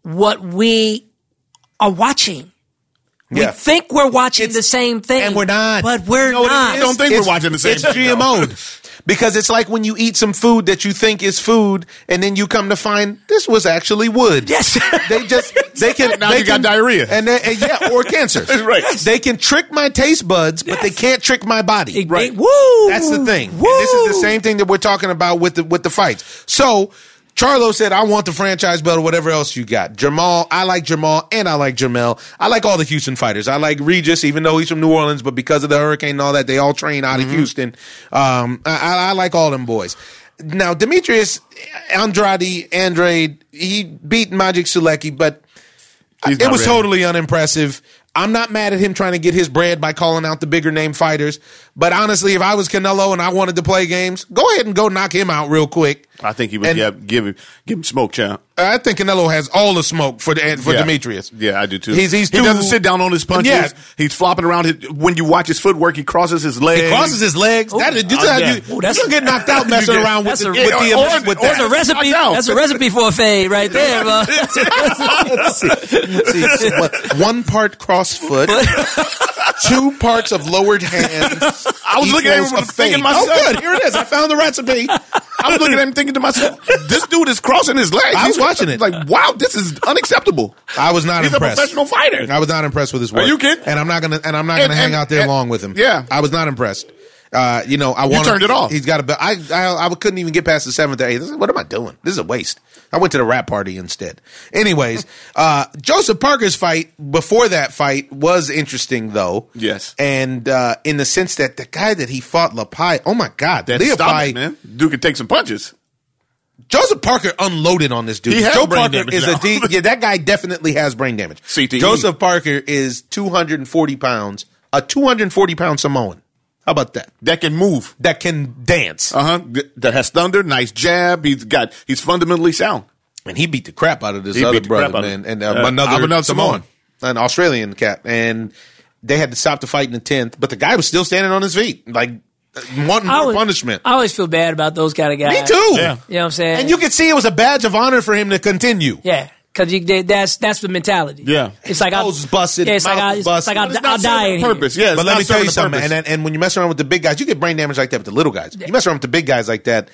S5: what we are watching.
S2: Yeah.
S5: We think we're watching
S2: It's-
S5: the same thing,
S2: and we're not.
S5: But we're
S4: No, it
S5: not.
S4: is. Don't think we're watching the same
S2: It's
S4: thing,
S2: GMO'd. Because it's like when you eat some food that you think is food, and then you come to find this was actually wood.
S5: Yes.
S2: they just they can
S4: Now
S2: they
S4: you got
S2: can-
S4: diarrhea.
S2: and, they, and yeah, or cancer.
S4: right.
S2: They can trick my taste buds, but they can't trick my body.
S5: They- they- woo.
S2: That's the thing. And
S5: Woo.
S2: this is the same thing that we're talking about with the with the fights. So Charlo said, I want the franchise belt or whatever else you got. Jamal, I like Jamal and I like Jamel. I like all the Houston fighters. I like Regis, even though he's from New Orleans, but because of the hurricane and all that, they all train out
S4: Mm-hmm.
S2: of Houston. Um, I, I, I like all them boys. Now, Demetrius Andrade, Andrade, he beat Magic Sulecki, but
S4: He's
S2: it
S4: not
S2: was
S4: ready.
S2: totally unimpressive. I'm not mad at him trying to get his bread by calling out the bigger name fighters, but honestly, if I was Canelo and I wanted to play games, go ahead and go knock him out real quick.
S4: I think he was
S2: And-
S4: yeah, give him give him smoke, champ.
S2: I think Canelo has all the smoke for the, for
S4: yeah.
S2: Demetrius.
S4: Yeah, I do too.
S2: He's- he's
S4: he
S2: too-
S4: doesn't sit down on his punches.
S2: Yeah.
S4: He's flopping around. His, when you watch his footwork, he crosses his legs.
S2: He crosses his legs. That is, this is
S4: Oh,
S2: how
S4: yeah.
S2: you,
S5: Ooh, that's-
S2: you don't get knocked out messing
S4: You get-
S2: around with
S5: that's
S2: the,
S5: a-
S2: with the
S4: yeah, or-
S2: with
S4: or-
S5: That's
S2: that.
S5: a recipe.
S4: I know.
S5: That's a recipe for a fade right there, bro.
S2: Let's see. Let's see. So what- one part crossed foot, two parts of lowered hand.
S4: I was looking at
S2: equals
S4: him
S2: a
S4: thinking
S2: fade.
S4: myself.
S2: Oh, good. Here it is. I found the recipe.
S4: I was looking at him thinking to myself, this dude is crossing his legs.
S2: I was
S4: He's-
S2: watching it.
S4: Like, wow, this is unacceptable.
S2: I was not
S4: He's
S2: impressed.
S4: a professional fighter.
S2: I was not impressed with his work.
S4: Are you kidding?
S2: And I'm not gonna and I'm not
S4: And-
S2: gonna hang
S4: and-
S2: out there
S4: and-
S2: long with him.
S4: yeah.
S2: I was not impressed. Uh, you know, I want
S4: turned it off.
S2: He's got a belt. I, I I couldn't even get past the seventh or eighth. This is- What am I doing? This is a waste. I went to the rap party instead. Anyways, uh, Joseph Parker's fight before that fight was interesting though.
S4: Yes.
S2: and uh, in the sense that the guy that he fought, Lapai. Oh my God,
S4: That
S2: Leopai-
S4: stomach, man. Dude can take some punches.
S2: Joseph Parker unloaded on this dude.
S4: He has
S2: Joe
S4: brain
S2: Parker
S4: damage
S2: is
S4: now. E.
S2: a D. Yeah, that guy definitely has brain damage.
S4: CTE.
S2: Joseph Parker is 240 pounds, a 240 pound Samoan. How about that?
S4: That can move.
S2: That can dance.
S4: Uh huh. That has thunder. Nice jab. He's got. He's fundamentally sound.
S2: and he beat the crap out of this
S4: He
S2: other
S4: beat the crap
S2: brother,
S4: out of
S2: man,
S4: him.
S2: and uh,
S4: Uh,
S2: another,
S4: Abenaki
S2: Samoan,
S4: Samoan.
S2: an Australian cat, and they had to stop the fight in the tenth. But the guy was still standing on his feet, like uh, wanting
S5: I
S2: more
S5: always-
S2: punishment.
S5: I always feel bad about those kind of guys.
S2: Me too.
S4: Yeah.
S5: You know what I'm saying?
S2: And you could see it was a badge of honor for him to continue.
S5: yeah. Cause you, that- that's that's the mentality.
S4: Yeah.
S5: it's like
S2: Nose is
S5: I,
S2: busted,
S5: Yeah, it's like
S2: mouth
S5: I,
S2: is
S5: it's like
S2: busted.
S5: I,
S2: But it's
S5: will die in here.
S4: Purpose. Yeah. it's
S2: but let
S4: not
S2: me tell
S4: serving
S2: you
S4: a
S2: something.
S4: purpose.
S2: And, and, and when you mess around with the big guys, you get brain damage like that. But the little guys, you mess around with the big guys like that.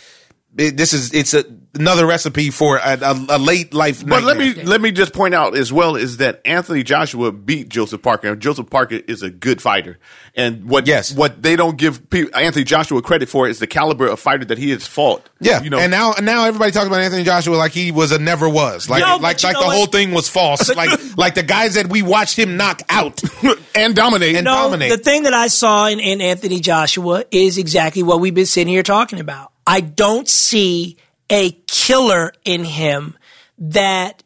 S2: It, this is it's a, another recipe for a, a, a late life.
S4: But let me
S2: nightmare.
S4: let me just point out as well is that Anthony Joshua beat Joseph Parker. And Joseph Parker is a good fighter, and what
S2: Yes.
S4: what they don't give pe- Anthony Joshua credit for is the caliber of fighter that he has fought.
S2: Yeah,
S4: you know,
S2: and now and now everybody talks about Anthony Joshua like he was a never was like
S5: No, but
S2: like
S5: you
S2: like
S5: know
S2: the
S5: what?
S2: whole thing was false like like the guys that we watched him knock out
S4: and dominate.
S2: and
S5: No,
S2: dominate.
S5: the thing that I saw in, in Anthony Joshua is exactly what we've been sitting here talking about. I don't see a killer in him that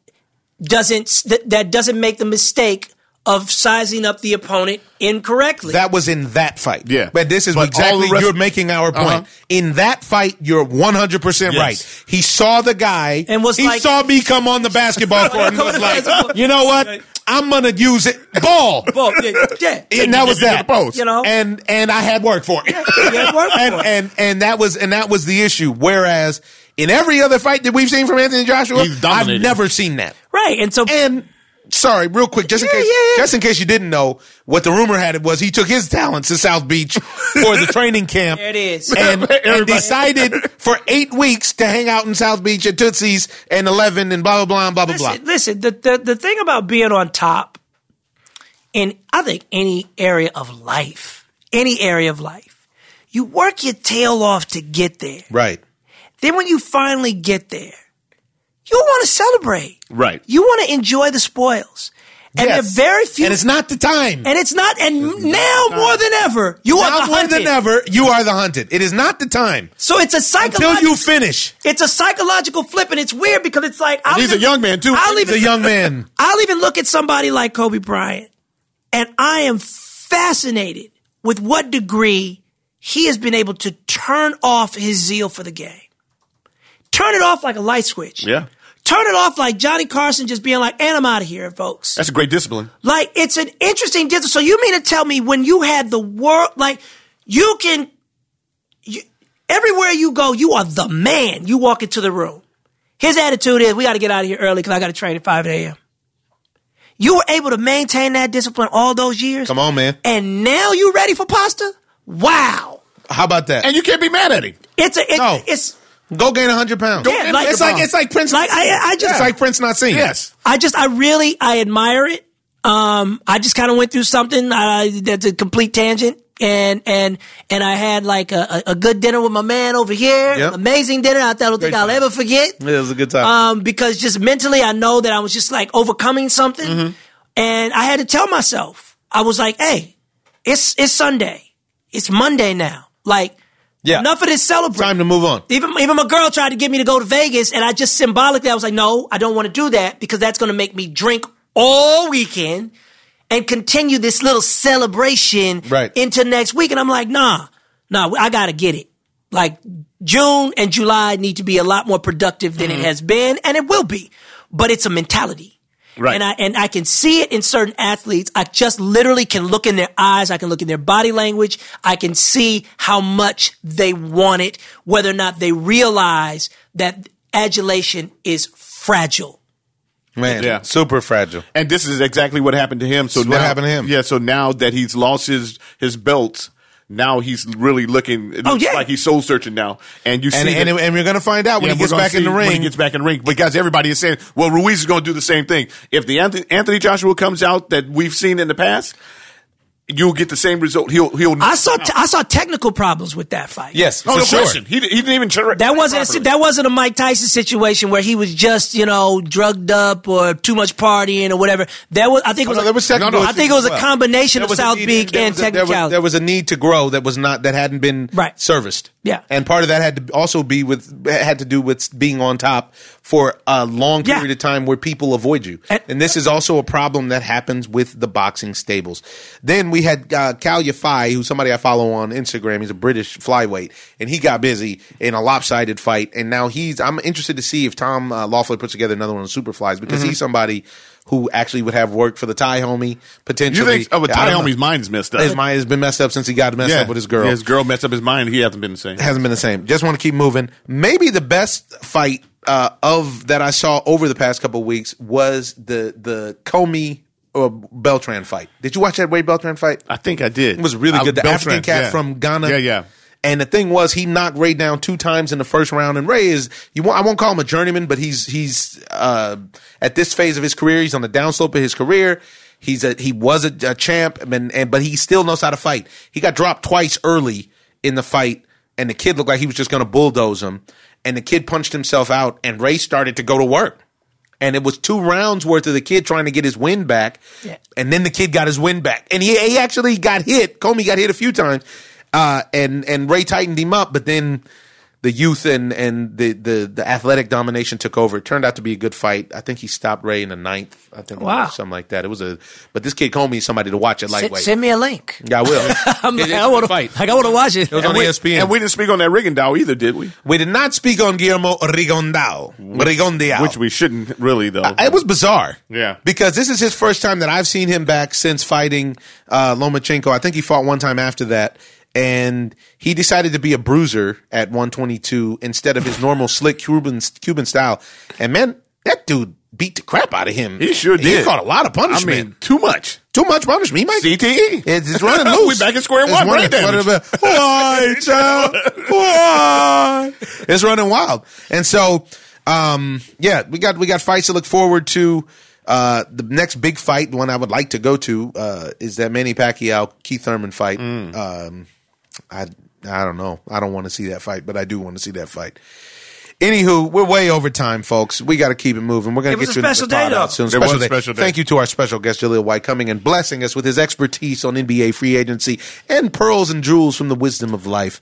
S5: doesn't that, that doesn't make the mistake of sizing up the opponent incorrectly.
S2: That was in that fight.
S4: Yeah.
S2: But this is
S4: But all
S2: exactly
S4: the rest-
S2: you're making our point.
S4: Uh-huh.
S2: In that fight, you're 100%
S4: Yes.
S2: right. He saw the guy
S5: And was
S2: he
S5: like-
S2: saw me come on the basketball court and
S5: Come
S2: was
S5: on the
S2: like,
S5: basketball-
S2: "You know what? I'm going to use it ball."
S5: Well, yeah, yeah.
S2: And that was
S4: Take it
S2: that.
S4: to the post.
S5: You know?
S2: And and I had work for it.
S5: You had work for
S2: and,
S5: it.
S2: and and that was and that was the issue whereas in every other fight that we've seen from Anthony Joshua,
S4: He's dominated.
S2: I've never seen that.
S5: right. And so
S2: And sorry, real quick, just in
S5: Yeah,
S2: case,
S5: yeah, yeah.
S2: just in case you didn't know, what the rumor had it was he took his talents to South Beach for the training camp.
S5: There it is.
S2: and,
S4: Everybody-
S2: and decided for eight weeks to hang out in South Beach at Tootsie's and Eleven and blah blah blah and blah blah
S5: listen,
S2: blah.
S5: listen the, the the thing about being on top in I think any area of life, any area of life, you work your tail off to get there.
S2: Right.
S5: Then when you finally get there, you want to celebrate.
S4: Right.
S5: You want to enjoy the spoils. And
S4: Yes.
S5: there are very few.
S6: and it's not the time.
S5: and it's not- and now more than ever, you are
S6: now
S5: the
S6: more
S5: hunted.
S6: than ever, you are the hunted. It is not the time
S5: So it's a
S6: until
S5: psychological.
S6: you finish.
S5: it's a psychological flip, and it's weird because it's like I'll
S4: he's a
S5: even-
S4: young man, too.
S5: I'll
S6: He's
S5: even
S6: a young man.
S5: I'll even look at somebody like Kobe Bryant, and I am fascinated with what degree he has been able to turn off his zeal for the game. Turn it off like a light switch.
S4: Yeah.
S5: Turn it off like Johnny Carson just being like, and I'm out of here, folks.
S4: That's a great discipline.
S5: Like it's an interesting difference. So you mean to tell me when you had the world, like you can, you, everywhere you go, you are the man. You walk into the room. His attitude is, we got to get out of here early because I got to train at 5 a.m. You were able to maintain that discipline all those years.
S2: Come on, man.
S5: And now you ready for pasta? Wow.
S2: How about that?
S4: And you can't be mad at him.
S5: It's a, it,
S2: No.
S5: it's,
S2: Go gain hundred pounds.
S5: Yeah, like-
S2: it's like it's like Prince.
S5: Like, I- I just-
S2: it's like Prince not seen.
S4: Yes.
S5: I just, I really, I admire it. Um, I just kind of went through something uh, that's a complete tangent, and and and I had like a, a a good dinner with my man over here.
S2: Yep. Mm-hmm.
S5: Amazing dinner. I don't think I'll ever forget.
S2: it was a good time.
S5: Um, because just mentally, I know that I was just like overcoming something,
S2: Mm-hmm.
S5: and I had to tell myself, I was like, "Hey, it's it's Sunday, it's Monday now. Like,
S2: yeah,
S5: enough of this celebrating."
S2: time to move on.
S5: Even even my girl tried to get me to go to Vegas, and I just symbolically I was like, no, I don't want to do that because that's going to make me drink all weekend and continue this little celebration
S2: Right.
S5: into next week. And I'm like, nah, nah, I got to get it. Like June and July need to be a lot more productive than it has been, and it will be. But it's a mentality.
S4: Right.
S5: And I and I can see it in certain athletes. I just literally can look in their eyes. I can look in their body language. I can see how much they want it, whether or not they realize that adulation is fragile.
S2: Man,
S4: Yeah.
S2: super fragile.
S4: And this is exactly what happened to him. So
S2: This is
S4: now,
S2: what happened to him.
S4: Yeah. So now that he's lost his his belt, now he's really looking. It
S5: Oh,
S4: looks
S5: yeah.
S4: like he's soul searching now. And you
S2: And
S4: see
S2: and,
S4: that-
S2: and we're gonna find out when
S4: Yeah,
S2: he
S4: we're
S2: gets
S4: gonna
S2: back in
S4: see
S2: the
S4: when he
S2: ring.
S4: gets back in the ring because everybody is saying, "Well, Ruiz is going to do the same thing." If the Anthony, Anthony Joshua comes out that we've seen in the past, you'll get the same result. He'll he'll.
S5: I saw I saw technical problems with that fight.
S2: yes,
S4: no,
S2: for
S4: Oh, no
S2: sure.
S4: question. He, di- he didn't even turn.
S5: That wasn't
S4: properly.
S5: a, that wasn't a Mike Tyson situation where he was just you know drugged up or too much partying or whatever. That was I think it was
S2: no,
S5: a-
S2: there was technical
S5: I think it was
S2: issues
S5: a
S2: as well.
S5: combination
S2: There
S5: of
S2: was a
S5: South
S2: need-
S5: Beak
S2: there
S5: and
S2: was a- there was-
S5: technicality.
S2: There was a need to grow that was not that hadn't been
S5: Right.
S2: serviced.
S5: Yeah.
S2: and part of that had to also be with had to do with being on top for a long
S5: Yeah.
S2: period of time where people avoid you.
S5: And-
S2: And, this is also a problem that happens with the boxing stables. Then we had uh, Cal Yafai, who's somebody I follow on Instagram. He's a British flyweight, and he got busy in a lopsided fight. And now he's. I'm interested to see if Tom uh, Lawler puts together another one on Superflies because
S5: Mm-hmm.
S2: he's somebody. Who actually would have worked for the Thai homie potentially?
S4: You think? Oh, but
S2: Yeah, I
S4: Ty
S2: don't know.
S4: Homie's mind is messed up.
S2: His mind has been messed up since he got messed
S4: Yeah.
S2: up with his girl.
S4: Yeah, his girl messed up his mind. He hasn't been the same.
S2: Hasn't been the same. Just want to keep moving. Maybe the best fight uh, of that I saw over the past couple weeks was the the Comey or Beltran fight. Did you watch that Wade Beltran fight?
S4: I think I did.
S2: It was really
S4: I-
S2: good. The
S4: Beltran,
S2: African cat
S4: yeah.
S2: from Ghana.
S4: Yeah, yeah.
S2: And the thing was, he knocked Ray down two times in the first round. And Ray is you won't, I won't call him a journeyman, but he's he's uh, at this phase of his career. He's on the downslope of his career. He's a he was a, a champ, and, and but he still knows how to fight. He got dropped twice early in the fight, and the kid looked like he was just going to bulldoze him. And the kid punched himself out, and Ray started to go to work. And it was two rounds worth of the kid trying to get his win back.
S5: Yeah.
S2: And then the kid got his win back. And he, he actually got hit. Comey got hit a few times. Uh, and, and Ray tightened him up, but then the youth and, and the, the, the athletic domination took over. It turned out to be a good fight. I think he stopped Ray in the ninth, I think,
S5: Wow.
S2: or something like that. It was a, but this kid Comey is somebody to watch at
S5: send,
S2: lightweight.
S5: send me a link.
S2: yeah, I will.
S5: I'm
S2: It-
S5: like,
S2: it's
S5: I
S2: a
S5: want to
S2: fight.
S5: Like I want to watch it. E
S2: It was on
S4: We-
S2: ESPN.
S4: And we didn't speak on that Rigondeaux either, did we?
S2: we did not speak on Guillermo Rigondeau. Rigondeau.
S4: Which we shouldn't really though.
S2: It was bizarre.
S4: Yeah.
S2: Because this is his first time that I've seen him back since fighting uh, Lomachenko. I think he fought one time after that. And he decided to be a bruiser at 122 instead of his normal slick Cuban Cuban style. And man, that dude beat the crap out of him.
S4: He sure
S2: He
S4: did.
S2: caught a lot of
S4: I
S2: punishment.
S4: mean, too much.
S2: Too much punishment. He might
S4: CTE.
S2: It's, it's running loose.
S4: We back at square
S2: It's
S4: one,
S2: running-
S4: brain
S2: running- Why, child? Why? It's running wild. And so, um, yeah, we got we got fights to look forward to. Uh, the next big fight, the one I would like to go to, uh, is that Manny Pacquiao Keith Thurman fight.
S4: Mm.
S2: Um, I I don't know. I don't want to see that fight, but I do want to see that fight. Anywho, we're way over time, folks. We got to keep it moving. We're going
S5: It
S2: to
S5: was
S2: get
S5: a
S2: you another
S5: special day,
S2: pod out
S5: though.
S2: soon.
S4: It was a special day.
S2: Thank you to our special guest, Jaleel White, coming and blessing us with his expertise on NBA free agency and pearls and jewels from the wisdom of life.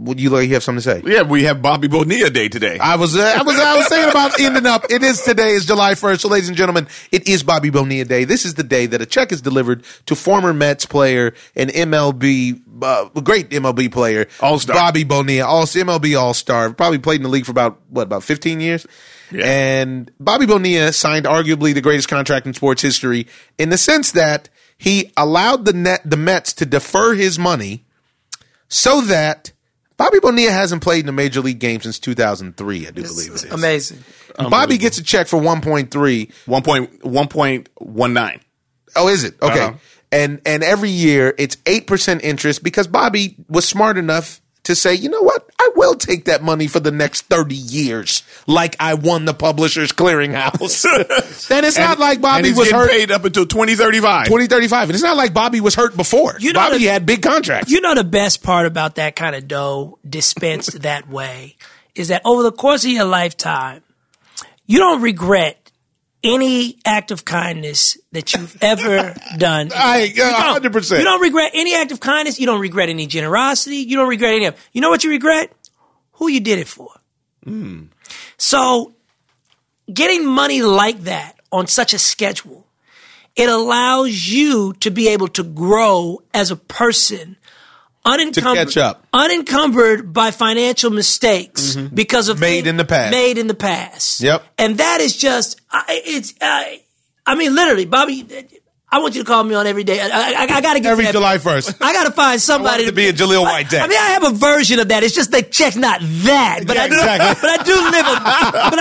S2: Would you like you have something to say?
S4: Yeah, we have Bobby Bonilla Day today.
S2: I was, uh, I was, I was saying about ending up. It is today is July first, so ladies and gentlemen, it is Bobby Bonilla Day. This is the day that a check is delivered to former Mets player and MLB, uh, great MLB player,
S4: All-star.
S2: Bobby Bonilla, all MLB All Star, probably played in the league for about what about fifteen years.
S4: Yeah.
S2: And Bobby Bonilla signed arguably the greatest contract in sports history in the sense that he allowed the net the Mets to defer his money so that. Bobby Bonilla hasn't played in a major league game since 2003, I do believe it is.
S5: Amazing.
S2: Bobby gets a check for 1.3.
S4: One point one point one nine.
S2: Oh, is it? Okay.
S4: Uh-huh.
S2: And and every year it's 8% interest because Bobby was smart enough to say, "You know what? I will take that money for the next 30 years like I won the publishers clearinghouse." then it's not like
S4: and
S2: Bobby
S4: he's
S2: was
S4: getting
S2: hurt
S4: paid up until twenty thirty five.
S2: 2035 and it's not like Bobby was hurt before.
S5: You know
S2: Bobby
S5: the-
S2: had big contracts.
S5: You know the best part about that kind of dough dispensed that way is that over the course of your lifetime, you don't regret any act of kindness that you've ever done.
S2: I
S5: You don't.
S2: 100%.
S5: You don't regret any act of kindness. You don't regret any generosity. You don't regret any of. You know what you regret? Who you did it for.
S2: Hmm.
S5: So getting money like that on such a schedule, it allows you to be able to grow as a person unencumbered,
S2: catch up. Mm-hmm.
S5: unencumbered by financial mistakes because of
S2: Made in the past.
S5: Made in the past.
S2: Yep.
S5: And that is just, I, it's, I, I mean, literally, Bobby, I want you to call me on every day. I, I, I gotta get
S6: Every
S5: that-
S6: July 1st.
S5: I gotta find somebody
S6: it to be a Jaleel White day.
S5: I, I mean, I have a version of that. It's just the check's not that, but
S6: Yeah,
S5: I do,
S6: exactly.
S5: but I do live a, but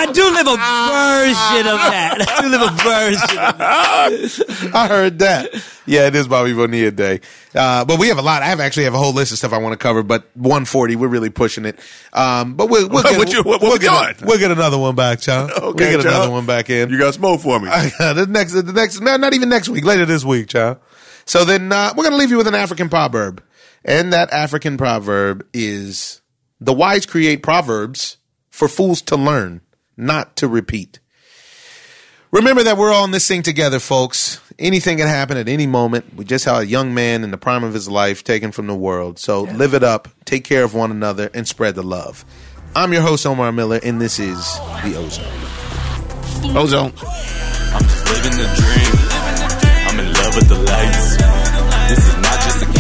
S5: I do live a version of that. I do live a version. Of that.
S2: I heard that. Yeah, it is Bobby Bonilla Day. Uh, but we have a lot. I have actually have a whole list of stuff I want to cover, but 140, we're really pushing it. Um, but we'll, we'll get,
S4: What you- what- what
S2: we'll,
S4: we
S2: get
S4: got?
S2: we'll get another one back, child.
S4: Okay,
S2: we'll get
S4: child.
S2: another one back in.
S4: You got smoke for me.
S2: the next, the next, not, not even next week, later this week, child. So then uh, we're going to leave you with an African proverb. And that African proverb is the wise create proverbs for fools to learn, not to repeat. Remember that we're all in this thing together, folks. Anything can happen at any moment. We just have a young man in the prime of his life taken from the world. So live it up, take care of one another, and spread the love. I'm your host, Omar Miller, and this is The Ozone.
S4: Ozone.
S1: I'm just living the dream. I'm in love with the lights. This is not just a game.